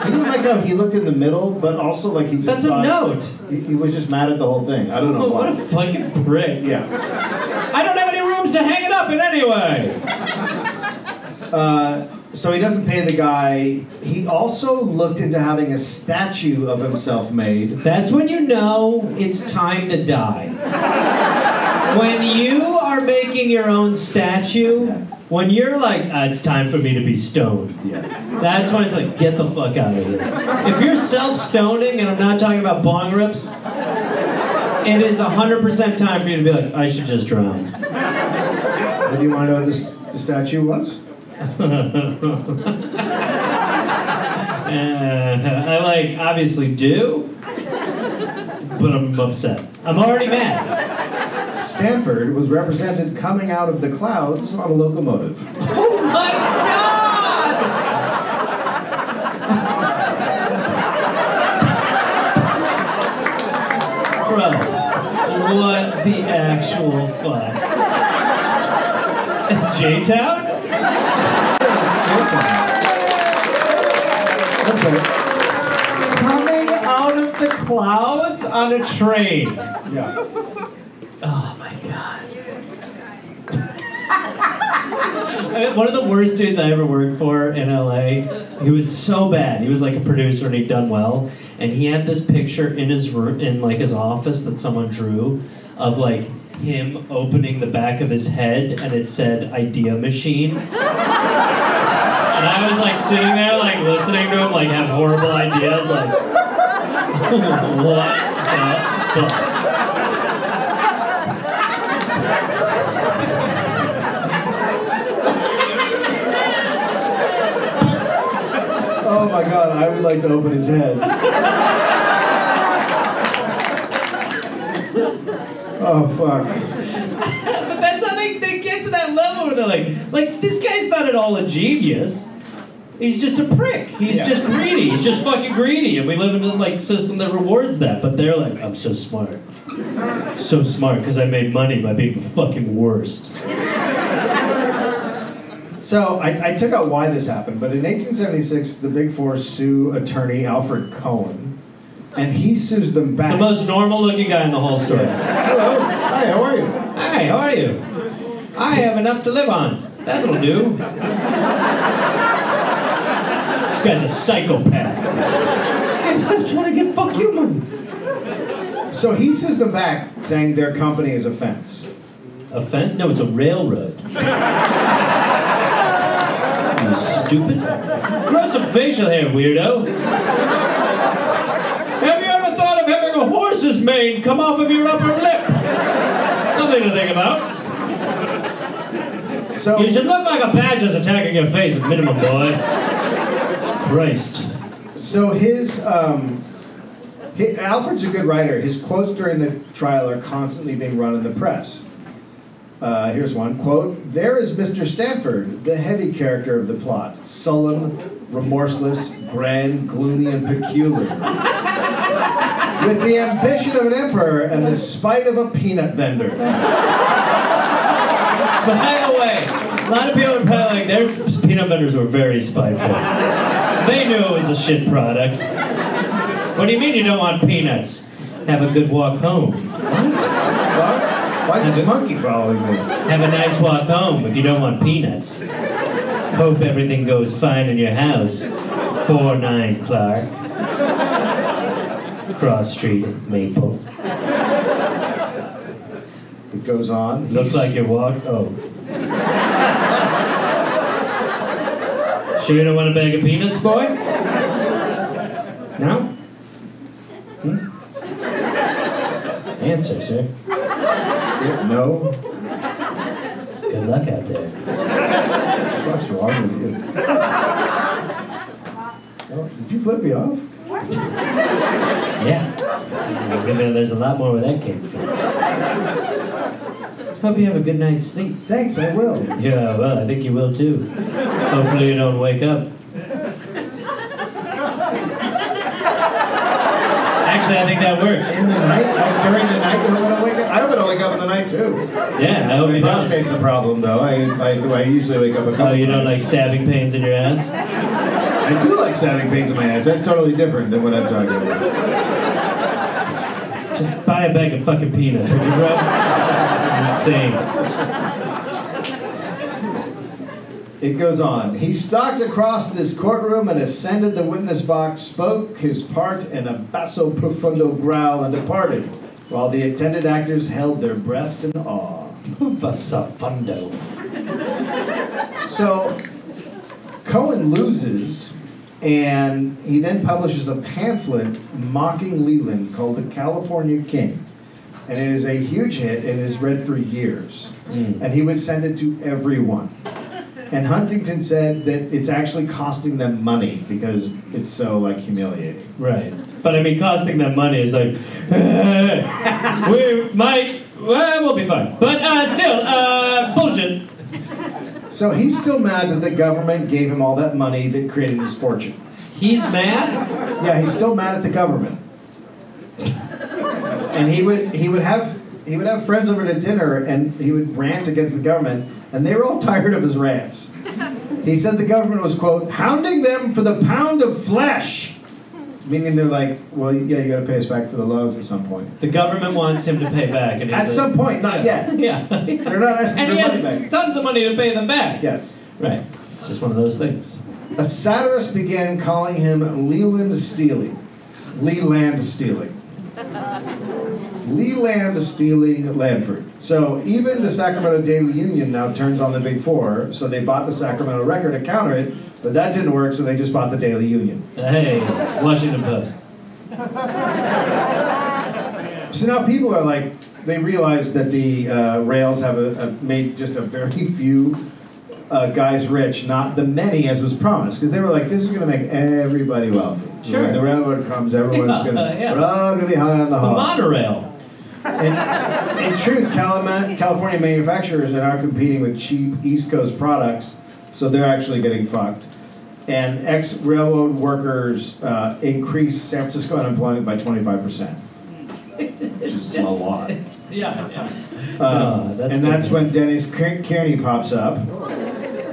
Speaker 2: He didn't like how he looked in the middle, but also like he just
Speaker 5: That's a
Speaker 2: thought-
Speaker 5: note.
Speaker 2: He, he was just mad at the whole thing. I don't know
Speaker 5: Oh, what
Speaker 2: why.
Speaker 5: a fucking prick.
Speaker 2: yeah.
Speaker 5: I don't have any rooms to hang it up in anyway.
Speaker 2: So he doesn't pay the guy. He also looked into having a statue of himself made.
Speaker 5: That's when you know it's time to die. when you are making your own statue, when you're like, "Ah, it's time for me to be stoned.
Speaker 2: Yeah.
Speaker 5: That's when it's like, get the fuck out of here. If you're self stoning, and I'm not talking about bong rips, it is 100% time for you to be like, I should just drown. [LAUGHS]
Speaker 2: But do you want to know what this, the statue was?
Speaker 5: Uh, I like obviously do, but I'm upset. I'm already mad.
Speaker 2: Stanford was represented coming out of the clouds on a locomotive.
Speaker 5: Oh my god! Bro, what the actual fuck? J Town?
Speaker 2: Okay.
Speaker 5: Coming out of the clouds on a train.
Speaker 2: Yeah.
Speaker 5: Oh my god. I mean, One of the worst dudes I ever worked for in LA, he was so bad. He was like a producer and he'd done well. And he had this picture in his room, in like his office that someone drew of like him opening the back of his head and it said idea machine. [LAUGHS] And I was like sitting there, like listening to him, like have horrible ideas, like, [LAUGHS] what the fuck?
Speaker 2: Oh my god, I would like to open his head. oh fuck.
Speaker 5: But that's how they, they get to that level where they're like, like this guy's not at all a genius. He's just a prick. He's
Speaker 2: Yeah.
Speaker 5: just greedy. He's just fucking greedy. And we live in a like system that rewards that. But they're like, I'm so smart. So smart because I made money by being the fucking worst.
Speaker 2: So I, I took out why this happened, but in 1876, the Big Four sue attorney Alfred Cohen, and he sues them back.
Speaker 5: The most normal looking guy in the whole story.
Speaker 2: Hello. Hi. How are you?
Speaker 5: Hey, how are you? I have enough to live on. That'll do. this guy's a psychopath. Steps want to get fuck you money.
Speaker 2: So he sends them back saying their company is a fence.
Speaker 5: A fence? No, it's a railroad. you stupid. Grow some facial hair, weirdo. Have you ever thought of having a horse's mane come off of your upper lip? Nothing to think about.
Speaker 2: So
Speaker 5: You should look like a badger's attacking your face at minimum, boy. Christ.
Speaker 2: So his, um, hi Alfred's a good writer. His quotes during the trial are constantly being run in the press. Uh, here's one quote: "There is Mr. Stanford, the heavy character of the plot, sullen, remorseless, grand, gloomy, and peculiar." With the ambition of an emperor and the spite of a peanut vendor.
Speaker 5: By the way, a lot of people are probably like, there's peanut butters were very spiteful. They knew it was a shit product. What do you mean you don't want peanuts? Have a good walk home.
Speaker 2: Why why is this monkey following me?
Speaker 5: Have a nice walk home if you don't want peanuts. Hope everything goes fine in your house. 4 9 Clark. Cross Street, Maple.
Speaker 2: It goes on.
Speaker 5: Looks
Speaker 2: He's-
Speaker 5: like you walked. Oh. sure you don't want a bag of peanuts, boy? No? Hmm? Answer, sir.
Speaker 2: no.
Speaker 5: Good luck out there.
Speaker 2: What's wrong with you? Oh, did you flip me off?
Speaker 5: Yeah. I was gonna be- there's a lot more where that came from. Just hope you have a good night's sleep.
Speaker 2: Thanks, I will.
Speaker 5: Yeah, well, I think you will too. Hopefully you don't wake up. Actually, I think that works.
Speaker 2: In the night? Like, during the night? You're gonna wake up? I'm gonna wake up in the night too.
Speaker 5: Yeah, I hope
Speaker 2: My
Speaker 5: you don't.
Speaker 2: prostate's a problem though. I, I, I usually wake up a couple
Speaker 5: Oh, you
Speaker 2: times.
Speaker 5: don't like stabbing pains in your ass?
Speaker 2: I do like sounding pains in my ass. That's totally different than what I'm talking about.
Speaker 5: Just buy a bag of fucking peanuts, would you, bro? It's insane.
Speaker 2: It goes on. He stalked across this courtroom and ascended the witness box, spoke his part in a basso profundo growl, and departed, while the attendant actors held their breaths in awe.
Speaker 5: Basafundo.
Speaker 2: So Cohen loses, and he then publishes a pamphlet mocking Leland called The California King. And it is a huge hit and is read for years. And he would send it to everyone. And Huntington said that it's actually costing them money because it's so like humiliating.
Speaker 5: Right. But I mean, costing them money is like, [LAUGHS] we might, well, we'll be fine. But uh, still, uh, bullshit.
Speaker 2: So he's still mad that the government gave him all that money that created his fortune.
Speaker 5: He's mad?
Speaker 2: Yeah, he's still mad at the government. and he would he would have he would have friends over to dinner and he would rant against the government and they were all [LAUGHS] tired of his rants. He said the government was quote hounding them for the pound of flesh. Meaning they're like, well, yeah, you got to pay us back for the loans at some point.
Speaker 5: The government wants him to pay back. And he's
Speaker 2: At
Speaker 5: like,
Speaker 2: some point, not
Speaker 5: yeah.
Speaker 2: yet.
Speaker 5: [LAUGHS] Yeah.
Speaker 2: They're not asking
Speaker 5: and
Speaker 2: for
Speaker 5: he
Speaker 2: money
Speaker 5: has
Speaker 2: back.
Speaker 5: tons of money to pay them back.
Speaker 2: Yes.
Speaker 5: Right. It's just one of those things.
Speaker 2: A satirist began calling him Leland Steely. Leland Steely. Leland Steely Lanford. So even the Sacramento Daily Union now turns on the Big Four, so they bought the Sacramento Record to counter it, but that didn't work, so they just bought the Daily Union.
Speaker 5: Hey, Washington Post.
Speaker 2: So now people are like, they realize that the uh, rails have a, a, made just a very [LAUGHS] few uh, guys rich, not the many as was promised, because they were like, this is going to make everybody wealthy.
Speaker 5: [LAUGHS] Sure.
Speaker 2: When the railroad comes, everyone's
Speaker 5: Yeah,
Speaker 2: going to,
Speaker 5: yeah.
Speaker 2: we're all going to be high on the
Speaker 5: The
Speaker 2: hog.
Speaker 5: monorail.
Speaker 2: In, in truth, Calima- California manufacturers are now competing with cheap East Coast products, so they're actually getting fucked. And ex railroad workers uh, increased San Francisco unemployment by 25%.
Speaker 5: [LAUGHS] It's
Speaker 2: a lot.
Speaker 5: It's, [LAUGHS] yeah, yeah.
Speaker 2: Um,
Speaker 5: Oh, that's
Speaker 2: and
Speaker 5: good.
Speaker 2: that's when Dennis Kier- Kearney pops up.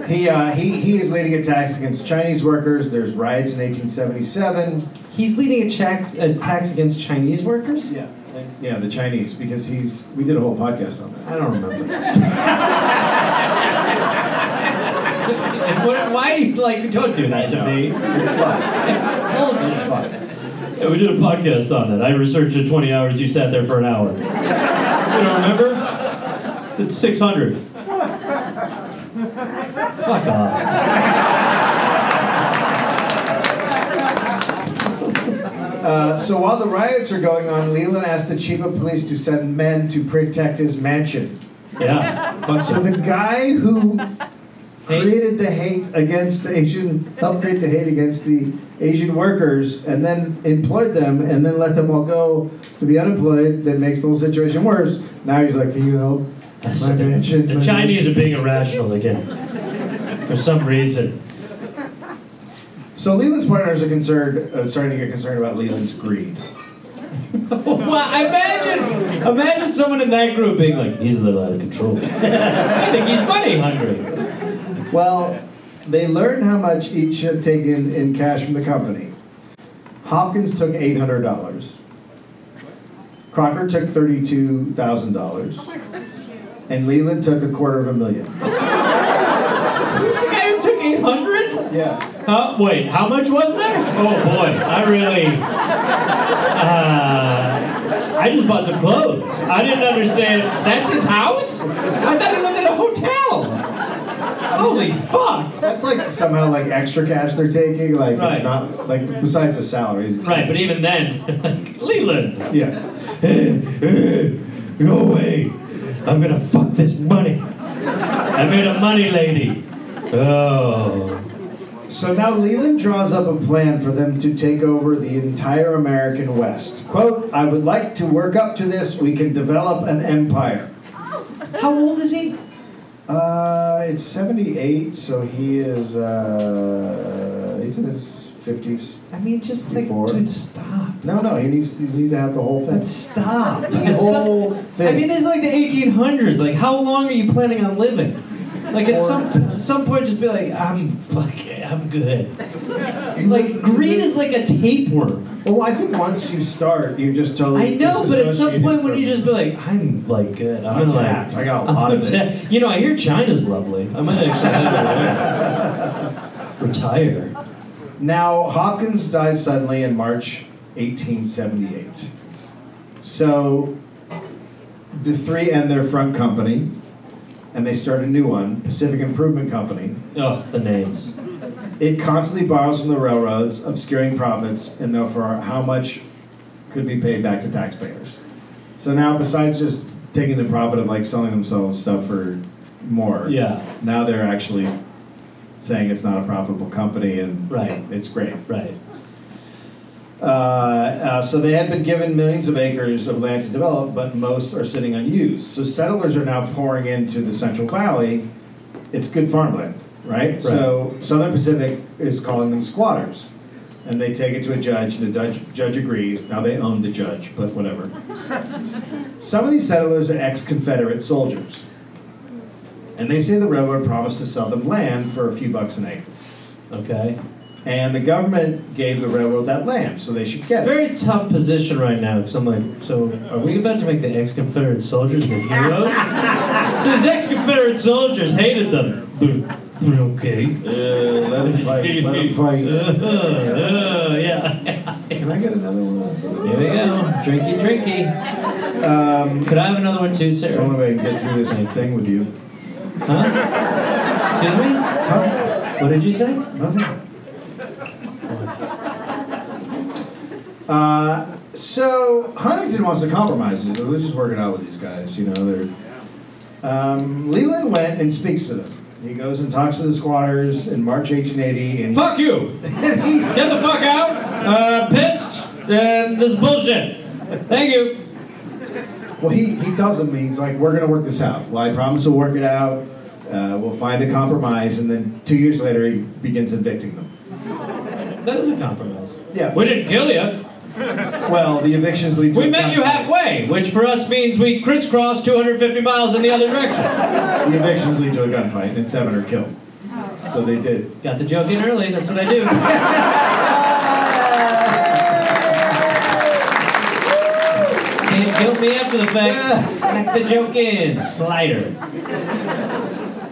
Speaker 2: He, uh, he, he is leading attacks against Chinese workers. There's riots in 1877.
Speaker 5: He's leading attacks attacks against Chinese workers.
Speaker 2: Yeah. Yeah, the Chinese, because he's. We did a whole podcast on that. I don't remember.
Speaker 5: And what, why, like, don't do that to me?
Speaker 2: It's fun. It's
Speaker 5: Bullshit.
Speaker 2: fun.
Speaker 5: Yeah, we did a podcast on that. I researched it 20 hours, you sat there for an hour. You don't remember? It's 600. Fuck off.
Speaker 2: Uh, So while the riots are going on, Leland asked the chief of police to send men to protect his mansion.
Speaker 5: Yeah. Fuck
Speaker 2: So
Speaker 5: you.
Speaker 2: the guy who
Speaker 5: Hate.
Speaker 2: created the hate against Asian, helped create the hate against the Asian workers, and then employed them, and then let them all go to be unemployed, that makes the whole situation worse. Now he's like, can you help my mansion?
Speaker 5: The
Speaker 2: my
Speaker 5: Chinese
Speaker 2: mansion?"
Speaker 5: are being irrational again. For some reason.
Speaker 2: So Leland's partners are concerned, uh, starting to get concerned about Leland's greed.
Speaker 5: Well, imagine, imagine someone in that group being like, he's a little out of
Speaker 2: [LAUGHS]
Speaker 5: control. I think he's money hungry.
Speaker 2: Well, they learned how much each had taken in cash from the company. Hopkins took eight hundred dollars. Crocker took thirty-two thousand dollars, and Leland took a quarter of a million.
Speaker 5: Who's the guy who took 800?
Speaker 2: Yeah,
Speaker 5: Uh, wait, how much was there? Oh boy, I really. Uh, I just bought some clothes. I didn't understand. That's his house? I thought he lived in a hotel. Holy fuck!
Speaker 2: that's like somehow like extra cash they're taking. Like
Speaker 5: Right.
Speaker 2: it's not like besides the salaries. it's-
Speaker 5: Right, but even then, [LAUGHS] like, Leland, [LAUGHS]
Speaker 2: Yeah.
Speaker 5: go away. I'm gonna fuck this money. I made a money lady. Oh.
Speaker 2: So now Leland draws up a plan for them to take over the entire American West. Quote: I would like to work up to this. We can develop an empire.
Speaker 5: How old is he?
Speaker 2: Uh, it's 78, so he is, uh, he's in his 50s.
Speaker 8: I mean, just like,
Speaker 2: Before.
Speaker 8: dude, stop.
Speaker 2: No, no, he needs to, he need to have the whole thing.
Speaker 8: But stop.
Speaker 2: The whole thing.
Speaker 5: I mean, this is like the 1800s. Like, how long are you planning on living? Like, at some some point, just be like, I'm fuck, it, I'm good. Like, greed is like a tapeworm.
Speaker 2: well, I think once you start, you just
Speaker 5: I
Speaker 2: totally.
Speaker 5: know, but at some
Speaker 2: disassociate
Speaker 5: point,
Speaker 2: it
Speaker 5: wouldn't you
Speaker 2: from-
Speaker 5: just be like, I'm like good. I'm,
Speaker 2: I'm
Speaker 5: like,
Speaker 2: tapped. I got a lot
Speaker 5: I'm
Speaker 2: of
Speaker 5: tapped.
Speaker 2: this.
Speaker 5: You know, I hear China's lovely. I'm gonna actually
Speaker 2: [LAUGHS]
Speaker 5: have to retire.
Speaker 2: Now, Hopkins dies suddenly in March 1878. So the three end their front company and they start a new one, Pacific Improvement Company.
Speaker 5: Oh, the names.
Speaker 2: It constantly borrows from the railroads, obscuring profits, and therefore how much could be paid back to taxpayers. So now, besides just taking the profit of like selling themselves stuff for more,
Speaker 5: Yeah.
Speaker 2: now they're actually saying it's not a profitable company and
Speaker 5: Right.
Speaker 2: it's great.
Speaker 5: Right.
Speaker 2: Uh, uh, so they had been given millions of acres of land to develop, but most are sitting unused. So settlers are now pouring into the Central Valley. It's good farmland, right? So Southern Pacific is calling them squatters. And they take it to a judge, and the judge, judge agrees. Now they own the judge, but whatever. Some of these settlers are ex Confederate soldiers. And they say the railroad promised to sell them land for a few bucks an acre.
Speaker 5: Okay.
Speaker 2: And the government gave the railroad that land, so they should get it.
Speaker 5: Very tough position right now because I'm like, so are we about to make the ex Confederate soldiers the heroes? so these ex Confederate soldiers hated them. They're- they're Okay.
Speaker 2: let him fight. Let him fight.
Speaker 5: [LAUGHS] Uh, [LAUGHS] yeah.
Speaker 2: Can I get another one?
Speaker 5: Here we go. Drinky, drinky. Um, Could I have another one too,
Speaker 2: The only
Speaker 5: Sarah?
Speaker 2: way I can get through this thing with you.
Speaker 5: Excuse me?
Speaker 2: Huh?
Speaker 5: What did you say?
Speaker 2: Nothing. Uh, so Huntington wants to compromise. So they're just working out with these guys. You know, they're. Um, Leland went and speaks to them. He goes and talks to the squatters in March 1880, and,
Speaker 5: Fuck [LAUGHS] you!
Speaker 2: and he's
Speaker 5: Get the fuck out! Uh, pissed, and this is bullshit. Thank you.
Speaker 2: Well, he, he tells him, he's like, we're going to work this out. Well, I promise we'll work it out. Uh, we'll find a compromise. And then two years later, he begins evicting them.
Speaker 5: That is a compromise.
Speaker 2: Yeah.
Speaker 5: We didn't kill you.
Speaker 2: Well, the evictions lead to.
Speaker 5: We
Speaker 2: a
Speaker 5: met you
Speaker 2: compromise.
Speaker 5: halfway, which for us means we crisscrossed 250 miles in the other direction.
Speaker 2: The evictions lead to a gunfight, and seven are killed. So they did.
Speaker 5: Got the joke in early, that's what I do. Can't guilt me after the fact.
Speaker 2: Yes.
Speaker 5: Smack the joke in, slider.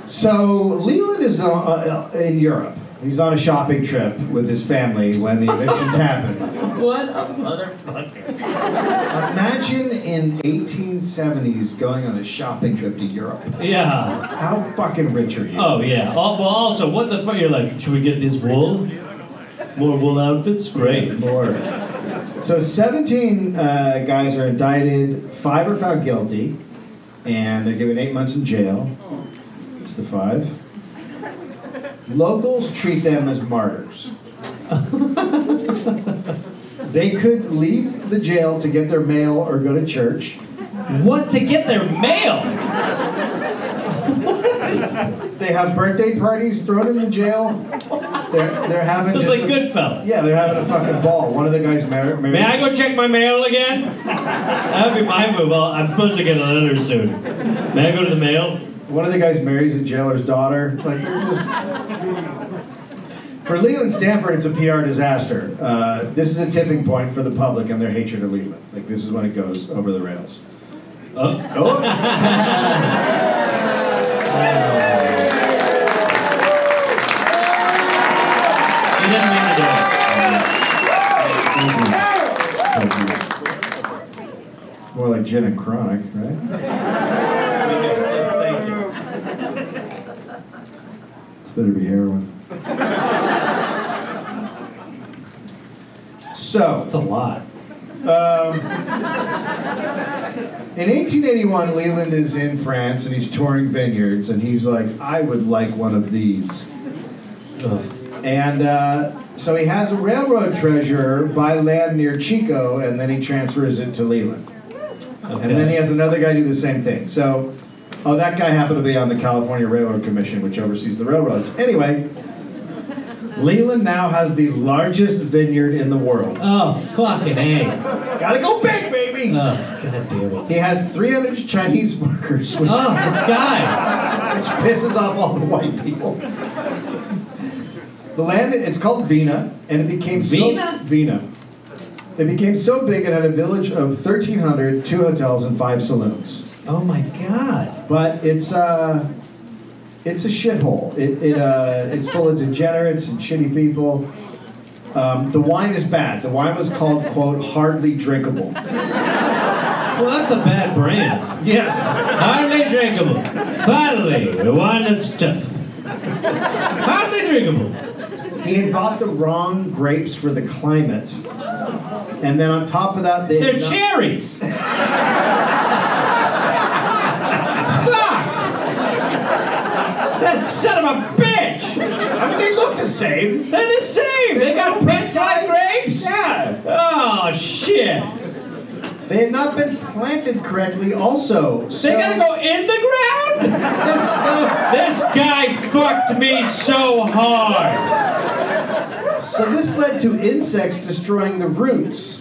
Speaker 2: So Leland is uh, uh, in Europe. He's on a shopping trip with his family when the
Speaker 5: [LAUGHS]
Speaker 2: evictions happened.
Speaker 5: What a motherfucker.
Speaker 2: Imagine in 1870s going on a shopping trip to Europe.
Speaker 5: Yeah.
Speaker 2: How fucking rich are you?
Speaker 5: Oh, yeah. Al- well, also, what the fuck? You're like, should we get this wool? More wool outfits? Great. More.
Speaker 2: So 17 uh, guys are indicted. Five are found guilty, and they're given eight months in jail. It's the five. Locals treat them as martyrs. they could leave the jail to get their mail or go to church.
Speaker 5: What to get their mail?
Speaker 2: They have birthday parties thrown in the jail. They're, they're having
Speaker 5: Sounds
Speaker 2: just
Speaker 5: like
Speaker 2: a-
Speaker 5: Goodfellas.
Speaker 2: Yeah, they're having a fucking ball. One of the guys mar- married.
Speaker 5: May I go check my mail again? That would be my move. I'll- I'm supposed to get a letter soon. May I go to the mail?
Speaker 2: One of the guys marries a jailer's daughter. Like they're just. For Leland Stanford, it's a PR disaster. Uh, this is a tipping point for the public and their hatred of Leland. Like this is when it goes over the rails.
Speaker 5: Oh.
Speaker 2: Oh.
Speaker 5: [LAUGHS] She didn't mean to do it.
Speaker 2: More like gin and chronic, right?
Speaker 5: Thank you.
Speaker 2: It's better be heroin. So, um,
Speaker 5: That's a lot.
Speaker 2: In 1881, Leland is in France and he's touring vineyards, and he's like, I would like one of these.
Speaker 5: Oh,
Speaker 2: And uh, so he has a railroad treasure buy land near Chico, and then he transfers it to Leland. And then he has another guy do the same thing. So, oh, that guy happened to be on the California Railroad Commission, which oversees the railroads. Anyway, Leland now has the largest vineyard in the world.
Speaker 5: Oh, fucking A.
Speaker 2: Gotta go big, baby!
Speaker 5: Oh, God damn it.
Speaker 2: He has 300 Chinese workers, which
Speaker 5: Oh, this guy.
Speaker 2: which pisses off all the white people. The land, it's called Vina, and it became
Speaker 5: Vina?
Speaker 2: so Vina. It became so big it had a village of 1,300, two hotels, and five saloons.
Speaker 5: Oh, my God.
Speaker 2: But it's uh, it's a shithole. It, it uh, it's full of degenerates and shitty people. Um, the wine is bad. The wine was called quote hardly drinkable.
Speaker 5: Well, that's a bad brand.
Speaker 2: Yes.
Speaker 5: Hardly drinkable. Finally, the wine that's tough. Hardly drinkable.
Speaker 2: He had bought the wrong grapes for the climate. And then on top of that, they had
Speaker 5: They're
Speaker 2: not-
Speaker 5: cherries. Fuck! That son of a
Speaker 2: I
Speaker 5: bitch!
Speaker 2: mean, they look the same.
Speaker 5: They're the same! They got Prince High grapes?
Speaker 2: Yeah.
Speaker 5: Oh, shit!
Speaker 2: They had not been planted correctly, also. So
Speaker 5: They gotta go in the ground?
Speaker 2: [LAUGHS] That's
Speaker 5: This guy fucked me so hard.
Speaker 2: so, so this led to insects destroying the roots.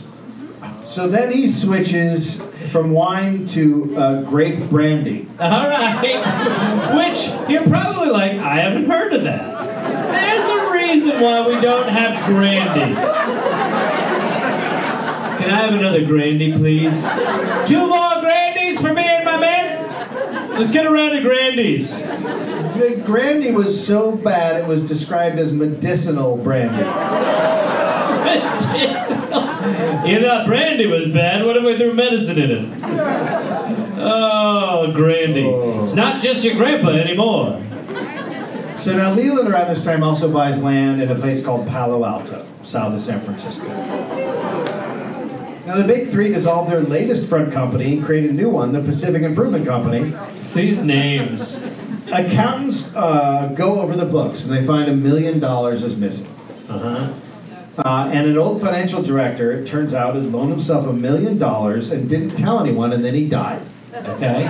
Speaker 2: So then he switches from wine to uh, grape brandy.
Speaker 5: Alright. Which, you're probably like, I haven't heard of that. There's a reason why we don't have Grandy. Can I have another Grandy, please? Two more Grandys for me and my man? Let's get around to Grandys. [LAUGHS]
Speaker 2: The brandy was so bad it was described as medicinal brandy.
Speaker 5: you thought brandy was bad. What if we threw medicine in it? Oh, Grandy. It's not just your grandpa anymore.
Speaker 2: So now Leland around this time also buys land in a place called Palo Alto, south of San Francisco. Now the big three dissolved their latest front company and created a new one, the Pacific Improvement Company.
Speaker 5: It's these names.
Speaker 2: Accountants uh, go over the books and they find a million dollars is missing. Uh, and an old financial director, it turns out, had loaned himself a million dollars and didn't tell anyone, and then he died.
Speaker 5: Okay.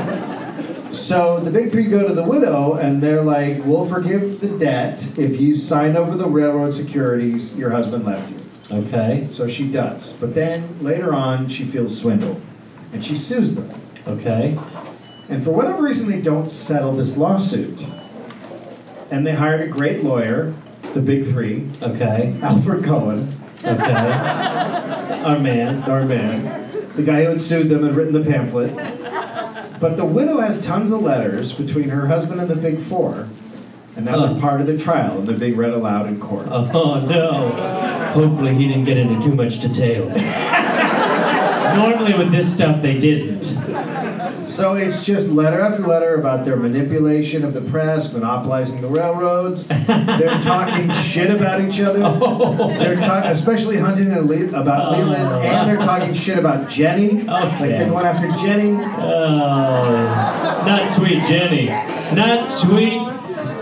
Speaker 2: So the big three go to the widow, and they're like, "We'll forgive the debt if you sign over the railroad securities your husband left you."
Speaker 5: Okay.
Speaker 2: So she does, but then later on, she feels swindled, and she sues them.
Speaker 5: Okay.
Speaker 2: And for whatever reason, they don't settle this lawsuit. And they hired a great lawyer, the big three, [LAUGHS]
Speaker 5: Okay.
Speaker 2: Alfred Cohen,
Speaker 5: Okay. Our man.
Speaker 2: our man, the guy who had sued them and written the pamphlet. But the widow has tons of letters between her husband and the big four, and now they're
Speaker 5: Oh.
Speaker 2: part of the trial, and the big read aloud in court.
Speaker 5: Oh no. Hopefully he didn't get into too much detail. Normally with this stuff they didn't.
Speaker 2: So it's just letter after letter about their manipulation of the press, monopolizing the railroads. They're talking shit about each other. They're ta- especially hunting and Le- about Leland, and they're talking shit about Jenny. Like
Speaker 5: Okay.
Speaker 2: they went after Jenny.
Speaker 5: Oh, not sweet Jenny. Not sweet,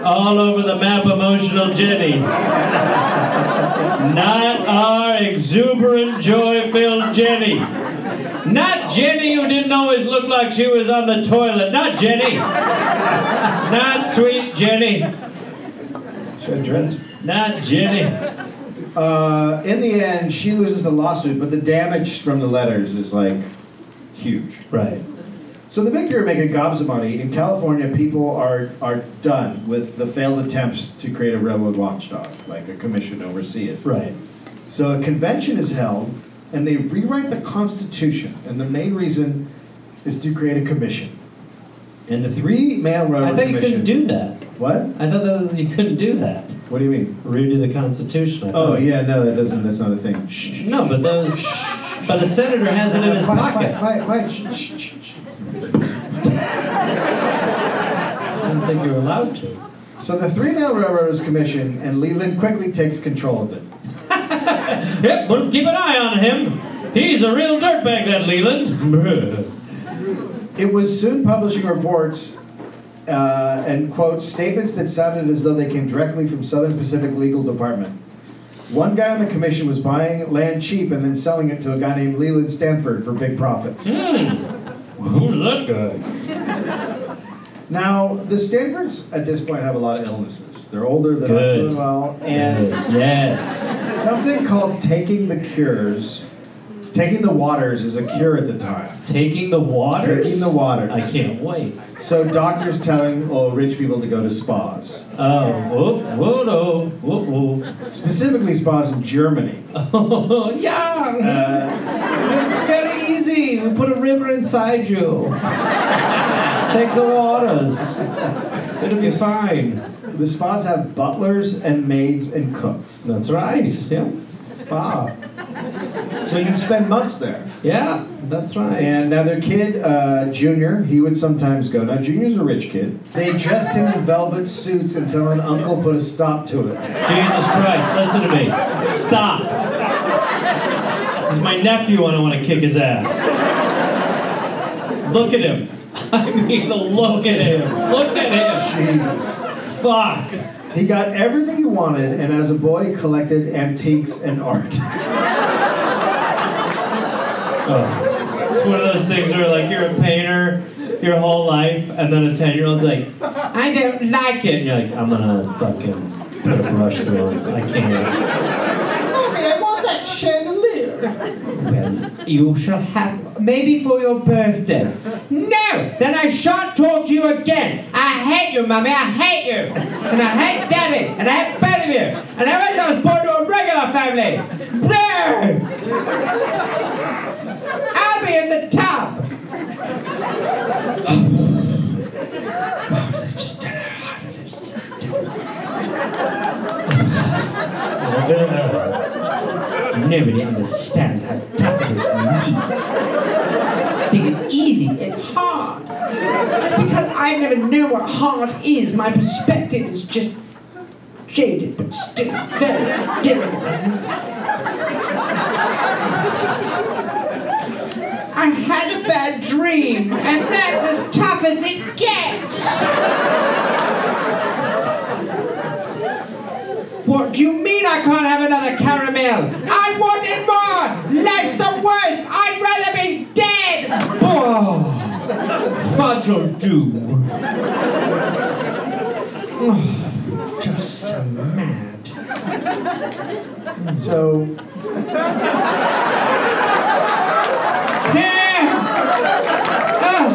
Speaker 5: all over the map emotional Jenny. Not our exuberant, joy filled Jenny. Not Jenny who didn't always look like she was on the toilet. Not Jenny. Not sweet Jenny.
Speaker 2: She had dreads.
Speaker 5: Not Jenny.
Speaker 2: Uh, in the end, she loses the lawsuit, but the damage from the letters is like huge.
Speaker 5: Right.
Speaker 2: So the Big Three are making gobs of money. In California, people are are done with the failed attempts to create a railroad watchdog, like a commission to oversee it.
Speaker 5: Right.
Speaker 2: So a convention is held, and they rewrite the Constitution, and the main reason is to create a commission. And the three-man railroad
Speaker 5: I thought you
Speaker 2: commission.
Speaker 5: couldn't do that.
Speaker 2: what?
Speaker 5: I thought that was, you couldn't do that.
Speaker 2: What do you mean?
Speaker 5: Redo the Constitution. I
Speaker 2: Oh
Speaker 5: thought.
Speaker 2: yeah, no, that doesn't. That's not a thing. Shh.
Speaker 5: Oh. No, but those. But the senator has it in his
Speaker 2: Quiet, quiet, quiet,
Speaker 5: pocket.
Speaker 2: quiet. Shh, shh, shh, shh.
Speaker 5: I don't think you're allowed to.
Speaker 2: So the Three Man Railroaders Commission and Leland quickly takes control of it.
Speaker 5: Yep, but keep an eye on him. He's a real dirtbag, that Leland. [LAUGHS] Bruh.
Speaker 2: It was soon publishing reports uh, and quote statements that sounded as though they came directly from Southern Pacific Legal Department. One guy on the commission was buying land cheap and then selling it to a guy named Leland Stanford for big profits.
Speaker 5: Hmm. Who's that guy?
Speaker 2: Now, the Stanfords at this point have a lot of illnesses. They're older, they're
Speaker 5: Good.
Speaker 2: not doing well, and
Speaker 5: Yes.
Speaker 2: something called taking the cures, taking the waters is a cure at the time.
Speaker 5: Taking the waters?
Speaker 2: Taking the waters.
Speaker 5: I can't wait.
Speaker 2: So doctors telling oh, rich people to go to spas,
Speaker 5: Oh, whoop, whoa, whoa, whoa.
Speaker 2: specifically spas in Germany.
Speaker 5: Oh, yeah. it's very easy. We put a river inside you. Take the waters. It'll be fine.
Speaker 2: The spas have butlers and maids and cooks.
Speaker 5: That's right. Yeah. Spa.
Speaker 2: So you'd spend months there.
Speaker 5: Yeah, that's right.
Speaker 2: And now their kid, uh, Junior, he would sometimes go. Now, Junior's a rich kid. They dressed him in velvet suits until an uncle put a stop to it.
Speaker 5: Jesus Christ, listen to me. Stop. This is my nephew and I want to kick his ass. Look at him. [LAUGHS] I mean, look at him. Look at him.
Speaker 2: Jesus.
Speaker 5: Fuck.
Speaker 2: He got everything he wanted, and as a boy, collected antiques and art. [LAUGHS]
Speaker 5: It's one of those things where like you're a painter your whole life, and then a ten year old's like, I don't like it, and you're like, I'm gonna fucking put a brush through it. I can't.
Speaker 2: Mommy, I want that chandelier.
Speaker 5: Well, you shall have maybe for your birthday. No, then I shan't talk to you again. I hate you, mummy. I hate you, and I hate daddy, and I hate both of you, and I wish I was born to a regular family. No. I'll be in the tub. Nobody understands how tough it is for me. Think it's easy, it's hard. Just because I've never known what hard is, my perspective is just shaded, but still very different. I had a bad dream, and that's as tough as it gets. What do you mean I can't have another caramel? I wanted more! Life's the worst! I'd rather be dead! Oh, fudge will do. Oh, just so mad.
Speaker 2: So
Speaker 5: There! Oh,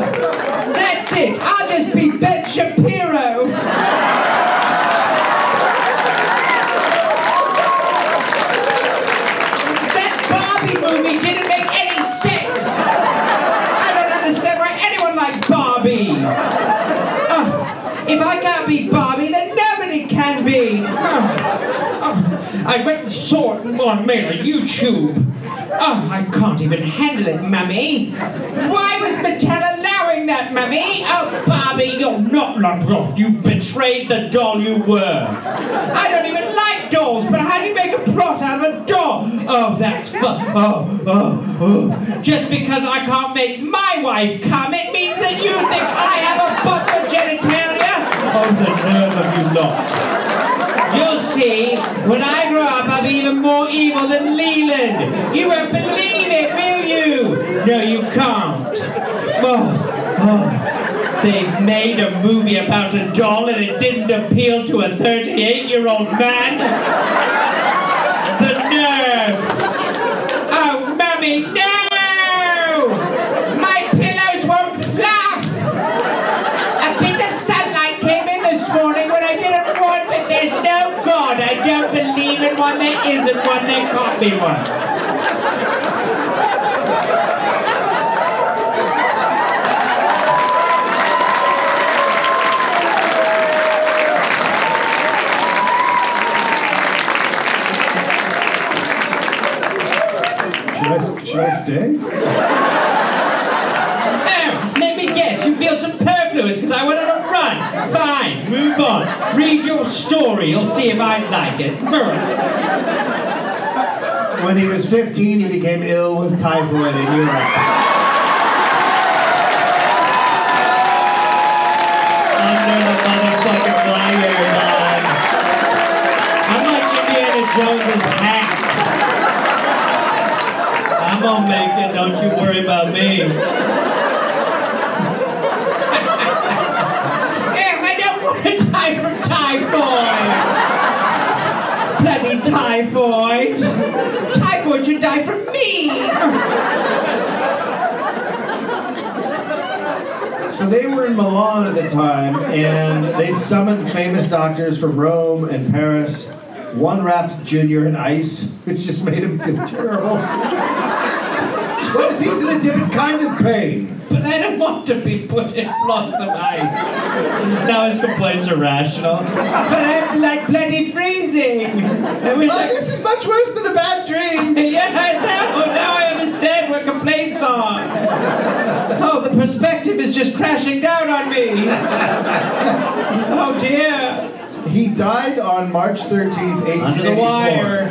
Speaker 5: that's it! I'll just be Ben Shapiro! That Barbie movie didn't make any sense! I don't understand why anyone liked Barbie!
Speaker 1: Uh, Bobby, Bobby, that nobody can be. Uh, I went and saw it on mail, YouTube. Oh, I can't even handle it, Mummy. Why was Mattel allowing that, Mummy? Oh, Barbie, you're not Lombrock. You've betrayed the doll you were. I don't even like dolls, but how do you make a plot out of a doll? Oh, that's fu- oh, oh, oh. Just because I can't make my wife come, it means that you think I have a buffer genitalia? Oh, the nerve of you lot. You'll see, when I grow up, I'll be even more evil than Leland. You won't believe it, will you? No, you can't. Oh, oh. They've made a movie about a doll and it didn't appeal to a 38 year old man. The nerve! Oh, mummy, no! My pillows won't fluff! A bit of sunlight came in this morning when I didn't want it. There's no God. I don't believe in one. There isn't one. There can't be one.
Speaker 2: Should I, should I stay?
Speaker 1: Oh, let me guess. You feel superfluous because I went on a run. Fine. Move on. Read your story. You'll see if I like it. Brr.
Speaker 2: When he was 15, he became ill with typhoid in Europe.
Speaker 1: Under the motherfucking library line. I'm like Indiana Jones' hat. I'm gonna make it, don't you worry about me. Em, I don't want to die from typhoid. Bloody typhoid. Typhoid should die from me.
Speaker 2: So they were in Milan at the time, and they summoned famous doctors from Rome and Paris. One wrapped Junior in ice, which just made him feel terrible. What if he's in a different kind of pain?
Speaker 1: But I don't want to be put in blocks of ice. Now his complaints are rational. But I'm like bloody freezing. I wish
Speaker 2: Oh,
Speaker 1: I
Speaker 2: this is much worse than a bad dream.
Speaker 1: [LAUGHS] yeah, I know. Now I understand what complaints are. Oh, the perspective is just crashing down on me. Oh dear.
Speaker 2: He died on March 13th, 1884.
Speaker 1: Under the wire.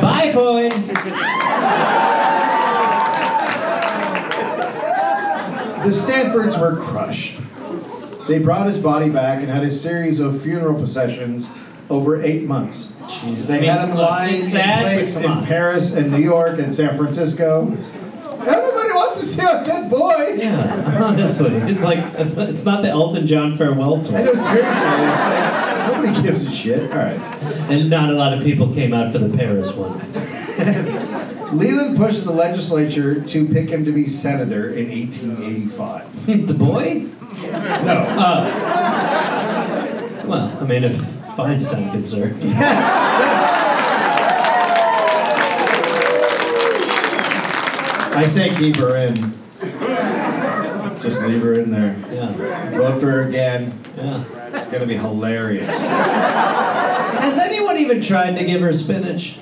Speaker 1: Bye, Foyd.
Speaker 2: The Stanfords were crushed. They brought his body back and had a series of funeral processions over eight months. They had him
Speaker 1: Look,
Speaker 2: lying
Speaker 1: it's
Speaker 2: in
Speaker 1: sad, but
Speaker 2: place
Speaker 1: come
Speaker 2: in
Speaker 1: on.
Speaker 2: Paris and New York and San Francisco. Everybody wants to see a dead boy.
Speaker 1: Yeah, honestly, it's like it's not the Elton John farewell tour.
Speaker 2: I know, seriously. It's like, nobody gives a shit. All right.
Speaker 1: And not a lot of people came out for the Paris one.
Speaker 2: Leland pushed the legislature to pick him to be senator in 1885.
Speaker 1: the boy?
Speaker 2: No.
Speaker 1: Uh, Well, I mean, if Feinstein could serve.
Speaker 2: I say keep her in. Just leave her in there.
Speaker 1: Yeah,
Speaker 2: Vote for her again.
Speaker 1: yeah.
Speaker 2: It's gonna be hilarious.
Speaker 1: Has anyone even tried to give her spinach?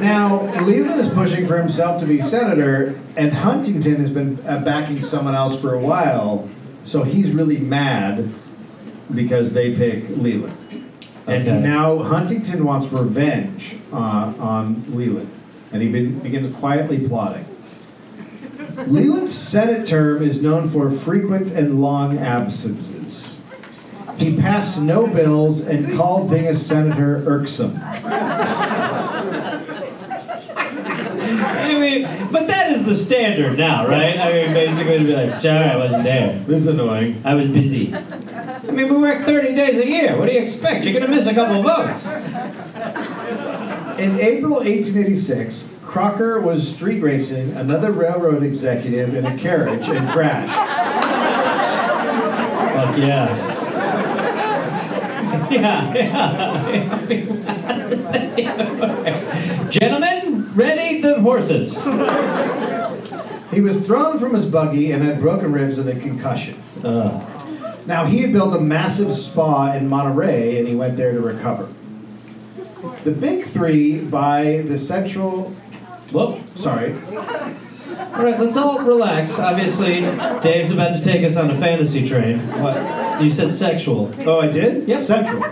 Speaker 2: Now, Leland is pushing for himself to be senator, and Huntington has been uh, backing someone else for a while, so he's really mad because they pick Leland. And
Speaker 1: Okay.
Speaker 2: now Huntington wants revenge uh, on Leland, and he be- begins quietly plotting. Leland's Senate term is known for frequent and long absences. He passed no bills and called being a senator irksome.
Speaker 1: I mean, but that is the standard now, right? I mean, basically to be like, sorry, I wasn't there.
Speaker 2: This is annoying.
Speaker 1: I was busy. I mean, we work 30 days a year. What do you expect? You're going to miss a couple votes.
Speaker 2: In April 1886, Crocker was street racing another railroad executive in a carriage and crashed.
Speaker 1: Fuck
Speaker 5: [LAUGHS]
Speaker 1: yeah. Yeah, yeah. Gentlemen,
Speaker 5: Ready the horses.
Speaker 2: He was thrown from his buggy and had broken ribs and a concussion. Uh. Now, he had built a massive spa in Monterey and he went there to recover. The Big Three by the Central.
Speaker 5: Whoop.
Speaker 2: Sorry.
Speaker 5: All right, let's all relax. Obviously, Dave's about to take us on a fantasy train. What? You said sexual.
Speaker 2: Oh, I did?
Speaker 5: Yep.
Speaker 2: Central.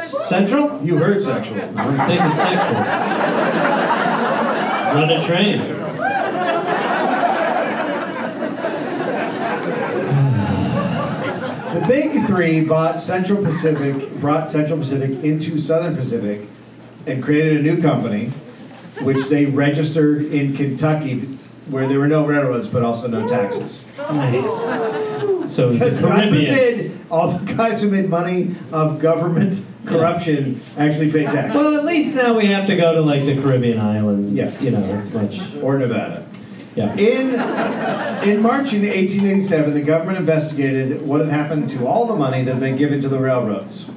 Speaker 5: Central?
Speaker 2: You heard sexual.
Speaker 5: I'm thinking sexual. Run a train.
Speaker 2: The Big Three bought Central Pacific, brought Central Pacific into Southern Pacific, and created a new company, which they registered in Kentucky, where there were no railroads but also no taxes.
Speaker 5: Nice. So the
Speaker 2: Because God
Speaker 5: Caribbean.
Speaker 2: forbid, all the guys who made money of government corruption actually pay taxes.
Speaker 5: Well, at least now we have to go to like the Caribbean islands.
Speaker 2: Yeah.
Speaker 5: It's, You know, it's much.
Speaker 2: Or Nevada.
Speaker 5: Yeah.
Speaker 2: In, in March in 1887, the government investigated what had happened to all the money that had been given to the railroads.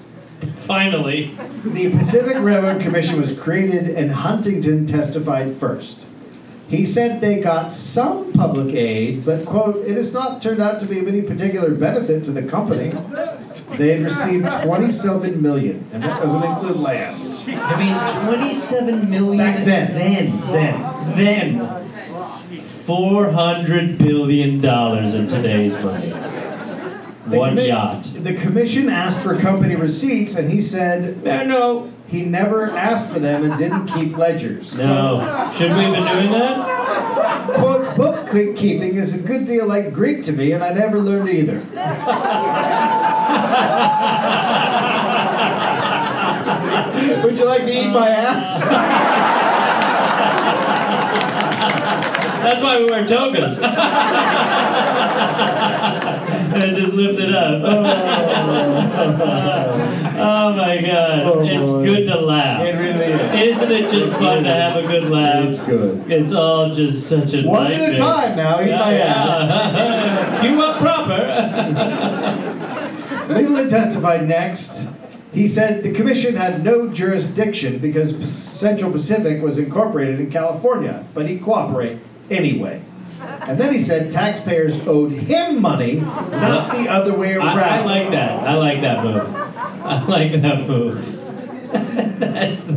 Speaker 5: Finally.
Speaker 2: The Pacific Railroad Commission was created, and Huntington testified first. He said they got some public aid, but, quote, it has not turned out to be of any particular benefit to the company. They had received 27 million, and that doesn't include land.
Speaker 5: I mean, 27 million.
Speaker 2: Back then.
Speaker 5: Then. Then. Then. 400 billion dollars in today's money.
Speaker 2: The
Speaker 5: One
Speaker 2: commi-
Speaker 5: yacht.
Speaker 2: The commission asked for company receipts, and he said
Speaker 5: No, Uh, no.
Speaker 2: he never asked for them and didn't keep ledgers.
Speaker 5: No. Should we have been doing that?
Speaker 2: Quote, book keeping is a good deal like Greek to me, and I never learned either. [LAUGHS] Would you like to eat my
Speaker 5: [LAUGHS]
Speaker 2: ass?
Speaker 5: That's why we wear togas. [LAUGHS] and I just lift it up. [LAUGHS] oh my god.
Speaker 2: Oh,
Speaker 5: it's
Speaker 2: boy.
Speaker 5: good to laugh.
Speaker 2: It really is.
Speaker 5: Isn't it just fun to have a good laugh?
Speaker 2: It's good.
Speaker 5: It's all just such a
Speaker 2: One at a
Speaker 5: nightmare.
Speaker 2: time now, eat my ass.
Speaker 5: Yeah. [LAUGHS] Cue up proper.
Speaker 2: Leland testified next. He said the commission had no jurisdiction because P- Central Pacific was incorporated in California, but he cooperated anyway. And then he said taxpayers owed him money, not the other way around.
Speaker 5: I, I like that. I like that move. [LAUGHS] I like that move. [LAUGHS] That's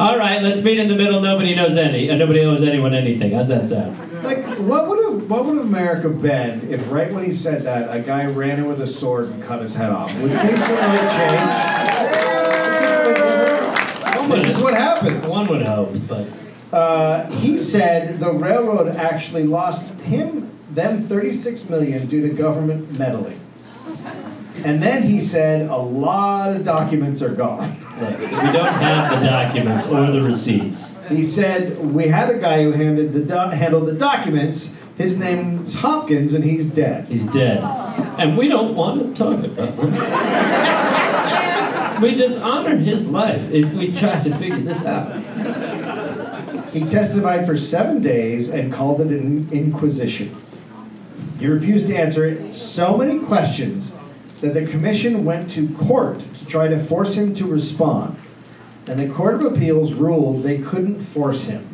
Speaker 5: all right, let's meet in the middle. Nobody knows any. Uh, nobody owes anyone anything. How's that sound?
Speaker 2: Like, what would have, what would America been if right when he said that a guy ran in with a sword and cut his head off? Would things have really changed? This is what happens.
Speaker 5: One would hope, but
Speaker 2: Uh, he said the railroad actually lost him them 36 million due to government meddling. And then he said a lot of documents are gone.
Speaker 5: look, we don't have the documents or the receipts.
Speaker 2: He said we had a guy who handed the do- handled the documents. His name's Hopkins, and he's dead.
Speaker 5: He's dead. And we don't want to talk about him. We dishonor his life if we try to figure this out.
Speaker 2: He testified for seven days and called it an inquisition. He refused to answer so many questions that the commission went to court to try to force him to respond. And the Court of Appeals ruled they couldn't force him.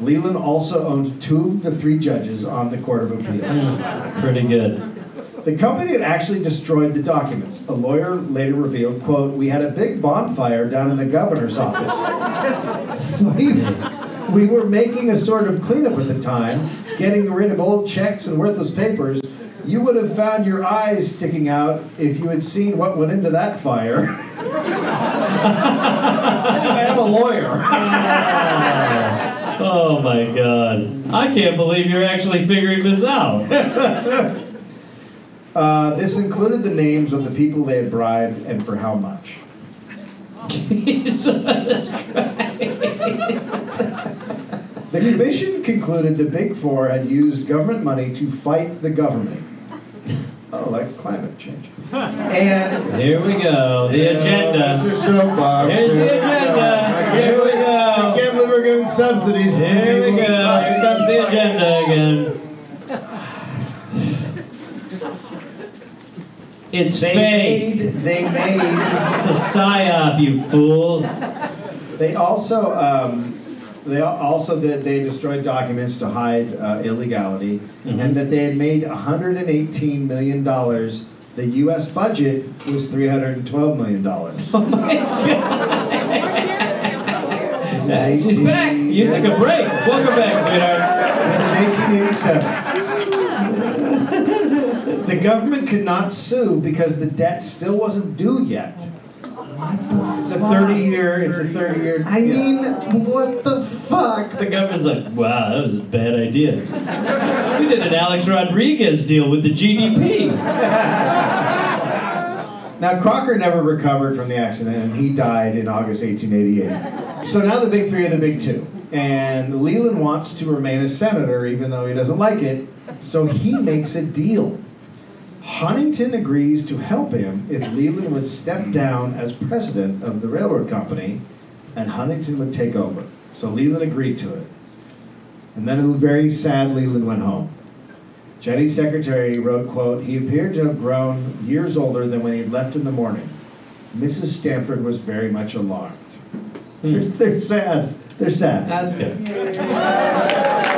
Speaker 2: Leland also owned two of the three judges on the Court of Appeals.
Speaker 5: Pretty good.
Speaker 2: The company had actually destroyed the documents. A lawyer later revealed, quote, we had a big bonfire down in the governor's office. [LAUGHS] we, we were making a sort of cleanup at the time, getting rid of old checks and worthless papers. You would have found your eyes sticking out if you had seen what went into that fire. [LAUGHS] I am a lawyer. [LAUGHS]
Speaker 5: Oh my god. I can't believe you're actually figuring this out.
Speaker 2: Uh, this included the names of the people they had bribed and for how much.
Speaker 5: Jesus.
Speaker 2: The commission concluded the Big Four had used government money to fight the government. Oh, like climate change. And Uh,
Speaker 5: Here we go. The agenda.
Speaker 2: Mr. Soapbox.
Speaker 5: Here's the
Speaker 2: Here we go.
Speaker 5: agenda.
Speaker 2: I
Speaker 5: Here
Speaker 2: can't
Speaker 5: we
Speaker 2: believe
Speaker 5: go.
Speaker 2: I can't believe we're giving subsidies to
Speaker 5: Here we
Speaker 2: people.
Speaker 5: go. Here comes the agenda again. It's
Speaker 2: They
Speaker 5: fake.
Speaker 2: made. They made.
Speaker 5: It's a psyop, you fool.
Speaker 2: They also. Um, They al- also that they destroyed documents to hide uh, illegality, and that they had made 118 million dollars. The U.S. budget was 312
Speaker 8: [LAUGHS]
Speaker 2: million dollars.
Speaker 8: Oh
Speaker 5: She's back. You took a break. Welcome back, sweetheart.
Speaker 2: This is 1887. the government could not sue because the debt still wasn't due yet.
Speaker 8: What the
Speaker 2: It's a 30 year. It's a 30 year.
Speaker 8: I
Speaker 2: yeah.
Speaker 8: mean, what the fuck?
Speaker 5: The government's like, wow, that was a bad idea. We did an Alex Rodriguez deal with the GDP.
Speaker 2: Now Crocker never recovered from the accident, and he died in August 1888. So now the big three are the big two, and Leland wants to remain a senator even though he doesn't like it. So he makes a deal. Huntington agrees to help him if Leland would step down as president of the railroad company, and Huntington would take over. So Leland agreed to it. And then very sad, Leland went home. Jenny's secretary wrote, quote, he appeared to have grown years older than when he left in the morning. Mrs. Stanford was very much alarmed. They're, [LAUGHS] they're sad. They're sad.
Speaker 5: That's good. [LAUGHS]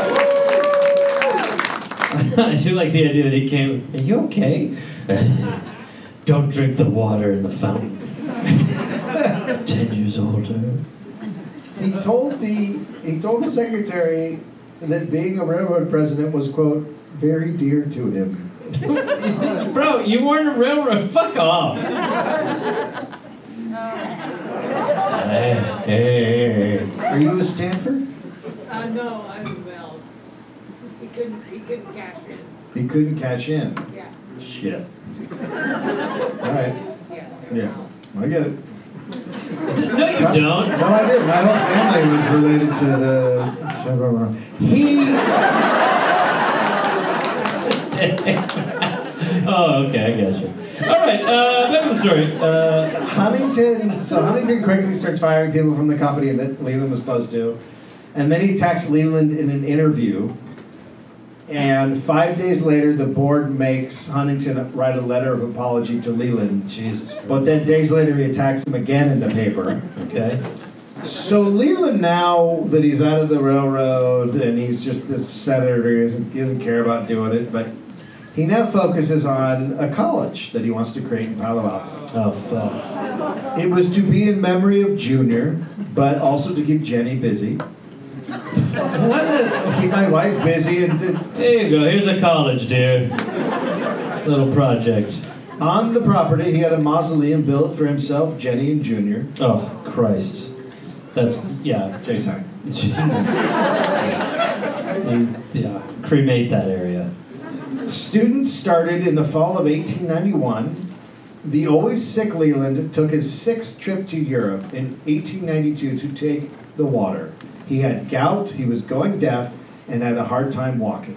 Speaker 5: I do like the idea that he came. Are you okay? Don't drink the water in the fountain. [LAUGHS] Ten years older.
Speaker 2: He told the he told the secretary that being a railroad president was, quote, very dear to him.
Speaker 5: Bro, you weren't a railroad. Fuck off. Hey, hey, hey.
Speaker 2: Are you a Stanford?
Speaker 9: Uh, no, I was well. He couldn't, he couldn't catch it.
Speaker 2: He couldn't cash in.
Speaker 9: Yeah,
Speaker 2: Shit. All right.
Speaker 9: yeah. they're
Speaker 2: Yeah.
Speaker 9: well.
Speaker 2: I get it.
Speaker 5: No, you don't.
Speaker 2: No, I did. My whole family was related to the. He.
Speaker 5: Oh, okay, I got you. All right, uh, back to the story. Uh,
Speaker 2: Huntington, so Huntington quickly starts firing people from the company that Leland was close to, and then he attacks Leland in an interview. And five days later, the board makes Huntington write a letter of apology to Leland.
Speaker 5: Jesus Christ.
Speaker 2: But then days later, he attacks him again in the paper.
Speaker 5: Okay.
Speaker 2: So Leland, now that he's out of the railroad and he's just this senator, he doesn't, he doesn't care about doing it, but he now focuses on a college that he wants to create in Palo Alto.
Speaker 5: Oh, fuck.
Speaker 2: It was to be in memory of Junior, but also to keep Jenny busy.
Speaker 5: What the?
Speaker 2: Keep my wife busy and did-
Speaker 5: There you go. Here's a college, dear. Little project.
Speaker 2: on the property he had a mausoleum built for himself, Jenny, and Junior.
Speaker 5: Oh, Christ. That's, yeah.
Speaker 2: J
Speaker 5: [LAUGHS]
Speaker 2: time.
Speaker 5: You- yeah. Cremate that area.
Speaker 2: Students started in the fall of 1891. The always sick Leland took his sixth trip to Europe in 1892 to take the water. He had gout, he was going deaf, and had a hard time walking.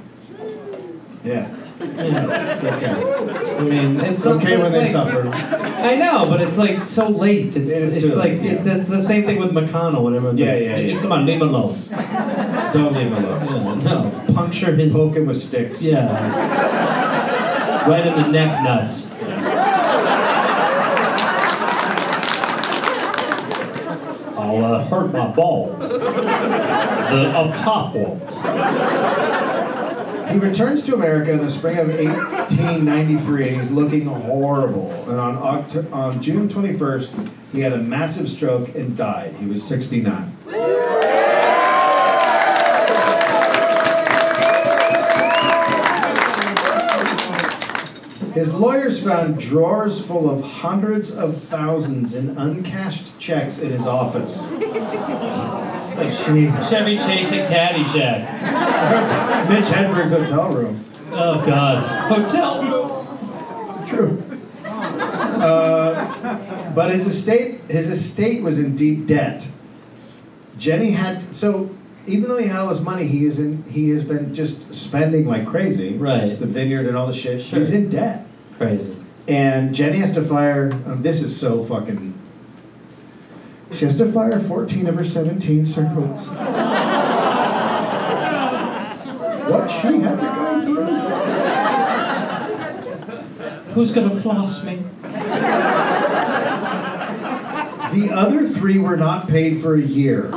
Speaker 2: Yeah. [LAUGHS] It's okay.
Speaker 5: I mean, it's
Speaker 2: It's okay when
Speaker 5: it's
Speaker 2: they
Speaker 5: like-
Speaker 2: suffer.
Speaker 5: I know, but it's like so late. It's,
Speaker 2: It is
Speaker 5: it's
Speaker 2: too
Speaker 5: like
Speaker 2: late, yeah.
Speaker 5: it's, it's the same thing with McConnell. Whenever it's
Speaker 2: Yeah,
Speaker 5: like,
Speaker 2: yeah, yeah.
Speaker 5: Come on, leave him alone.
Speaker 2: Don't leave him alone.
Speaker 5: Yeah, no, puncture his.
Speaker 2: Poke him with sticks.
Speaker 5: Yeah. right in the neck nuts. I'll uh, hurt my balls. The up top ones.
Speaker 2: He returns to America in the spring of 1893 and he's looking horrible. And on, Oct- on June 21st, he had a massive stroke and died. He was 69. His lawyers found drawers full of hundreds of thousands in uncashed checks in his office.
Speaker 5: It's like Chevy Chase and Caddyshack.
Speaker 2: Mitch Hedberg's hotel room.
Speaker 5: Oh God. Hotel room.
Speaker 2: True. Uh, but his estate, his estate was in deep debt. Jenny had so even though he had all his money, he is in, he has been just spending like crazy.
Speaker 5: Right.
Speaker 2: The vineyard and all the shit.
Speaker 5: Sure.
Speaker 2: He's in debt,
Speaker 5: Crazy. [LAUGHS]
Speaker 2: and Jenny has to fire. um, this is so fucking. She has to fire 14 of her 17 servants. what she had to go through.
Speaker 5: Who's gonna floss me?
Speaker 2: The other three were not paid for a year.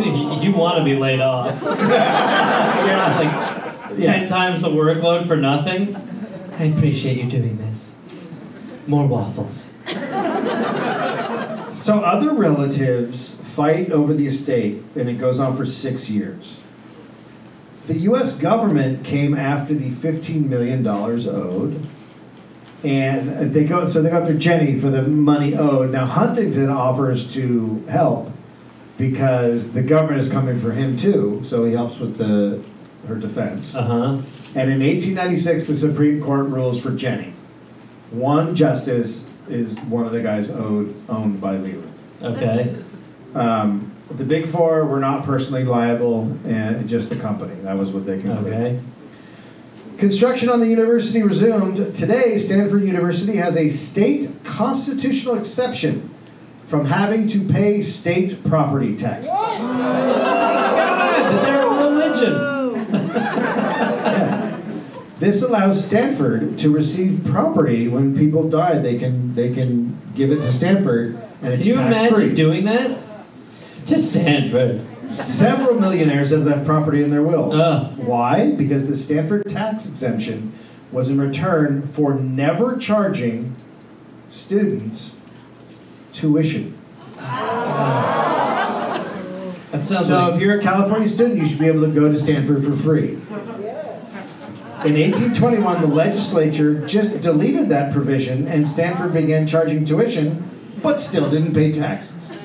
Speaker 5: you want to be laid off. [LAUGHS] You're not like ten times the workload for nothing. I appreciate you doing this. More waffles.
Speaker 2: So other relatives fight over the estate, and it goes on for six years. The U.S. government came after the fifteen million dollars owed, and they go. So they go after Jenny for the money owed. Now Huntington offers to help because the government is coming for him too. So he helps with the her defense.
Speaker 5: Uh huh.
Speaker 2: And in 1896, the Supreme Court rules for Jenny. One justice is one of the guys owed, owned by Leland.
Speaker 5: Okay.
Speaker 2: Um, the big four were not personally liable, and just the company. That was what they concluded.
Speaker 5: Okay.
Speaker 2: Construction on the university resumed. Today, Stanford University has a state constitutional exception from having to pay state property taxes.
Speaker 5: God, they're a religion.
Speaker 2: This allows Stanford to receive property when people die. They can they can give it to Stanford, and it's
Speaker 5: Can you
Speaker 2: tax
Speaker 5: imagine
Speaker 2: free.
Speaker 5: doing that? To Stanford.
Speaker 2: Several millionaires have left property in their wills.
Speaker 5: Ugh.
Speaker 2: Why? Because the Stanford tax exemption was in return for never charging students tuition.
Speaker 5: That sounds
Speaker 2: So
Speaker 5: like
Speaker 2: if you're a California student, you should be able to go to Stanford for free. In 1821, the legislature just deleted that provision, and Stanford began charging tuition, but still didn't pay taxes.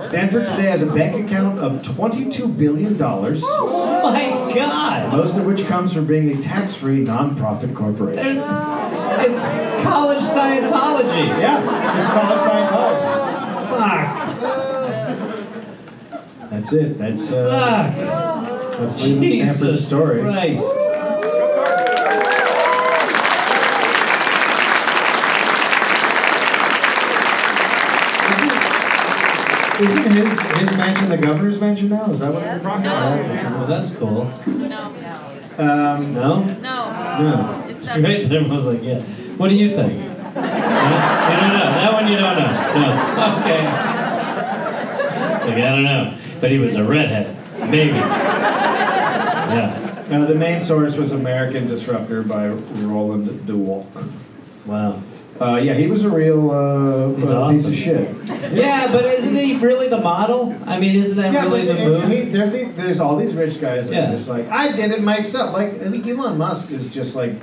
Speaker 2: Stanford today has a bank account of $22 billion, most
Speaker 5: oh my God.
Speaker 2: of which comes from being a tax-free nonprofit corporation.
Speaker 5: It's college Scientology.
Speaker 2: Yeah, it's called Scientology.
Speaker 5: Fuck.
Speaker 2: That's it. That's uh,
Speaker 5: Fuck.
Speaker 2: that's Leland Stanford's
Speaker 5: Jesus
Speaker 2: story.
Speaker 5: Christ.
Speaker 2: Isn't his his mansion the governor's mansion now? Is that what we're talking
Speaker 5: Well,
Speaker 2: about?
Speaker 5: that's cool.
Speaker 9: No,
Speaker 2: Um,
Speaker 5: No?
Speaker 9: no,
Speaker 5: No.
Speaker 9: it's
Speaker 5: [LAUGHS] Right? And everyone's like, yeah. What do you
Speaker 9: [LAUGHS]
Speaker 5: think? you don't know. That one you don't know. No.
Speaker 9: [LAUGHS]
Speaker 5: Okay. It's like, I don't know. But he was a redhead. Maybe. Yeah.
Speaker 2: No, the main source was American Disruptor by Roland DeWalk.
Speaker 5: Wow.
Speaker 2: Uh, yeah, he was a real uh,
Speaker 5: He's
Speaker 2: uh, piece
Speaker 5: awesome.
Speaker 2: of shit.
Speaker 5: Yeah, but isn't he really the model? I mean, isn't that
Speaker 2: Yeah, but
Speaker 5: really the
Speaker 2: it's,
Speaker 5: move?
Speaker 2: he, there- the- there's all these rich guys that
Speaker 5: Yeah.
Speaker 2: are just like, I did it myself. Like I think Elon Musk is just like,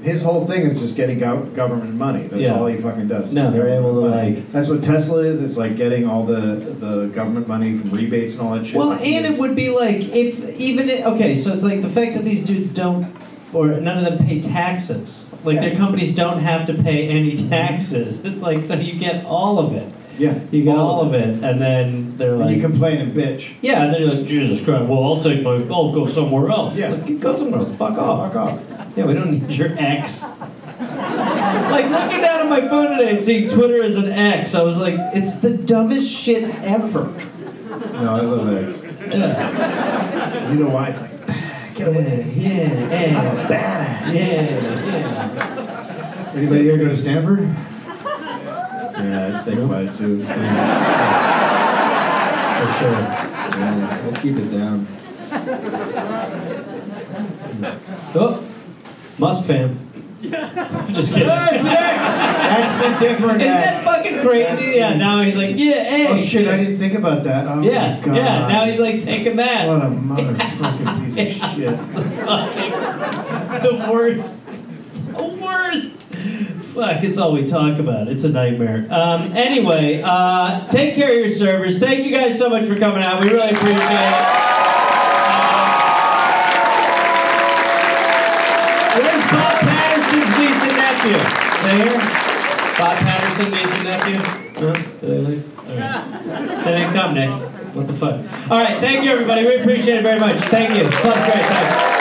Speaker 2: his whole thing is just getting go- government money. That's
Speaker 5: Yeah.
Speaker 2: all he fucking does.
Speaker 5: No, they're able to,
Speaker 2: Government money.
Speaker 5: like-
Speaker 2: That's what Tesla is. It's like getting all the the government money from rebates and all that shit.
Speaker 5: Well,
Speaker 2: Like, he
Speaker 5: and it
Speaker 2: is-
Speaker 5: would be like if even it, okay, so it's like the fact that these dudes don't or none of them pay taxes. Like
Speaker 2: Yeah.
Speaker 5: their companies don't have to pay any taxes. [LAUGHS] It's like so you get all of it.
Speaker 2: Yeah,
Speaker 5: You get all, of it, and then they're
Speaker 2: And
Speaker 5: like,
Speaker 2: you complain and bitch.
Speaker 5: yeah, and then you're like, Jesus Christ. Well, I'll take my, I'll go somewhere else.
Speaker 2: Yeah.
Speaker 5: Like, go somewhere else. Fuck off.
Speaker 2: Fuck off.
Speaker 5: Yeah, we don't need your ex. like looking down at my phone today and seeing Twitter as an X, I was like, it's the dumbest shit ever.
Speaker 2: No, I love that.
Speaker 5: Yeah. [LAUGHS]
Speaker 2: You know why? It's like, get away.
Speaker 5: Yeah, yeah,
Speaker 2: Badass.
Speaker 5: yeah, yeah.
Speaker 2: Anybody here go to Stanford? Yeah, I'd stay quiet
Speaker 5: [LAUGHS]
Speaker 2: too.
Speaker 5: For sure.
Speaker 2: Yeah, we'll keep it down.
Speaker 5: Oh, Musk fam. Just kidding.
Speaker 2: That's an X. That's the different
Speaker 5: Isn't that
Speaker 2: X.
Speaker 5: fucking crazy? Yeah, now he's like, yeah, hey.
Speaker 2: Oh shit! I didn't think about that. Oh
Speaker 5: Yeah,
Speaker 2: my god.
Speaker 5: yeah, now he's like taking that.
Speaker 2: What a motherfucking piece
Speaker 5: [LAUGHS]
Speaker 2: of shit.
Speaker 5: Fucking [LAUGHS] the worst. The worst. Fuck, it's all we talk about. It's a nightmare. Um, anyway, uh, take care of your servers. Thank you guys so much for coming out. We really appreciate it. Um, Where's Bob Patterson's niece and nephew? They here? Bob Patterson, niece and nephew? No? Did they leave? All right. They didn't come, Nick. What the fuck? All right, thank you, everybody. We appreciate it very much. Thank you. That's great. Thanks.